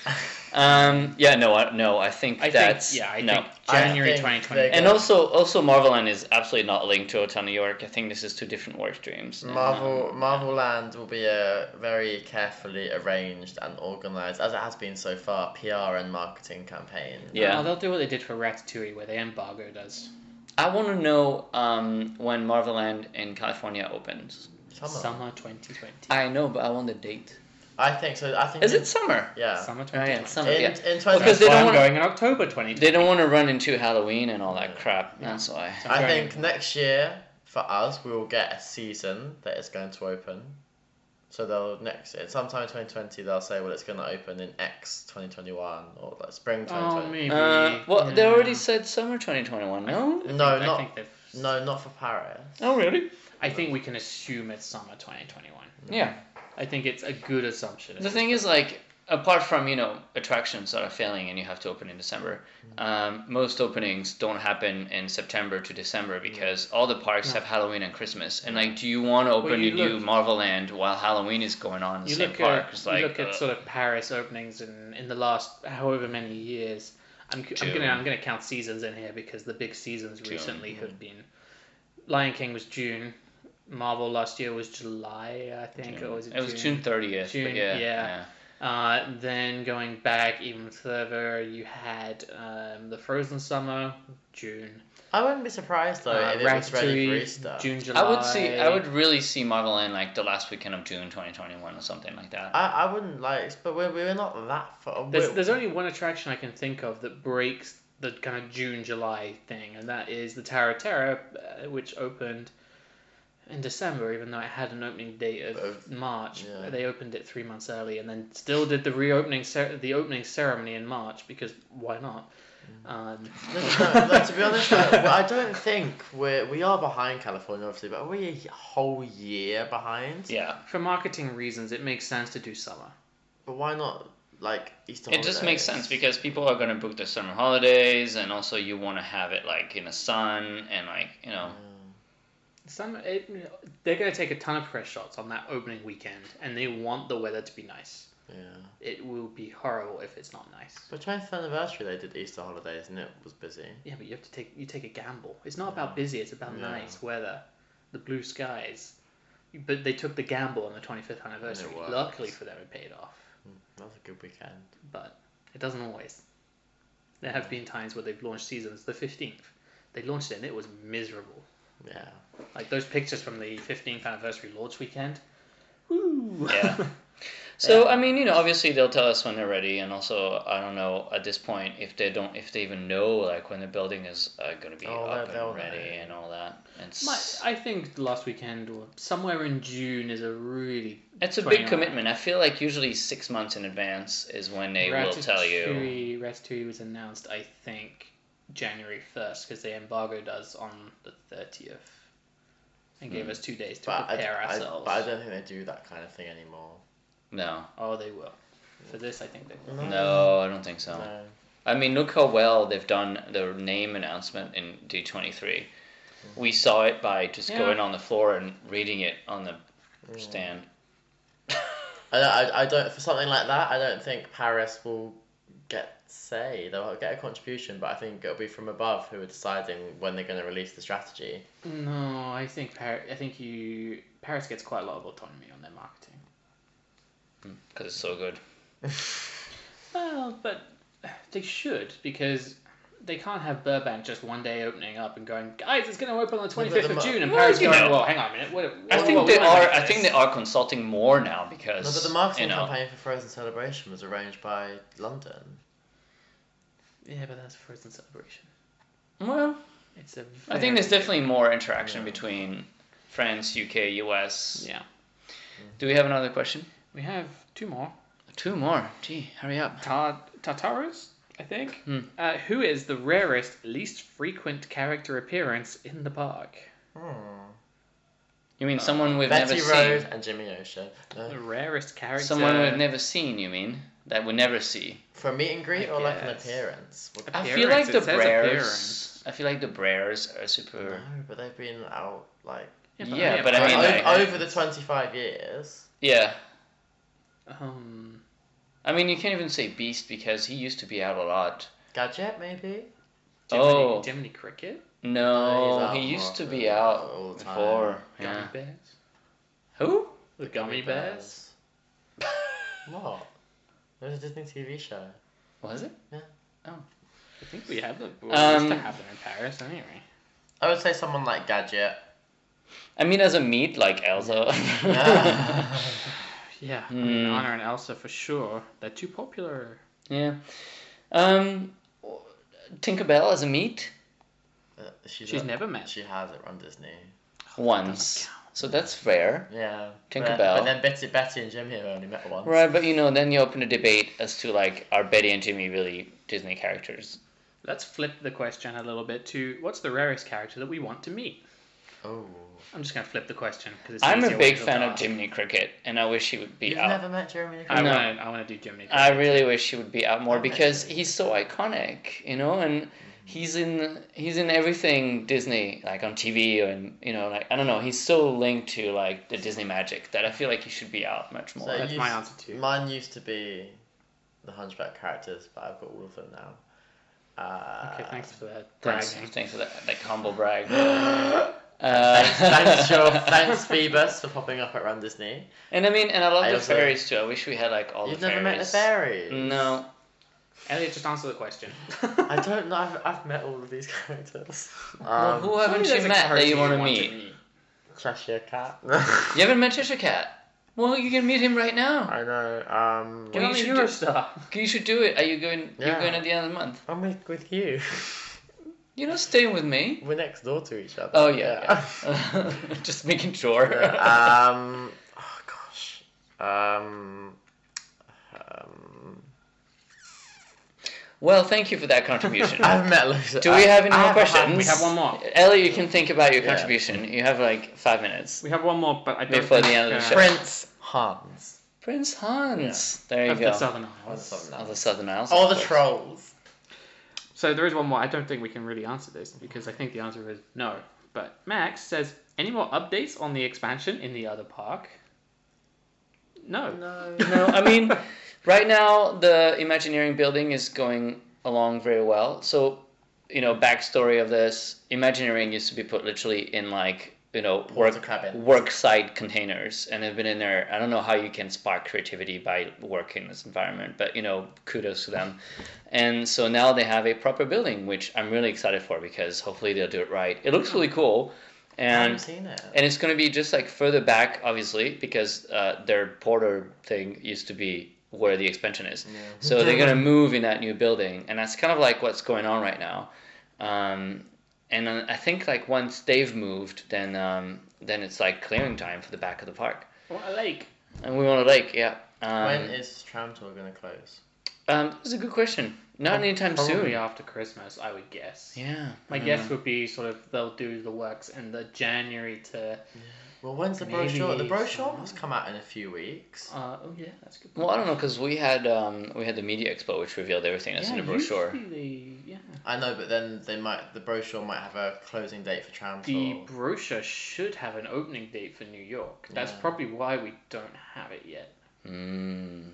Speaker 5: Um, yeah, no, I, no, I think
Speaker 7: I
Speaker 5: that's
Speaker 7: think, yeah, I
Speaker 5: no.
Speaker 7: think January
Speaker 6: think
Speaker 7: 2021.
Speaker 6: they're
Speaker 5: And also, also, Marveland is absolutely not linked to Hotel New York. I think this is two different work streams.
Speaker 7: Mm.
Speaker 5: And,
Speaker 6: Marvel
Speaker 5: Mm.
Speaker 6: Marvel Land will be a very carefully arranged and organised, as it has been so far, PR and marketing campaign.
Speaker 5: Yeah.
Speaker 7: Oh, they'll do what they did for Ratatouille, where they embargoed us.
Speaker 5: I want to know um, when Marveland in California opens.
Speaker 6: Summer.
Speaker 7: Summer 2020.
Speaker 5: I know, but I want the date.
Speaker 6: I think so. I think
Speaker 5: Is it summer?
Speaker 6: Yeah.
Speaker 7: Summer 2020.
Speaker 5: Oh, yeah, summer.
Speaker 6: In,
Speaker 5: yeah.
Speaker 6: in 2020,
Speaker 5: Because they
Speaker 7: Why
Speaker 5: don't
Speaker 7: I'm
Speaker 5: want
Speaker 7: going in October 2020.
Speaker 5: they don't want to run into Halloween and all that crap. That's why.
Speaker 6: I
Speaker 7: Right.
Speaker 6: think next year for us we will get a season that is going to open. So they'll next sometime twenty twenty they'll say well it's going to open in X twenty twenty one or like spring twenty
Speaker 7: Oh,
Speaker 6: twenty.
Speaker 7: maybe.
Speaker 5: Uh, well, they
Speaker 7: Yeah.
Speaker 5: already said summer 2021. No.
Speaker 6: no,
Speaker 7: I
Speaker 6: not
Speaker 7: think they've.
Speaker 6: no, not for Paris.
Speaker 5: Oh really?
Speaker 7: I think we can assume it's summer 2021.
Speaker 5: Yeah.
Speaker 7: I think it's a good assumption.
Speaker 5: The thing is, like, apart from you know attractions that are failing and you have to open in December,
Speaker 7: Mm.
Speaker 5: um, most openings don't happen in September to December because all the parks have Halloween and Christmas. And like, do you want to open
Speaker 7: you
Speaker 5: a new
Speaker 7: look-
Speaker 5: Marvel Land while Halloween is going on in the
Speaker 7: you
Speaker 5: same
Speaker 7: look
Speaker 5: park?
Speaker 7: at
Speaker 5: It's
Speaker 7: you
Speaker 5: like,
Speaker 7: look at
Speaker 5: uh,
Speaker 7: sort of Paris openings in, in the last however many years. I'm, cu- I'm
Speaker 5: June.
Speaker 7: gonna I'm gonna count seasons in here because the big seasons recently have been. Lion King was June. Marvel last year was July, I think, or was it,
Speaker 5: it was June 30th. but
Speaker 7: June,
Speaker 5: yeah.
Speaker 7: yeah. Uh, then going back even further, you had um, the Frozen Summer, June.
Speaker 6: I wouldn't be surprised though if it was ready for
Speaker 7: Uh, Ratatouille,
Speaker 6: Easter.
Speaker 7: June, July.
Speaker 5: I would see. I would really see Marvel in like the last weekend of June 2021 or something like that.
Speaker 6: I, I wouldn't like, but we're, we're not that far.
Speaker 7: There's,
Speaker 6: we're-
Speaker 7: there's only one attraction I can think of that breaks the kind of June July thing, and that is the Tower of Terror, uh, which opened in December, even though it had an opening date of March.
Speaker 6: yeah.
Speaker 7: They opened it three months early, and then still did the reopening cer- the opening ceremony in March because why not? Um,
Speaker 6: No, no, no, to be honest, like, I don't think we're we are behind California, obviously, but are we a whole year behind?
Speaker 5: yeah,
Speaker 7: for marketing reasons, it makes sense to do summer.
Speaker 6: But why not like Easter?
Speaker 5: it just makes sense
Speaker 6: holidays?
Speaker 5: because people are going to book their summer holidays, and also you want to have it like in the sun and like you know.
Speaker 7: Some it, they're going to take a ton of press shots on that opening weekend, and they want the weather to be nice.
Speaker 6: Yeah.
Speaker 7: It will be horrible if it's not nice.
Speaker 6: But 20th anniversary, they did Easter holidays and it was busy.
Speaker 7: Yeah, but you have to take you take a gamble. It's not about busy. It's about
Speaker 6: Yeah.
Speaker 7: nice weather, the blue skies. But they took the gamble on the 25th anniversary.
Speaker 6: worked.
Speaker 7: Luckily for them, it paid off.
Speaker 6: That was a good weekend.
Speaker 7: But it doesn't always. There have been times where they've launched seasons the 15th. They launched it and it was miserable.
Speaker 6: Yeah.
Speaker 7: Like those pictures from the 15th anniversary launch weekend. Woo!
Speaker 5: Yeah. So I mean, you know, obviously they'll tell us when they're ready, and also I don't know at this point if they don't, if they even know like when the building is uh, going to be
Speaker 6: Oh,
Speaker 5: up
Speaker 6: they'll- they'll
Speaker 5: and ready
Speaker 6: know.
Speaker 5: and all that. It's
Speaker 7: My, I think last weekend or somewhere in June is a really
Speaker 5: it's a
Speaker 7: 29.
Speaker 5: big commitment. I feel like usually six months in advance is when they will tell you.
Speaker 7: Ratatouille- Ratatouille was announced, I think, January first because the embargo does on the thirtieth, and
Speaker 5: Hmm.
Speaker 7: gave us two days to
Speaker 6: But I,
Speaker 7: prepare
Speaker 6: I-
Speaker 7: ourselves.
Speaker 6: but I don't think they do that kind of thing anymore.
Speaker 5: No,
Speaker 7: Oh, they will. For this, I think they will.
Speaker 5: no, I don't think so.
Speaker 6: No.
Speaker 5: I mean, look how well they've done the name announcement in D23. We saw it by just
Speaker 7: Yeah.
Speaker 5: going on the floor and reading it on the
Speaker 6: Mm.
Speaker 5: stand.
Speaker 6: I, don't- I, I don't, for something like that, I don't think Paris will get say. They'll get a contribution, but I think it'll be from above who are deciding when they're going to release the strategy.
Speaker 7: No, I think Par- I think you Paris gets quite a lot of autonomy on their marketing.
Speaker 5: Because it's so good.
Speaker 7: Well, but they should because. They can't have Burbank just one day opening up and going, guys, it's going to open on the
Speaker 6: but
Speaker 7: 25th
Speaker 6: the
Speaker 7: of
Speaker 6: mar-
Speaker 7: June, and
Speaker 5: Well,
Speaker 7: Paris
Speaker 5: you
Speaker 7: going,
Speaker 5: know.
Speaker 7: well, hang on a minute. What,
Speaker 5: I
Speaker 7: what-
Speaker 5: think
Speaker 7: what-
Speaker 5: they
Speaker 7: we wanna
Speaker 5: are.
Speaker 7: make
Speaker 5: I think
Speaker 7: this."
Speaker 5: they are consulting more now
Speaker 6: No,
Speaker 5: because
Speaker 6: but the marketing
Speaker 5: you know,
Speaker 6: campaign for Frozen Celebration was arranged by London.
Speaker 7: Yeah, but that's Frozen Celebration.
Speaker 5: Well,
Speaker 7: It's a.
Speaker 5: I think there's
Speaker 7: very-
Speaker 5: definitely more interaction between France, UK, US.
Speaker 7: Yeah,
Speaker 5: Do we have another question?
Speaker 7: we have two more.
Speaker 5: Two more. Gee, hurry up. Hmm.
Speaker 7: Tar- Tartaros, I think. Uh, who is the rarest, least frequent character appearance in the park?
Speaker 5: You mean someone we've
Speaker 6: Hmm. Uh, Betty
Speaker 5: never
Speaker 6: Rose and Jimmy Ocean.
Speaker 7: The
Speaker 6: No.
Speaker 7: rarest character.
Speaker 5: seen? Someone
Speaker 7: uh,
Speaker 5: we've never seen. You mean that we never see?
Speaker 6: For a meet and greet
Speaker 7: I
Speaker 6: or like an
Speaker 7: guess.
Speaker 6: appearance? Well,
Speaker 5: I feel like
Speaker 7: Appearance,
Speaker 5: the
Speaker 7: it says
Speaker 5: Brares.
Speaker 7: appearance.
Speaker 5: I feel like the Brares are
Speaker 6: no,
Speaker 5: super.
Speaker 6: but they've been out like
Speaker 5: Yeah, but I mean,
Speaker 6: over,
Speaker 5: like-
Speaker 6: over the 25 years.
Speaker 5: Yeah.
Speaker 7: um,
Speaker 5: I mean, you can't even say Beast because he used to be out a lot.
Speaker 6: Gadget, maybe?
Speaker 7: Jiminy,
Speaker 5: Oh.
Speaker 7: Jiminy Cricket,
Speaker 5: No,
Speaker 6: No, he's
Speaker 5: he
Speaker 6: out
Speaker 5: used to
Speaker 6: more
Speaker 5: be
Speaker 6: than-
Speaker 5: out
Speaker 6: all the time.
Speaker 5: before.
Speaker 7: Gummy
Speaker 5: Yeah.
Speaker 7: Bears,
Speaker 5: Who?
Speaker 7: the Gummy Bears.
Speaker 6: What? There was a Disney TV show.
Speaker 5: Was it?
Speaker 7: I think we have them. We used to
Speaker 5: Um,
Speaker 7: have them in Paris anyway.
Speaker 6: I would say someone like Gadget.
Speaker 5: I mean, as a meat, like Elsa.
Speaker 6: Uh,
Speaker 7: Yeah, I
Speaker 5: hmm.
Speaker 7: mean, Anna and Elsa for sure. They're too popular.
Speaker 5: yeah. Um, Tinkerbell as a meat
Speaker 6: Uh, she's
Speaker 7: She's
Speaker 6: a-
Speaker 7: never met.
Speaker 6: She has it on Disney.
Speaker 5: once, so that's rare.
Speaker 6: Yeah.
Speaker 5: Tinkerbell.
Speaker 6: But, but then Betty, Betty and Jimmy have only met once.
Speaker 5: Right, but you know, then you open a debate as to like, are Betty and Jimmy really Disney characters?
Speaker 7: Let's flip the question a little bit to what's the rarest character that we want to meet?
Speaker 6: Oh.
Speaker 7: I'm just gonna flip the question because
Speaker 5: I'm a big fan of Jiminy Cricket, and I wish he would be
Speaker 6: You've
Speaker 5: out.
Speaker 6: never met Jeremy
Speaker 7: I
Speaker 5: No.
Speaker 7: want to. I want to do Jiminy.
Speaker 5: I really wish he would be out more
Speaker 6: Okay. Mm-hmm.
Speaker 5: because he's so iconic, you know, and he's in he's in everything Disney, like on TV and you know, like I don't know, he's so linked to like the Disney magic that I feel like he should be out much more.
Speaker 6: So
Speaker 7: That's
Speaker 6: you
Speaker 7: my
Speaker 6: s-
Speaker 7: answer too.
Speaker 6: Mine used to be the Hunchback characters, but I've got all of them now. Uh,
Speaker 7: okay, thanks for that.
Speaker 5: thanks,
Speaker 7: bragging.
Speaker 5: thanks for that, like humble brag. Uh,
Speaker 6: thanks, your, thanks, Phoebus, for popping up at Run Disney.
Speaker 5: And I mean, and I love
Speaker 6: I
Speaker 5: the
Speaker 6: also-
Speaker 5: fairies too. I wish we had like all
Speaker 6: You've
Speaker 5: the Mm.
Speaker 6: never met the
Speaker 5: fairies.
Speaker 6: fairies.
Speaker 5: No,
Speaker 7: Elliot, just answer the question.
Speaker 6: I don't know. I've, I've met all of these characters. Um,
Speaker 5: well, who haven't
Speaker 7: Surely
Speaker 5: you
Speaker 7: there's a
Speaker 5: met that
Speaker 7: character
Speaker 5: you want to
Speaker 7: want to
Speaker 5: meet?
Speaker 6: Cheshire Cat.
Speaker 5: You haven't met Cheshire Cat. Well, you can meet him right now.
Speaker 6: I know. Um,
Speaker 7: Get
Speaker 5: Well,
Speaker 7: on
Speaker 5: you
Speaker 7: the
Speaker 5: should do-
Speaker 7: Eurostar.
Speaker 5: You should do it. Are you going? You're
Speaker 6: Yeah.
Speaker 5: going at the end of the month.
Speaker 6: I'm with, with you.
Speaker 5: You're not staying with me.
Speaker 6: We're next door to each other.
Speaker 5: Oh yeah. yeah. Just making sure.
Speaker 6: Yeah, um. Oh gosh. Um. Um.
Speaker 5: well, thank you for that contribution.
Speaker 6: I've met loads. Of,
Speaker 5: Do we have any
Speaker 6: I
Speaker 5: more
Speaker 6: have a
Speaker 5: questions?
Speaker 6: hand-
Speaker 7: We have one more.
Speaker 5: Ellie, you can think about your
Speaker 6: Yeah.
Speaker 5: contribution. You have like five minutes
Speaker 7: We have one more, but I don't
Speaker 5: before the
Speaker 7: think,
Speaker 5: end of the
Speaker 7: uh,
Speaker 5: show.
Speaker 6: Prince Hans.
Speaker 5: Prince Hans. There you
Speaker 7: of
Speaker 5: go.
Speaker 7: the Southern Isles.
Speaker 5: Of the Southern Isles.
Speaker 6: All
Speaker 5: of
Speaker 6: the
Speaker 5: course.
Speaker 6: trolls.
Speaker 7: So there is one more. I don't think we can really answer this because I think the answer is no. But Max says, any more updates on the expansion in the other park? No.
Speaker 6: No.
Speaker 5: No, I mean, right now the Imagineering building is going along very well. So, you know, backstory of this: Imagineering used to be put literally in like you know
Speaker 6: Water
Speaker 5: work
Speaker 6: cabin.
Speaker 5: work site containers, and they've been in there. I don't know how you can spark creativity by work in this environment, but you know, kudos to them. And so now they have a proper building, which I'm really excited for because hopefully they'll do it right. It looks really cool.
Speaker 6: I
Speaker 5: And
Speaker 6: haven't seen it.
Speaker 5: and it's going to be just like further back, obviously, because uh, their border thing used to be where the expansion is. So they're going to move in that new building, and that's kind of like what's going on right now. Um, and then I think like once they've moved, then um, then it's like clearing time for the back of the park,
Speaker 7: What a lake.
Speaker 5: and we want a lake, yeah. Um,
Speaker 6: when is tram tour gonna close?
Speaker 5: um, that's a good question. Not anytime
Speaker 7: Probably
Speaker 5: soon.
Speaker 7: after Christmas, I would guess.
Speaker 5: Yeah. Mm-hmm.
Speaker 7: My guess would be sort of they'll do the works in the January to.
Speaker 6: Well, when's the
Speaker 7: Maybe
Speaker 6: brochure? The brochure
Speaker 7: summer.
Speaker 6: must come out in a few weeks.
Speaker 5: Um,
Speaker 7: Uh, oh yeah, that's a good.
Speaker 5: Well, I don't know because we had um, we had the media expo, which revealed everything that's
Speaker 7: yeah,
Speaker 5: in the brochure.
Speaker 7: usually, yeah.
Speaker 6: I know, but then they might. The brochure might have a closing date for tram
Speaker 7: The
Speaker 6: tour.
Speaker 7: brochure should have an opening date for New York. That's
Speaker 6: Yeah.
Speaker 7: probably why we don't have it yet.
Speaker 5: Mm.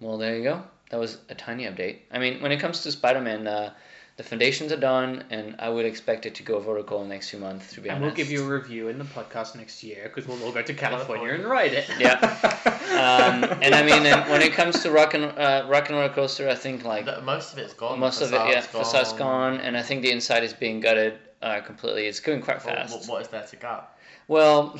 Speaker 5: Well, there you go. That was a tiny update. I mean, when it comes to Spider Man, uh, the foundations are done, and I would expect it to go vertical in the next few months, to be
Speaker 7: And we'll
Speaker 5: honest.
Speaker 7: give you a review in the podcast next year because we'll all go to California and ride it.
Speaker 5: Yeah. Um, and I mean, and when it comes to Rock and, uh, rock and Roller Coaster, I think like
Speaker 6: The- most of it's gone.
Speaker 5: most of it, yeah, facade's
Speaker 6: gone.
Speaker 5: gone, and I think the inside is being gutted uh, completely. It's going quite
Speaker 6: Well,
Speaker 5: fast.
Speaker 6: what- what is there to go?
Speaker 5: Well,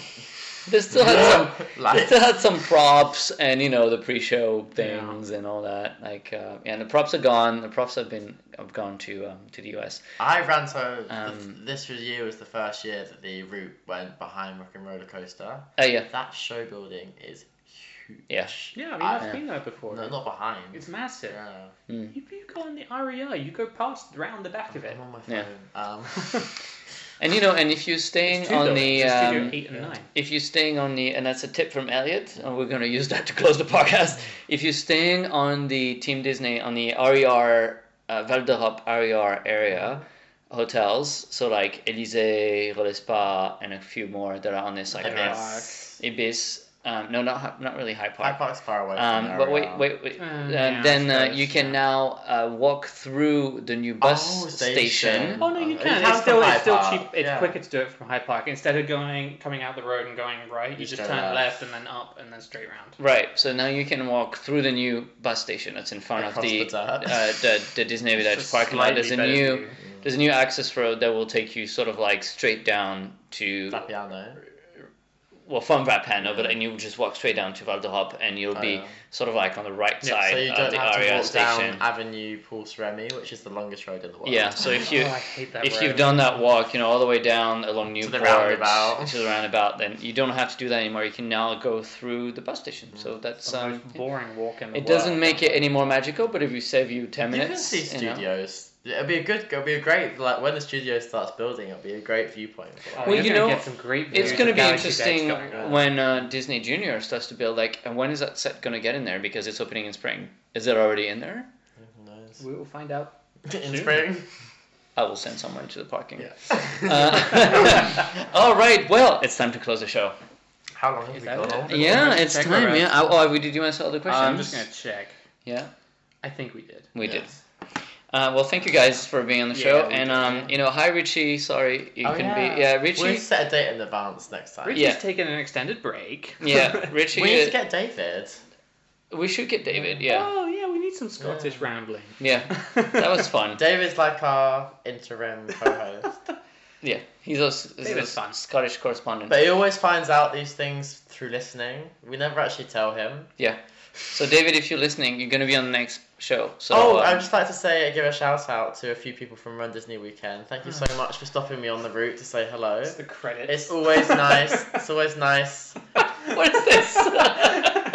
Speaker 5: they still had some they
Speaker 6: Like-
Speaker 5: still had some props and you know the pre-show things and all that. Like uh, and the props are gone. The props have been have gone to um, to the US.
Speaker 6: I ran so
Speaker 5: Um,
Speaker 6: the, this was year was the first year that the route went behind Rock and Roller Coaster.
Speaker 5: Oh yeah,
Speaker 6: That show building is huge.
Speaker 5: Yeah.
Speaker 7: Yeah, I mean,
Speaker 6: I-
Speaker 7: I've been there before.
Speaker 6: No, not behind.
Speaker 7: It's massive.
Speaker 6: yeah.
Speaker 7: If you go on the REI, you go past round the back of it.
Speaker 6: I'm on my phone.
Speaker 5: Yeah.
Speaker 6: Um,
Speaker 5: and you know and if you're staying
Speaker 7: Two
Speaker 5: on
Speaker 7: buildings,
Speaker 5: the
Speaker 7: it's
Speaker 5: um,
Speaker 7: Studio eight and nine.
Speaker 5: if you're staying on the and that's a tip from Elliot, and we're going to use that to close the podcast. If you're staying on the Team Disney on the RER uh, Val d'Europe RER area hotels, so like Elysee, Relais Spa, and a few more that are on this like
Speaker 6: Hyde
Speaker 5: uh,
Speaker 6: Park's-
Speaker 5: Ibis. Um, no, not Hy- not really High Park.
Speaker 6: Hyde Park's far away. from
Speaker 5: Um,
Speaker 6: there
Speaker 5: but wait,
Speaker 6: around.
Speaker 5: wait, wait.
Speaker 7: Uh,
Speaker 5: uh,
Speaker 7: yeah,
Speaker 5: then
Speaker 6: I
Speaker 5: uh,
Speaker 6: suppose,
Speaker 5: you can
Speaker 6: yeah.
Speaker 5: now uh, walk through the new bus
Speaker 6: Oh,
Speaker 5: station.
Speaker 6: station.
Speaker 7: Oh no, you
Speaker 6: Uh,
Speaker 7: can.
Speaker 6: it
Speaker 7: It's
Speaker 6: comes
Speaker 7: still,
Speaker 6: from
Speaker 7: it's still
Speaker 6: Hyde
Speaker 7: cheap.
Speaker 6: Park,
Speaker 7: It's
Speaker 6: yeah.
Speaker 7: quicker to do it from Hyde Park instead of going coming out the road and going right. You,
Speaker 6: You
Speaker 7: just
Speaker 6: go
Speaker 7: turn left.
Speaker 6: left.
Speaker 7: and then up and then straight round.
Speaker 5: Right, so now you can walk through the new bus station that's in front
Speaker 6: Across
Speaker 5: of the
Speaker 6: the dirt.
Speaker 5: uh, the, the Disney Village
Speaker 7: Just
Speaker 5: parking lot.
Speaker 7: slightly
Speaker 5: There's a
Speaker 7: better
Speaker 5: new
Speaker 7: view.
Speaker 5: there's a new access road that will take you sort of like straight down to
Speaker 6: Vapiano.
Speaker 5: well from Rapano, but and you just walk straight down to Val d'Europe and you'll
Speaker 6: Oh,
Speaker 5: be
Speaker 6: yeah.
Speaker 5: sort of like on the right
Speaker 7: Yeah, so
Speaker 5: side
Speaker 6: So you
Speaker 5: of
Speaker 6: don't
Speaker 5: the
Speaker 6: have to
Speaker 5: area
Speaker 6: walk
Speaker 5: station.
Speaker 6: down Avenue Paul Remy, which is the longest road in the world.
Speaker 5: yeah, so if you
Speaker 7: oh, I hate that.
Speaker 5: if
Speaker 7: road.
Speaker 5: you've done that walk, you know, all the way down along Newport
Speaker 6: the roundabout.
Speaker 5: to the roundabout, then you don't have to do that anymore. You can now go through the bus station. So that's
Speaker 7: the
Speaker 5: um,
Speaker 7: most boring walk in the
Speaker 5: it
Speaker 7: world.
Speaker 5: doesn't make it any more magical, but if you save you ten
Speaker 6: You
Speaker 5: minutes,
Speaker 6: can see
Speaker 5: know.
Speaker 6: studios. It'll be a good. It'll be a great. Like when the studio starts building, it'll be a great viewpoint. For
Speaker 7: Oh,
Speaker 6: that.
Speaker 5: Well,
Speaker 7: you're
Speaker 5: you
Speaker 7: gonna
Speaker 5: know,
Speaker 7: get some great
Speaker 5: It's
Speaker 7: views
Speaker 5: going to
Speaker 7: of
Speaker 5: be
Speaker 7: Galaxy's Edge
Speaker 5: interesting
Speaker 7: going on.
Speaker 5: when uh, Disney Junior starts to build. Like, and when is that set going to get in there? Because it's opening in spring. Is it already in there?
Speaker 6: Who knows?
Speaker 7: We will find out.
Speaker 6: In
Speaker 7: Soon.
Speaker 6: spring.
Speaker 5: I will send someone to the parking. Uh, all right. Well, it's time to close the show.
Speaker 6: How long have
Speaker 7: Is
Speaker 6: we
Speaker 7: that
Speaker 6: gone
Speaker 7: it?
Speaker 6: on?
Speaker 5: Yeah,
Speaker 7: gonna
Speaker 5: it's
Speaker 7: check
Speaker 5: time.
Speaker 7: our-
Speaker 5: Yeah. Oh, we did. You answer all the questions?
Speaker 7: I'm just gonna check.
Speaker 5: Yeah,
Speaker 7: I think we did.
Speaker 5: we did. Uh, well, thank you guys for being on the
Speaker 6: Yeah,
Speaker 5: show,
Speaker 6: we
Speaker 5: and
Speaker 6: did.
Speaker 5: um, you know, hi Richie. Sorry you
Speaker 6: Oh,
Speaker 5: couldn't
Speaker 6: yeah.
Speaker 5: be. Yeah, Richie.
Speaker 6: We'll set a date in advance next time.
Speaker 7: Richie's
Speaker 5: Yeah.
Speaker 7: taking an extended break.
Speaker 5: Yeah, Richie.
Speaker 6: we need to get David.
Speaker 5: we should get David. Yeah,
Speaker 7: Oh yeah, we need some Scottish rambling.
Speaker 5: yeah, that was fun.
Speaker 6: David's like our interim co-host,
Speaker 5: Yeah, he's a, s- he's a
Speaker 7: David's
Speaker 5: s-
Speaker 7: fun.
Speaker 5: Scottish correspondent.
Speaker 6: but he always finds out these things through listening. We never actually tell him.
Speaker 5: Yeah. So David, if you're listening, you're gonna be on the next show. So
Speaker 6: oh,
Speaker 5: um,
Speaker 6: I'd just like to say uh, give a shout out to a few people from Run Disney Weekend. Thank you so much for stopping me on the route to say hello.
Speaker 7: It's the credits.
Speaker 6: It's always nice. It's always nice.
Speaker 5: what is this?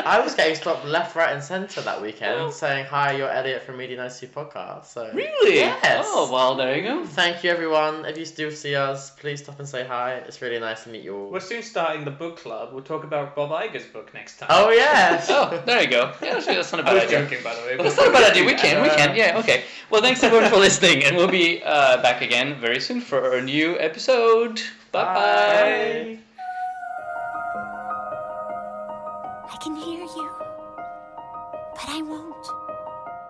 Speaker 6: I was getting stopped left, right, and centre that weekend, saying hi. You're Elliot from Media Nice Podcast. So
Speaker 5: really?
Speaker 6: Yes.
Speaker 5: Oh well, there you go.
Speaker 6: Thank you, everyone. If you still see us, please stop and say hi. It's really nice to meet you all.
Speaker 7: We're soon starting the book club. We'll talk about Bob Iger's book next time.
Speaker 6: Oh yes.
Speaker 5: Oh, there you go. Yeah, actually, that's not a bad
Speaker 7: I was
Speaker 5: idea.
Speaker 7: joking, by the way.
Speaker 5: That's not a bad idea. We can, we can. Yeah, okay. Well, thanks everyone for listening, and we'll be uh, back again very soon for a new episode. Bye-bye.
Speaker 6: Bye.
Speaker 8: I can hear you, but I won't.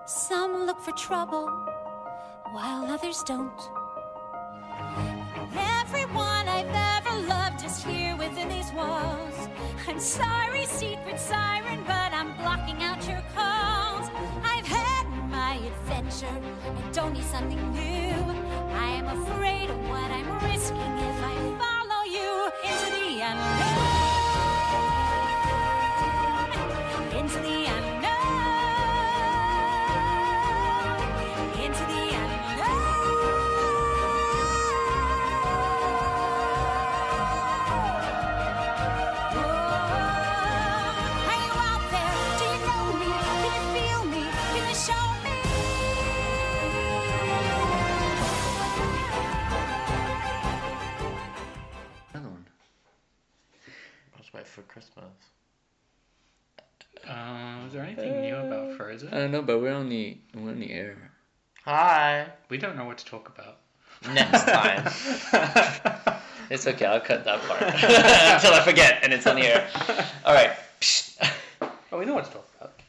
Speaker 8: Some look for trouble, while others don't. Everyone I've ever loved is here within these walls. I'm sorry, secret siren, but I'm blocking out your calls. I've had my adventure and don't need something new. I am afraid of what I'm risking if I follow you into the unknown. Into the unknown. Into the unknown. Are you out there? Do you know me? Can you feel me? Can you show me?
Speaker 6: I'll just wait for Christmas.
Speaker 7: Uh, is there anything new about Frozen?
Speaker 5: I don't know, but we're on the we're on the air.
Speaker 6: Hi.
Speaker 7: We don't know what to talk about.
Speaker 6: Next time.
Speaker 5: It's okay. I'll cut that part until I forget, and it's on the air. All right.
Speaker 7: Oh, we know what to talk about.